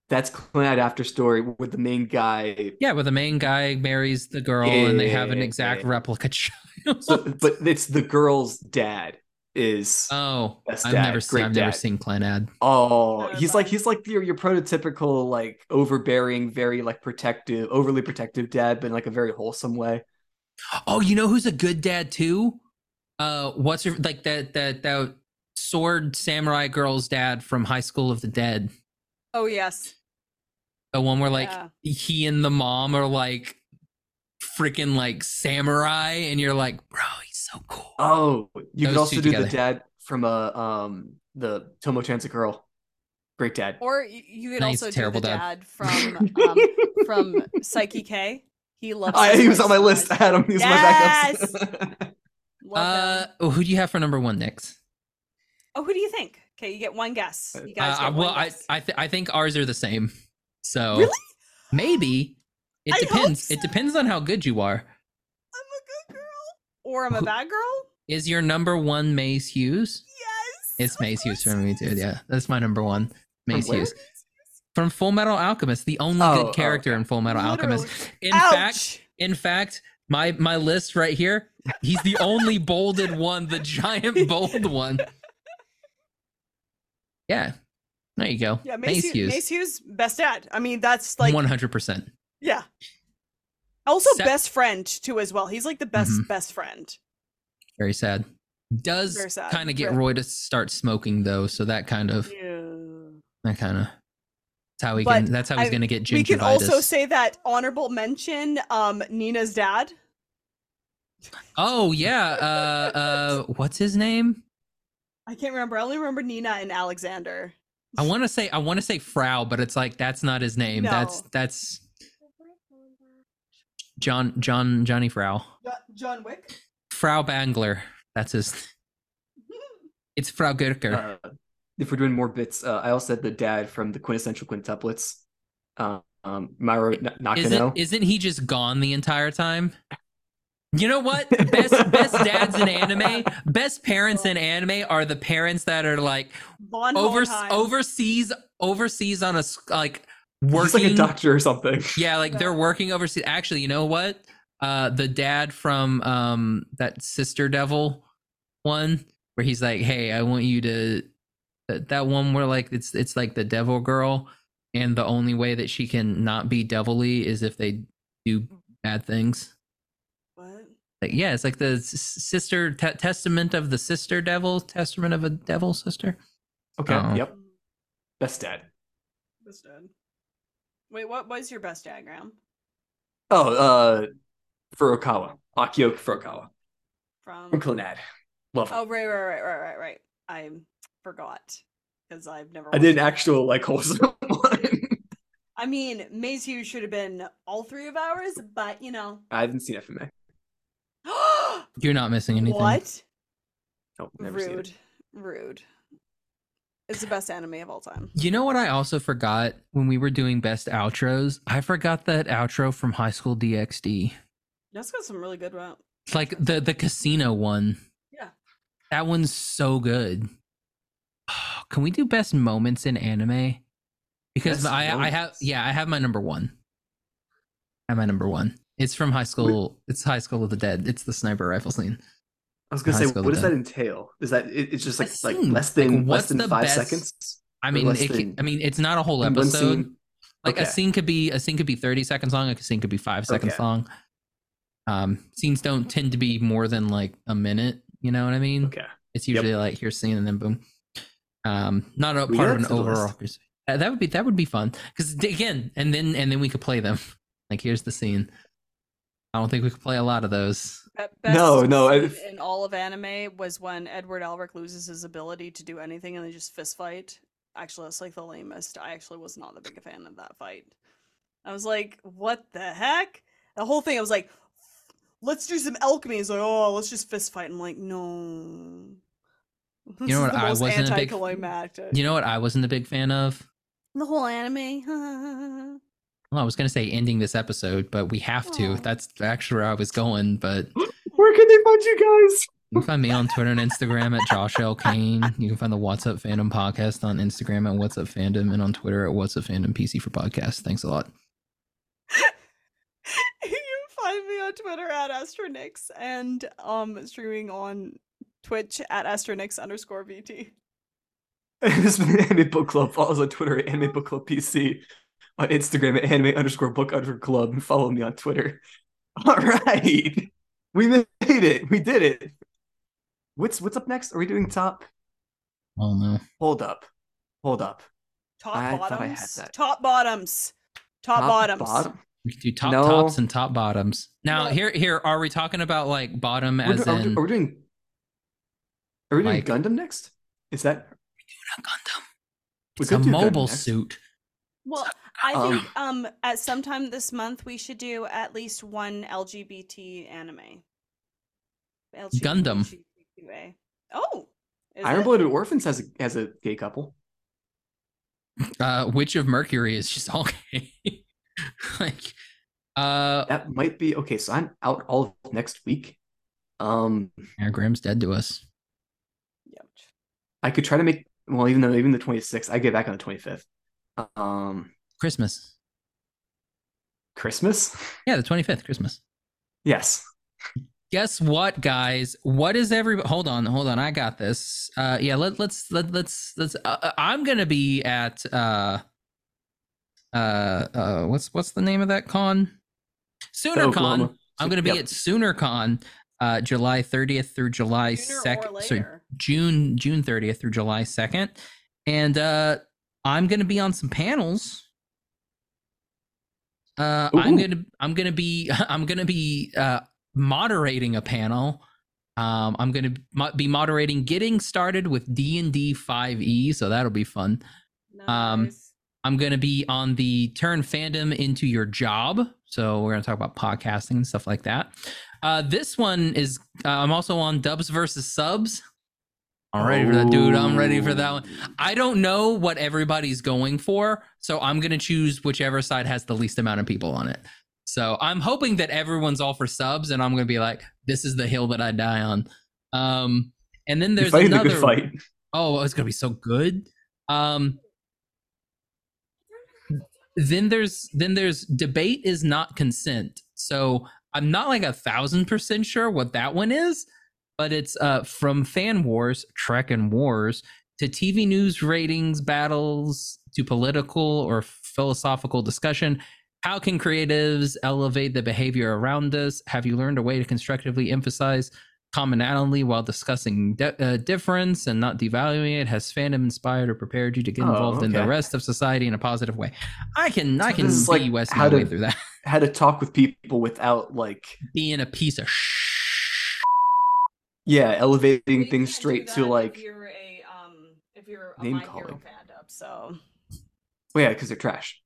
[SPEAKER 2] That's Clannad after story with the main guy
[SPEAKER 3] Yeah, where the main guy marries the girl and they have an
[SPEAKER 2] Yeah.
[SPEAKER 3] exact replica [laughs] child.
[SPEAKER 2] So, but it's the girl's dad is
[SPEAKER 3] oh,
[SPEAKER 2] Best
[SPEAKER 3] I've
[SPEAKER 2] dad,
[SPEAKER 3] never seen
[SPEAKER 2] great
[SPEAKER 3] I've never
[SPEAKER 2] dad.
[SPEAKER 3] seen Clan
[SPEAKER 2] oh
[SPEAKER 1] Sorry
[SPEAKER 2] he's
[SPEAKER 1] about
[SPEAKER 2] like he's like your your prototypical like overbearing, very like protective, overly protective dad, but in like a very wholesome way.
[SPEAKER 3] Oh, you know who's a good dad too? Uh, what's her like that that that sword samurai girl's dad from High School of the Dead?
[SPEAKER 1] Oh yes.
[SPEAKER 3] The one where like
[SPEAKER 1] Yeah.
[SPEAKER 3] he and the mom are like freaking like samurai, and you're like, bro, he's so cool.
[SPEAKER 2] Oh, you
[SPEAKER 3] Those
[SPEAKER 2] could also
[SPEAKER 3] two
[SPEAKER 2] do the
[SPEAKER 3] together.
[SPEAKER 2] dad from uh um the Tomo Chanza girl. Great dad.
[SPEAKER 1] Or y- you could
[SPEAKER 3] No, he's
[SPEAKER 1] also do the
[SPEAKER 3] terrible dad.
[SPEAKER 1] dad,
[SPEAKER 2] [laughs]
[SPEAKER 1] from um, from Psyche K. He loves.
[SPEAKER 2] I,
[SPEAKER 1] his
[SPEAKER 2] he was
[SPEAKER 1] wife
[SPEAKER 2] on my
[SPEAKER 1] so
[SPEAKER 2] list. I
[SPEAKER 1] much.
[SPEAKER 2] had him. He was my backup.
[SPEAKER 1] Love
[SPEAKER 3] Uh,
[SPEAKER 1] him.
[SPEAKER 3] who do you have for number one, next?
[SPEAKER 1] Oh, who do you think? Okay, you get one guess. You guys
[SPEAKER 3] Uh,
[SPEAKER 1] get
[SPEAKER 3] well,
[SPEAKER 1] one
[SPEAKER 3] I
[SPEAKER 1] guess.
[SPEAKER 3] I, th- I think ours are the same. So
[SPEAKER 1] Really?
[SPEAKER 3] maybe it
[SPEAKER 1] I hope
[SPEAKER 3] depends.
[SPEAKER 1] so.
[SPEAKER 3] It depends on how good you are.
[SPEAKER 1] I'm a good girl, or I'm a
[SPEAKER 3] Who-
[SPEAKER 1] bad girl.
[SPEAKER 3] Is your number one Mace Hughes?
[SPEAKER 1] Yes.
[SPEAKER 3] It's
[SPEAKER 1] of [laughs]
[SPEAKER 3] Mace Hughes for
[SPEAKER 1] course
[SPEAKER 3] me
[SPEAKER 1] it
[SPEAKER 3] too.
[SPEAKER 1] is.
[SPEAKER 3] Yeah, that's my number one. Mace
[SPEAKER 2] where?
[SPEAKER 3] Hughes from Full Metal Alchemist, the only
[SPEAKER 2] Oh, oh,
[SPEAKER 3] good character in Full Metal Alchemist.
[SPEAKER 1] Literally.
[SPEAKER 3] In
[SPEAKER 1] Ouch.
[SPEAKER 3] fact, in fact, my my list right here, he's the
[SPEAKER 1] [laughs]
[SPEAKER 3] only bolded one, the giant bold one. Yeah, there you go.
[SPEAKER 1] yeah,
[SPEAKER 3] Mace,
[SPEAKER 1] Mace, Hu- Mace Hughes,
[SPEAKER 3] Hughes,
[SPEAKER 1] best dad. I mean, that's like
[SPEAKER 3] one hundred percent.
[SPEAKER 1] yeah. Also,
[SPEAKER 3] Sep-
[SPEAKER 1] best friend too as well. He's like the best
[SPEAKER 3] Mm-hmm.
[SPEAKER 1] best friend.
[SPEAKER 3] Very sad. Does
[SPEAKER 1] Very sad.
[SPEAKER 3] kind of get
[SPEAKER 1] Rip.
[SPEAKER 3] Roy to start smoking though, so that kind of
[SPEAKER 1] Yeah.
[SPEAKER 3] that kind of that's how he
[SPEAKER 1] But
[SPEAKER 3] can. That's how he's
[SPEAKER 1] I-
[SPEAKER 3] gonna get gingivitis.
[SPEAKER 1] We can also say that honorable mention, um, Nina's dad.
[SPEAKER 3] Oh yeah. Uh uh what's his name?
[SPEAKER 1] I can't remember. I only remember Nina and Alexander.
[SPEAKER 3] I want to say I want to say Frau, but it's like that's not his name. That's
[SPEAKER 1] No.
[SPEAKER 3] that's John John Johnny Frau.
[SPEAKER 1] John Wick.
[SPEAKER 3] Frau Bangler. That's his It's Frau Gürker.
[SPEAKER 2] [laughs] Uh, if we're doing more bits, uh, I also had the dad from the quintessential quintuplets. Uh, um, Myro N-
[SPEAKER 3] Is
[SPEAKER 2] Nakano.
[SPEAKER 3] not he just gone the entire time? You know what? Best best dads in anime, best parents in anime are the parents that are like
[SPEAKER 1] [laughs] Von
[SPEAKER 3] over
[SPEAKER 1] Hohenheim.
[SPEAKER 3] overseas overseas on a s- like
[SPEAKER 2] He's like
[SPEAKER 3] working
[SPEAKER 2] a doctor or something.
[SPEAKER 3] Yeah, like they're
[SPEAKER 1] Yeah.
[SPEAKER 3] working overseas. Actually, you know what? Uh, the dad from um that Sister Devil one, where he's like, "Hey, I want you to." That, that one where like it's it's like the devil girl, and the only way that she can not be devilly is if they do bad things.
[SPEAKER 1] What?
[SPEAKER 3] Like, yeah, it's like the s- sister te- testament of the sister devil, testament of a devil sister.
[SPEAKER 2] [laughs] Okay.
[SPEAKER 3] Uh-oh.
[SPEAKER 2] Yep. Best dad.
[SPEAKER 1] Best dad. Wait, what was your best dad, Graham?
[SPEAKER 2] Oh, uh, Furukawa. Akio Furukawa
[SPEAKER 1] From
[SPEAKER 2] from Clannad. Love him.
[SPEAKER 1] Oh right, right, right, right, right, right. I forgot because I've never.
[SPEAKER 2] I did an
[SPEAKER 1] watched it.
[SPEAKER 2] actual like wholesome [laughs] one.
[SPEAKER 1] I mean, Maze Hughes should have been all three of ours, but you
[SPEAKER 2] [gasps]
[SPEAKER 1] know.
[SPEAKER 2] I haven't seen FMA.
[SPEAKER 3] You're not missing anything.
[SPEAKER 1] what?
[SPEAKER 2] Oh, never seen
[SPEAKER 1] Rude.
[SPEAKER 2] it.
[SPEAKER 1] Rude. It's the best anime of all time.
[SPEAKER 3] You know what I also forgot when we were doing best outros? I forgot that outro from High School DxD.
[SPEAKER 1] That's got some really good rap.
[SPEAKER 3] It's like the the casino one.
[SPEAKER 1] Yeah.
[SPEAKER 3] That one's so good. [sighs] Can we do best moments in anime? Because
[SPEAKER 2] Best
[SPEAKER 3] I I have
[SPEAKER 2] moments.
[SPEAKER 3] yeah, I have my number 1. I have my number 1. It's from High School it's High School of the Dead. It's the sniper rifle scene.
[SPEAKER 2] I was gonna
[SPEAKER 3] High
[SPEAKER 2] say,
[SPEAKER 3] School
[SPEAKER 2] what does
[SPEAKER 3] Dead.
[SPEAKER 2] that entail? Is that it, it's just
[SPEAKER 3] A
[SPEAKER 2] like like
[SPEAKER 3] scene.
[SPEAKER 2] less than
[SPEAKER 3] Like, what's
[SPEAKER 2] less than
[SPEAKER 3] the
[SPEAKER 2] five
[SPEAKER 3] best
[SPEAKER 2] seconds?
[SPEAKER 3] I mean,
[SPEAKER 2] less
[SPEAKER 3] it, ca-
[SPEAKER 2] than-
[SPEAKER 3] I mean, it's not a whole
[SPEAKER 2] In one
[SPEAKER 3] episode.
[SPEAKER 2] scene?
[SPEAKER 3] Like a
[SPEAKER 2] Okay.
[SPEAKER 3] scene could be a scene could be 30 seconds long, a scene could be 5 seconds
[SPEAKER 2] Okay.
[SPEAKER 3] long. Um scenes don't tend to be more than like a minute, you know what I mean?
[SPEAKER 2] Okay.
[SPEAKER 3] It's
[SPEAKER 2] Yep.
[SPEAKER 3] usually like here's scene and then boom. Um, not a
[SPEAKER 2] We
[SPEAKER 3] part of
[SPEAKER 2] add to
[SPEAKER 3] an
[SPEAKER 2] the list.
[SPEAKER 3] overall. conversation. Uh, that would be that would be fun because again, and then and then we could play them. [laughs] Like here's the scene. I don't think we could play a lot of those.
[SPEAKER 1] Be- Best
[SPEAKER 2] No, no, I-
[SPEAKER 1] scene in all of anime was when Edward Elric loses his ability to do anything and they just fist fight. Actually, that's like the lamest. I actually was not the big fan of that fight. I was like, what the heck? The whole thing, I was like, let's do some alchemy. He's like, oh, let's just fist fight. I'm like, no. This
[SPEAKER 3] know
[SPEAKER 1] is
[SPEAKER 3] what
[SPEAKER 1] the
[SPEAKER 3] I
[SPEAKER 1] most
[SPEAKER 3] wasn't a big-
[SPEAKER 1] anticlimactic.
[SPEAKER 3] You know what I wasn't a big fan of.
[SPEAKER 1] the whole anime. [laughs]
[SPEAKER 3] Well, I was gonna say ending this episode, but we have to.
[SPEAKER 1] Aw.
[SPEAKER 3] That's actually where I was going. But
[SPEAKER 2] Where can they find you guys? [laughs]
[SPEAKER 3] you can find me on Twitter and Instagram at Josh L Kane. You can find the What's Up Fandom podcast on Instagram at What's Up Fandom and on Twitter at What's Up Fandom PC for podcast. Thanks a lot.
[SPEAKER 1] [laughs] you can find me on Twitter at Astronix and um streaming on Twitch at Astronix underscore VT.
[SPEAKER 2] this has been the Anime Book Club. Follow us on Twitter at Anime Book Club PC, on Instagram at anime underscore book underscore club, and follow me on Twitter. [laughs] All right, we made it. We did it. What's what's up next? Are we doing top?
[SPEAKER 3] Oh no.
[SPEAKER 2] Hold up, hold up.
[SPEAKER 1] Top
[SPEAKER 2] I thought I had
[SPEAKER 1] bottoms.
[SPEAKER 2] that.
[SPEAKER 1] Top bottoms. Top, bottoms.
[SPEAKER 2] bottom.
[SPEAKER 3] We could do top
[SPEAKER 2] No.
[SPEAKER 3] tops and top bottoms. Now
[SPEAKER 1] No.
[SPEAKER 3] here here are we talking about like bottom
[SPEAKER 2] We're
[SPEAKER 3] as
[SPEAKER 2] do- are, we
[SPEAKER 3] in
[SPEAKER 2] do- are we doing? Are we doing
[SPEAKER 3] Like-
[SPEAKER 2] Gundam next? Is that
[SPEAKER 3] Gundam?
[SPEAKER 2] we
[SPEAKER 3] It's
[SPEAKER 2] could
[SPEAKER 3] a
[SPEAKER 2] do Gundam
[SPEAKER 3] mobile
[SPEAKER 2] next.
[SPEAKER 3] suit.
[SPEAKER 1] Well, I
[SPEAKER 2] Um,
[SPEAKER 1] think um at sometime this month we should do at least one LGBT anime.
[SPEAKER 3] Gundam.
[SPEAKER 1] LGBTQA. Oh. is
[SPEAKER 2] Iron
[SPEAKER 1] it?
[SPEAKER 2] Blooded Orphans has a has a gay couple.
[SPEAKER 3] Uh Witch of Mercury is just [laughs] all gay. like uh
[SPEAKER 2] That might be okay. So I'm out all of next week. Um,
[SPEAKER 3] yeah, Graham's dead to us.
[SPEAKER 1] Ouch.
[SPEAKER 2] I could try to make well, even though even the 26th, I get back on the 25th. Um,
[SPEAKER 3] Christmas.
[SPEAKER 2] Christmas? [laughs]
[SPEAKER 3] Yeah, the twenty fifth, Christmas.
[SPEAKER 2] Yes.
[SPEAKER 3] Guess what, guys? What is every? Hold on, hold on. I got this. Uh, yeah. Let let's let let's let's. Uh, uh, I'm gonna be at uh, uh, uh. What's what's the name of that con? SoonerCon.
[SPEAKER 2] Oklahoma.
[SPEAKER 3] I'm gonna be
[SPEAKER 2] Yep.
[SPEAKER 3] at SoonerCon, uh, July 30th through July
[SPEAKER 1] Sooner or
[SPEAKER 3] 2nd. So
[SPEAKER 1] later.
[SPEAKER 3] June June 30th through July 2nd, and uh, I'm gonna be on some panels. Uh, I'm
[SPEAKER 2] Ooh.
[SPEAKER 3] gonna I'm gonna be [laughs] I'm gonna be uh, moderating a panel. Um, I'm gonna mo- be moderating getting started with D and D 5e, so that'll be fun. Um,
[SPEAKER 1] Nice.
[SPEAKER 3] I'm going to be on the turn fandom into your job. So we're going to talk about podcasting and stuff like that. Uh, this one is, uh, I'm also on dubs versus subs. I'm ready for that, dude. I'm ready for that one. I don't know what everybody's going for. So I'm going to choose whichever side has the least amount of people on it. So I'm hoping that everyone's all for subs and I'm going to be like, this is the hill that I die on. Um, and then
[SPEAKER 2] You're
[SPEAKER 3] there's
[SPEAKER 2] fighting
[SPEAKER 3] another
[SPEAKER 2] the good fight.
[SPEAKER 3] Oh, it's gonna be so good. Um, then there's then there's debate is not consent. So I'm not like a thousand percent sure what that one is, but it's uh from fan wars, Trek and wars to TV news ratings battles to political or philosophical discussion. How can creatives elevate the behavior around us? Have you learned a way to constructively emphasize commonality while discussing de- uh, difference and not devaluing it? Has fandom inspired or prepared you to get
[SPEAKER 2] Oh,
[SPEAKER 3] involved in the
[SPEAKER 2] okay.
[SPEAKER 3] rest of society in a positive way? I can I
[SPEAKER 2] So
[SPEAKER 3] can
[SPEAKER 2] this is
[SPEAKER 3] be
[SPEAKER 2] like
[SPEAKER 3] West
[SPEAKER 2] how
[SPEAKER 3] my way
[SPEAKER 2] to-
[SPEAKER 3] through that. [laughs]
[SPEAKER 2] Had to talk with people without like
[SPEAKER 3] Being a piece of sh.
[SPEAKER 2] yeah, elevating
[SPEAKER 1] Well, you can't
[SPEAKER 2] things
[SPEAKER 1] do
[SPEAKER 2] straight
[SPEAKER 1] that
[SPEAKER 2] to like
[SPEAKER 1] if you're a um if you're a
[SPEAKER 2] name
[SPEAKER 1] My Hero
[SPEAKER 2] calling.
[SPEAKER 1] fandom, so
[SPEAKER 2] well, yeah, because they're trash.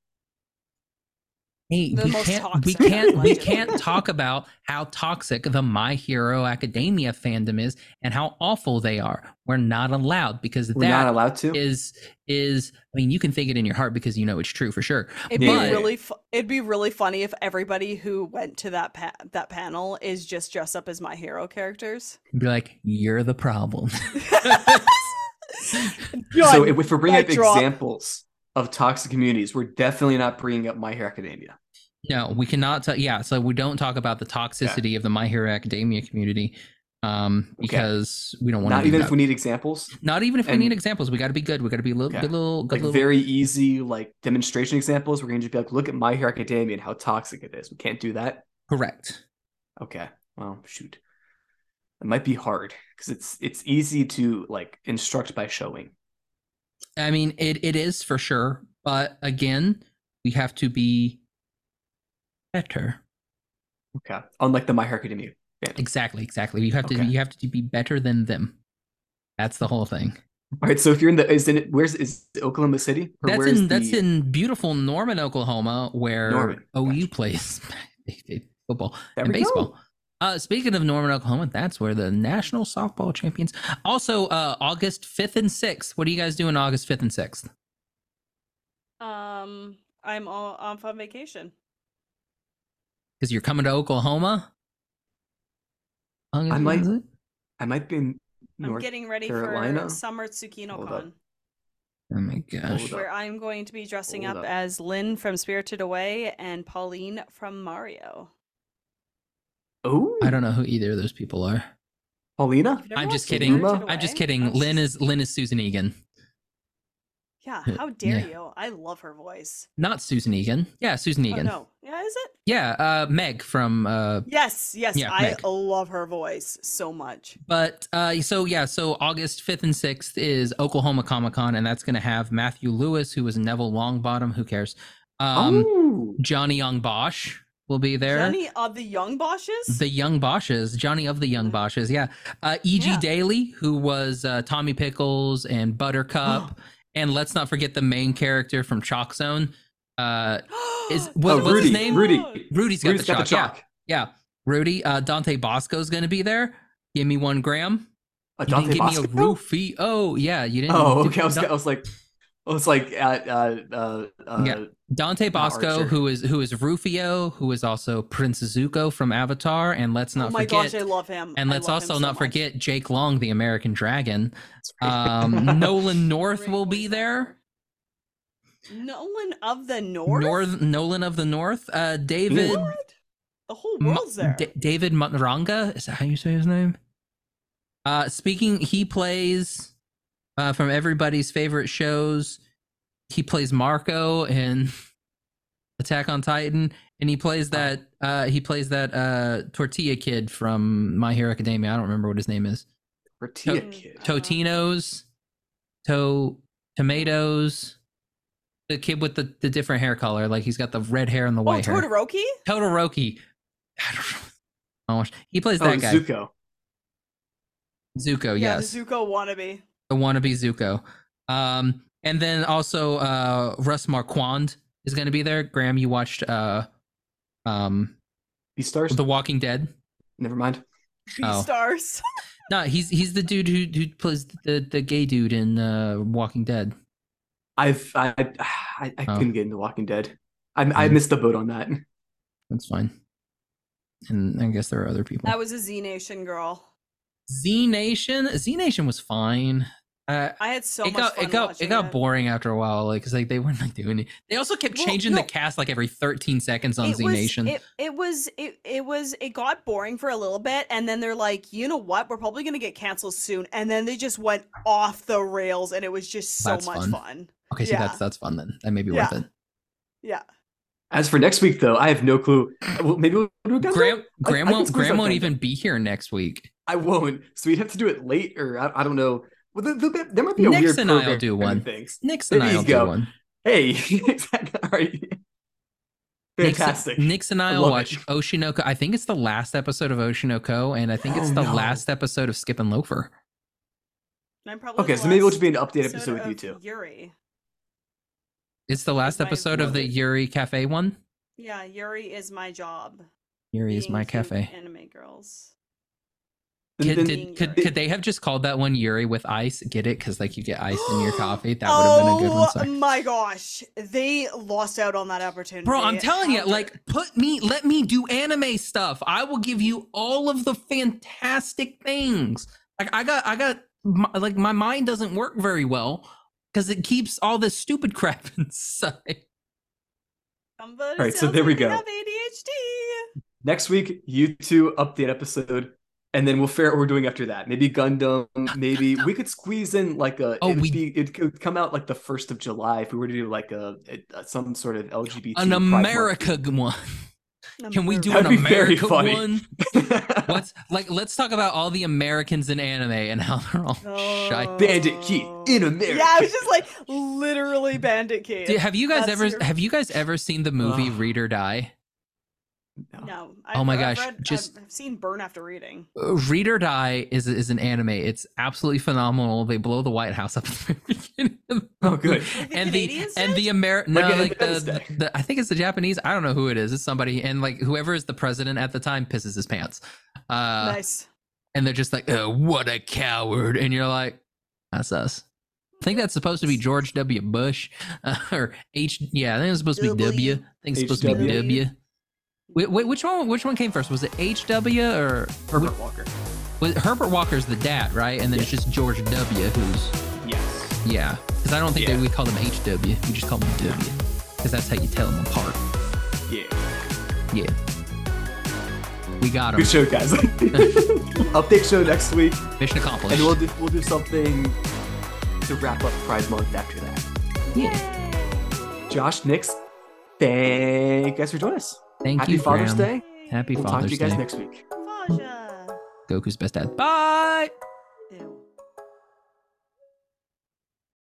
[SPEAKER 3] Hey,
[SPEAKER 1] The
[SPEAKER 3] we
[SPEAKER 1] most
[SPEAKER 3] can't, we
[SPEAKER 1] toxic
[SPEAKER 3] can't, we
[SPEAKER 1] legend.
[SPEAKER 3] can't talk about how toxic the My Hero Academia fandom is and how awful they are. We're not allowed because
[SPEAKER 2] We're not
[SPEAKER 3] that
[SPEAKER 2] allowed to.
[SPEAKER 3] is is. I mean, you can think it in your heart because you know it's true for sure.
[SPEAKER 1] It'd
[SPEAKER 3] Yeah.
[SPEAKER 1] be really fu- it'd be really funny if everybody who went to that pa- that panel is just dressed up as my hero characters.
[SPEAKER 3] Be like, you're the problem.
[SPEAKER 2] [laughs]
[SPEAKER 3] [laughs]
[SPEAKER 2] so
[SPEAKER 1] God,
[SPEAKER 2] if, if we're bringing
[SPEAKER 1] mic
[SPEAKER 2] up
[SPEAKER 1] drop.
[SPEAKER 2] examples of toxic communities, we're definitely not bringing up My Hero Academia.
[SPEAKER 3] No, we cannot. T- yeah, so we don't talk about the toxicity of the My Hero Academia community um, because we don't want
[SPEAKER 2] Not
[SPEAKER 3] to.
[SPEAKER 2] even if we need examples,
[SPEAKER 3] Not even if we
[SPEAKER 2] and-
[SPEAKER 3] need examples. We got to be good. We got to be little,
[SPEAKER 2] Yeah.
[SPEAKER 3] good little, good
[SPEAKER 2] like
[SPEAKER 3] little.
[SPEAKER 2] very easy, like demonstration examples. We're going to just be like, look at My Hero Academia and how toxic it is. We can't do that.
[SPEAKER 3] correct.
[SPEAKER 2] Okay. Well, shoot. It might be hard because it's it's easy to like instruct by showing.
[SPEAKER 3] I mean, it it is for sure. But again, we have to be better.
[SPEAKER 2] Okay. Unlike the My Hero Academia.
[SPEAKER 3] Exactly, exactly. You have to
[SPEAKER 2] Okay.
[SPEAKER 3] you have to be better than them. That's the whole thing.
[SPEAKER 2] All right. So if you're in the is in it where's is it Oklahoma City? Or
[SPEAKER 3] that's
[SPEAKER 2] where's
[SPEAKER 3] in that's
[SPEAKER 2] the-
[SPEAKER 3] in beautiful Norman, Oklahoma, where
[SPEAKER 2] Norman,
[SPEAKER 3] OU
[SPEAKER 2] gotcha.
[SPEAKER 3] plays [laughs] football
[SPEAKER 2] There we
[SPEAKER 3] and
[SPEAKER 2] go.
[SPEAKER 3] baseball. Uh, speaking of Norman, Oklahoma, that's where the national softball champions. Also, uh, August fifth and sixth. What do you guys do on August fifth and sixth?
[SPEAKER 1] um, I'm all I'm on vacation.
[SPEAKER 3] Because you're coming to Oklahoma. August-
[SPEAKER 2] I might-
[SPEAKER 3] is it?
[SPEAKER 2] I might be in
[SPEAKER 1] I'm
[SPEAKER 2] North
[SPEAKER 1] getting ready for
[SPEAKER 2] Carolina?
[SPEAKER 1] summer Tsukino
[SPEAKER 2] Hold up.
[SPEAKER 1] Con,
[SPEAKER 3] Oh my gosh!
[SPEAKER 2] Hold up.
[SPEAKER 1] where I'm going to be dressing
[SPEAKER 2] Hold
[SPEAKER 1] up,
[SPEAKER 2] up.
[SPEAKER 1] as Lynn from Spirited Away and Pauline from Mario.
[SPEAKER 2] Oh
[SPEAKER 3] I don't know who either of those people are.
[SPEAKER 2] Paulina?
[SPEAKER 1] You've never
[SPEAKER 3] I'm just
[SPEAKER 1] watched Spirited
[SPEAKER 3] kidding.
[SPEAKER 2] Uma?
[SPEAKER 1] Away?
[SPEAKER 3] I'm just
[SPEAKER 1] That's
[SPEAKER 3] kidding. Lynn
[SPEAKER 1] just-
[SPEAKER 3] is Lynn is Susan Egan, [laughs]
[SPEAKER 1] Yeah,
[SPEAKER 3] Yeah,
[SPEAKER 1] how dare
[SPEAKER 3] yeah.
[SPEAKER 1] you? I love her voice.
[SPEAKER 3] not Susan Egan. Yeah, Susan
[SPEAKER 1] Oh
[SPEAKER 3] Egan.
[SPEAKER 1] no, yeah, is it?
[SPEAKER 3] Yeah, uh, Meg from uh,
[SPEAKER 1] Yes, yes,
[SPEAKER 3] Yeah,
[SPEAKER 1] I
[SPEAKER 3] Meg.
[SPEAKER 1] love her voice so much.
[SPEAKER 3] But uh, so yeah, so August fifth and sixth is Oklahoma Comic Con, and that's going to have Matthew Lewis, who was Neville Longbottom. Who cares? Um,
[SPEAKER 2] oh.
[SPEAKER 3] Johnny Young Bosch will be there.
[SPEAKER 1] Johnny of the Young Bosches.
[SPEAKER 3] The Young Bosches, Johnny of the Young Bosches, yeah. Uh, E.G.
[SPEAKER 1] Yeah.
[SPEAKER 3] Daly, who was uh, Tommy Pickles and Buttercup, and let's not forget the main character from Chalk Zone. Uh,
[SPEAKER 1] [gasps]
[SPEAKER 3] is what,
[SPEAKER 2] Oh,
[SPEAKER 3] what's
[SPEAKER 2] Rudy.
[SPEAKER 3] his name?
[SPEAKER 2] Rudy.
[SPEAKER 3] Rudy's got
[SPEAKER 2] Rudy's
[SPEAKER 3] the chalk. Yeah, yeah. Rudy. Uh, Dante Bosco's going to be there. Give me one gram.
[SPEAKER 2] Uh,
[SPEAKER 3] You
[SPEAKER 2] Dante
[SPEAKER 3] didn't give
[SPEAKER 2] Bosco?
[SPEAKER 3] me a roofie. Oh, yeah, you didn't.
[SPEAKER 2] Oh,
[SPEAKER 3] do-
[SPEAKER 2] okay. I was,
[SPEAKER 3] Da-
[SPEAKER 2] I was like, I was like, uh, uh, uh, uh,
[SPEAKER 3] Yeah. Dante Bosco,
[SPEAKER 2] Archer.
[SPEAKER 3] who is who is Rufio, who is also Prince Zuko from Avatar, and let's
[SPEAKER 1] Oh
[SPEAKER 3] not
[SPEAKER 1] my
[SPEAKER 3] forget,
[SPEAKER 1] gosh, I love him.
[SPEAKER 3] and
[SPEAKER 1] I
[SPEAKER 3] let's
[SPEAKER 1] love him
[SPEAKER 3] also
[SPEAKER 1] so
[SPEAKER 3] not
[SPEAKER 1] much.
[SPEAKER 3] forget Jake Long, the American Dragon.
[SPEAKER 2] that's right.
[SPEAKER 3] Um, Nolan North
[SPEAKER 1] Great
[SPEAKER 3] will be
[SPEAKER 1] voice
[SPEAKER 3] there.
[SPEAKER 1] actor. Nolan of the North.
[SPEAKER 3] North Nolan of the North. Uh, David
[SPEAKER 1] What? The whole
[SPEAKER 3] Ma-
[SPEAKER 1] world's there.
[SPEAKER 3] D- David Matranga is that how you say his name? Uh, speaking, he plays uh, from everybody's favorite shows. He plays Marco in [laughs] Attack on Titan, and he plays that uh, he plays that uh, tortilla kid from My Hero Academia. I don't remember what his name is.
[SPEAKER 2] Tortilla
[SPEAKER 1] Mm.
[SPEAKER 2] Kid.
[SPEAKER 3] Totinos, to tomatoes. The kid with the, the different hair color, like he's got the red hair and the
[SPEAKER 1] oh,
[SPEAKER 3] white hair.
[SPEAKER 1] Todoroki.
[SPEAKER 3] Todoroki. I don't know. [laughs] Oh, my gosh. he plays
[SPEAKER 2] Oh,
[SPEAKER 3] that guy.
[SPEAKER 2] Zuko.
[SPEAKER 3] Zuko,
[SPEAKER 1] yeah,
[SPEAKER 3] Oh, yes.
[SPEAKER 1] the Zuko wannabe.
[SPEAKER 3] the wannabe Zuko. Um, and then also uh Russ Marquand is gonna be there. Graham, you watched uh um
[SPEAKER 2] Beastars?
[SPEAKER 3] The Walking Dead.
[SPEAKER 2] Never mind.
[SPEAKER 3] Oh.
[SPEAKER 1] Beastars.
[SPEAKER 3] No, he's he's the dude who who plays the, the gay dude in uh Walking Dead.
[SPEAKER 2] I've I I, I
[SPEAKER 3] Oh.
[SPEAKER 2] couldn't get into Walking Dead. I, I
[SPEAKER 3] Mm.
[SPEAKER 2] missed the boat on that.
[SPEAKER 3] That's fine. And I guess there are other people.
[SPEAKER 1] That was a Z Nation girl.
[SPEAKER 3] Z Nation. Z Nation was fine. Uh,
[SPEAKER 1] I had so
[SPEAKER 3] it
[SPEAKER 1] much
[SPEAKER 3] got
[SPEAKER 1] fun
[SPEAKER 3] it got
[SPEAKER 1] watching
[SPEAKER 3] it got
[SPEAKER 1] it.
[SPEAKER 3] boring after a while, like because like they weren't like doing it. They also kept
[SPEAKER 1] Well,
[SPEAKER 3] changing
[SPEAKER 1] no.
[SPEAKER 3] the cast like every 13 seconds on
[SPEAKER 1] it
[SPEAKER 3] Z
[SPEAKER 1] was,
[SPEAKER 3] Nation.
[SPEAKER 1] It, it was it, it was it got boring for a little bit and then they're like, you know what, we're probably gonna get canceled soon. And then they just went off the rails and it was just so
[SPEAKER 3] That's
[SPEAKER 1] much
[SPEAKER 3] fun.
[SPEAKER 1] fun.
[SPEAKER 3] okay, so
[SPEAKER 1] yeah.
[SPEAKER 3] that's that's fun then. That may be
[SPEAKER 1] Yeah.
[SPEAKER 3] worth it.
[SPEAKER 1] Yeah.
[SPEAKER 2] As for next week, though, I have no clue. Well, maybe we'll do it.
[SPEAKER 3] Graham
[SPEAKER 2] I-
[SPEAKER 3] Graham
[SPEAKER 2] I can
[SPEAKER 3] won't
[SPEAKER 2] squeeze
[SPEAKER 3] Graham
[SPEAKER 2] that
[SPEAKER 3] won't
[SPEAKER 2] thing.
[SPEAKER 3] even be here next week.
[SPEAKER 2] I won't. So we'd have to do it late, or I, I don't know. Well, there, there, there might be a
[SPEAKER 3] Next
[SPEAKER 2] weird
[SPEAKER 3] and I'll
[SPEAKER 2] program
[SPEAKER 3] do
[SPEAKER 2] of
[SPEAKER 3] one.
[SPEAKER 2] Things.
[SPEAKER 3] Nixon
[SPEAKER 2] There
[SPEAKER 3] and
[SPEAKER 2] you go.
[SPEAKER 3] I'll do one.
[SPEAKER 2] Hey, [laughs] all right.
[SPEAKER 3] Nix-
[SPEAKER 2] Fantastic.
[SPEAKER 3] Nix and
[SPEAKER 2] I
[SPEAKER 3] I'll
[SPEAKER 2] love
[SPEAKER 3] watch
[SPEAKER 2] it.
[SPEAKER 3] Oshinoko. I think it's the last episode of Oshinoko, and I think it's
[SPEAKER 2] Oh,
[SPEAKER 3] the
[SPEAKER 2] no.
[SPEAKER 3] last episode of Skip and Loafer.
[SPEAKER 1] And I'm probably
[SPEAKER 2] Okay,
[SPEAKER 1] the
[SPEAKER 2] so maybe it'll
[SPEAKER 1] last
[SPEAKER 2] just be an update episode with
[SPEAKER 1] of
[SPEAKER 2] you two.
[SPEAKER 1] Yuri.
[SPEAKER 3] It's the last
[SPEAKER 1] might have
[SPEAKER 3] episode of
[SPEAKER 1] loved
[SPEAKER 3] the
[SPEAKER 1] it.
[SPEAKER 3] Yuri Cafe one.
[SPEAKER 1] Yeah, Yuri is my job.
[SPEAKER 3] Yuri is
[SPEAKER 1] being
[SPEAKER 3] my
[SPEAKER 1] cute
[SPEAKER 3] cafe.
[SPEAKER 1] Anime girls.
[SPEAKER 2] And
[SPEAKER 3] Could,
[SPEAKER 2] then-
[SPEAKER 1] Being
[SPEAKER 3] did, could,
[SPEAKER 1] Yuri.
[SPEAKER 3] could they have just called that one Yuri with ice? Get it? Because like you get ice in your coffee. That would have been a good one.
[SPEAKER 1] Oh
[SPEAKER 3] Sorry.
[SPEAKER 1] my gosh, they lost out on that opportunity.
[SPEAKER 3] Oh, Bro, I'm telling you,
[SPEAKER 1] How dare-
[SPEAKER 3] like, put me, let me do anime stuff. I will give you all of the fantastic things. Like, I got, I got, my, like, my mind doesn't work very well because it keeps all this stupid [laughs] crap inside.
[SPEAKER 1] Somebody
[SPEAKER 2] All right, so
[SPEAKER 1] sounds
[SPEAKER 2] there we
[SPEAKER 1] like they
[SPEAKER 2] go.
[SPEAKER 1] Have ADHD.
[SPEAKER 2] next week, you two update episode, and then we'll figure out what we're doing after that. Maybe Gundam. Maybe we could squeeze in like a.
[SPEAKER 3] Oh,
[SPEAKER 2] it would
[SPEAKER 3] we-
[SPEAKER 2] be, it could come out like the first of July if we were to do like a, a- some sort of LGBT.
[SPEAKER 3] An
[SPEAKER 2] Pride Month. [laughs]
[SPEAKER 3] America one. Can we do
[SPEAKER 1] Number-
[SPEAKER 3] an
[SPEAKER 2] That'd be very
[SPEAKER 3] America
[SPEAKER 2] funny.
[SPEAKER 3] one? What's like? Let's talk about all the Americans in anime and how they're all shy.
[SPEAKER 2] Bandit Keith in America.
[SPEAKER 1] Yeah, I was just like literally Bandit Keith.
[SPEAKER 3] Dude, have you guys
[SPEAKER 1] That's
[SPEAKER 3] ever
[SPEAKER 1] your-
[SPEAKER 3] have you guys ever seen the movie
[SPEAKER 2] Ugh.
[SPEAKER 3] Read or Die?
[SPEAKER 1] No.
[SPEAKER 3] Oh my
[SPEAKER 1] I've
[SPEAKER 3] gosh,
[SPEAKER 1] read-
[SPEAKER 3] just-
[SPEAKER 1] I've, I've seen Burn After Reading.
[SPEAKER 3] Uh, Read or Die is is an anime. It's absolutely phenomenal. They blow the White House up at the very [laughs] beginning. of the
[SPEAKER 2] Oh, good.
[SPEAKER 3] movie.
[SPEAKER 1] Like the
[SPEAKER 3] and the
[SPEAKER 1] Canadians
[SPEAKER 3] and
[SPEAKER 1] did?
[SPEAKER 3] the American no,
[SPEAKER 2] Like, yeah,
[SPEAKER 3] like the,
[SPEAKER 2] Independence
[SPEAKER 3] the,
[SPEAKER 2] Day.
[SPEAKER 3] I think it's the Japanese. I don't know who it is. It's somebody, and like whoever is the president at the time pisses his pants. Uh,
[SPEAKER 1] nice.
[SPEAKER 3] and they're just like, "Uh, "What a coward!" And you're like, "That's us." I think that's supposed to be George W. Bush uh, or H. Yeah, I think it's supposed to be W. I think it's supposed to be
[SPEAKER 1] HW.
[SPEAKER 3] W. Wait, wait, which one? Which one came first? Was it H. W. or
[SPEAKER 2] Herbert Walker.
[SPEAKER 3] was Herbert Walker's the dad, right? And then it's just George W. Who's
[SPEAKER 2] Yes.
[SPEAKER 3] yeah, because I don't think
[SPEAKER 2] Yeah.
[SPEAKER 3] that we call them H. W. We just call them W. Because that's how you tell them apart.
[SPEAKER 2] Yeah.
[SPEAKER 3] Yeah, we got them.
[SPEAKER 2] Good show,
[SPEAKER 3] [laughs]
[SPEAKER 2] guys. Update show next week,
[SPEAKER 3] Mission accomplished.
[SPEAKER 2] and we'll do, we'll do something to wrap up Pride Month after that.
[SPEAKER 3] yeah.
[SPEAKER 2] Josh, Nix, thank you guys for joining us.
[SPEAKER 3] Thank
[SPEAKER 2] Happy
[SPEAKER 3] you,
[SPEAKER 2] Father's
[SPEAKER 3] Graham.
[SPEAKER 2] Day.
[SPEAKER 3] Happy
[SPEAKER 2] We'll talk to
[SPEAKER 3] Father's
[SPEAKER 2] you guys
[SPEAKER 3] Day.
[SPEAKER 2] next week.
[SPEAKER 1] Faja.
[SPEAKER 3] Goku's best dad. Bye.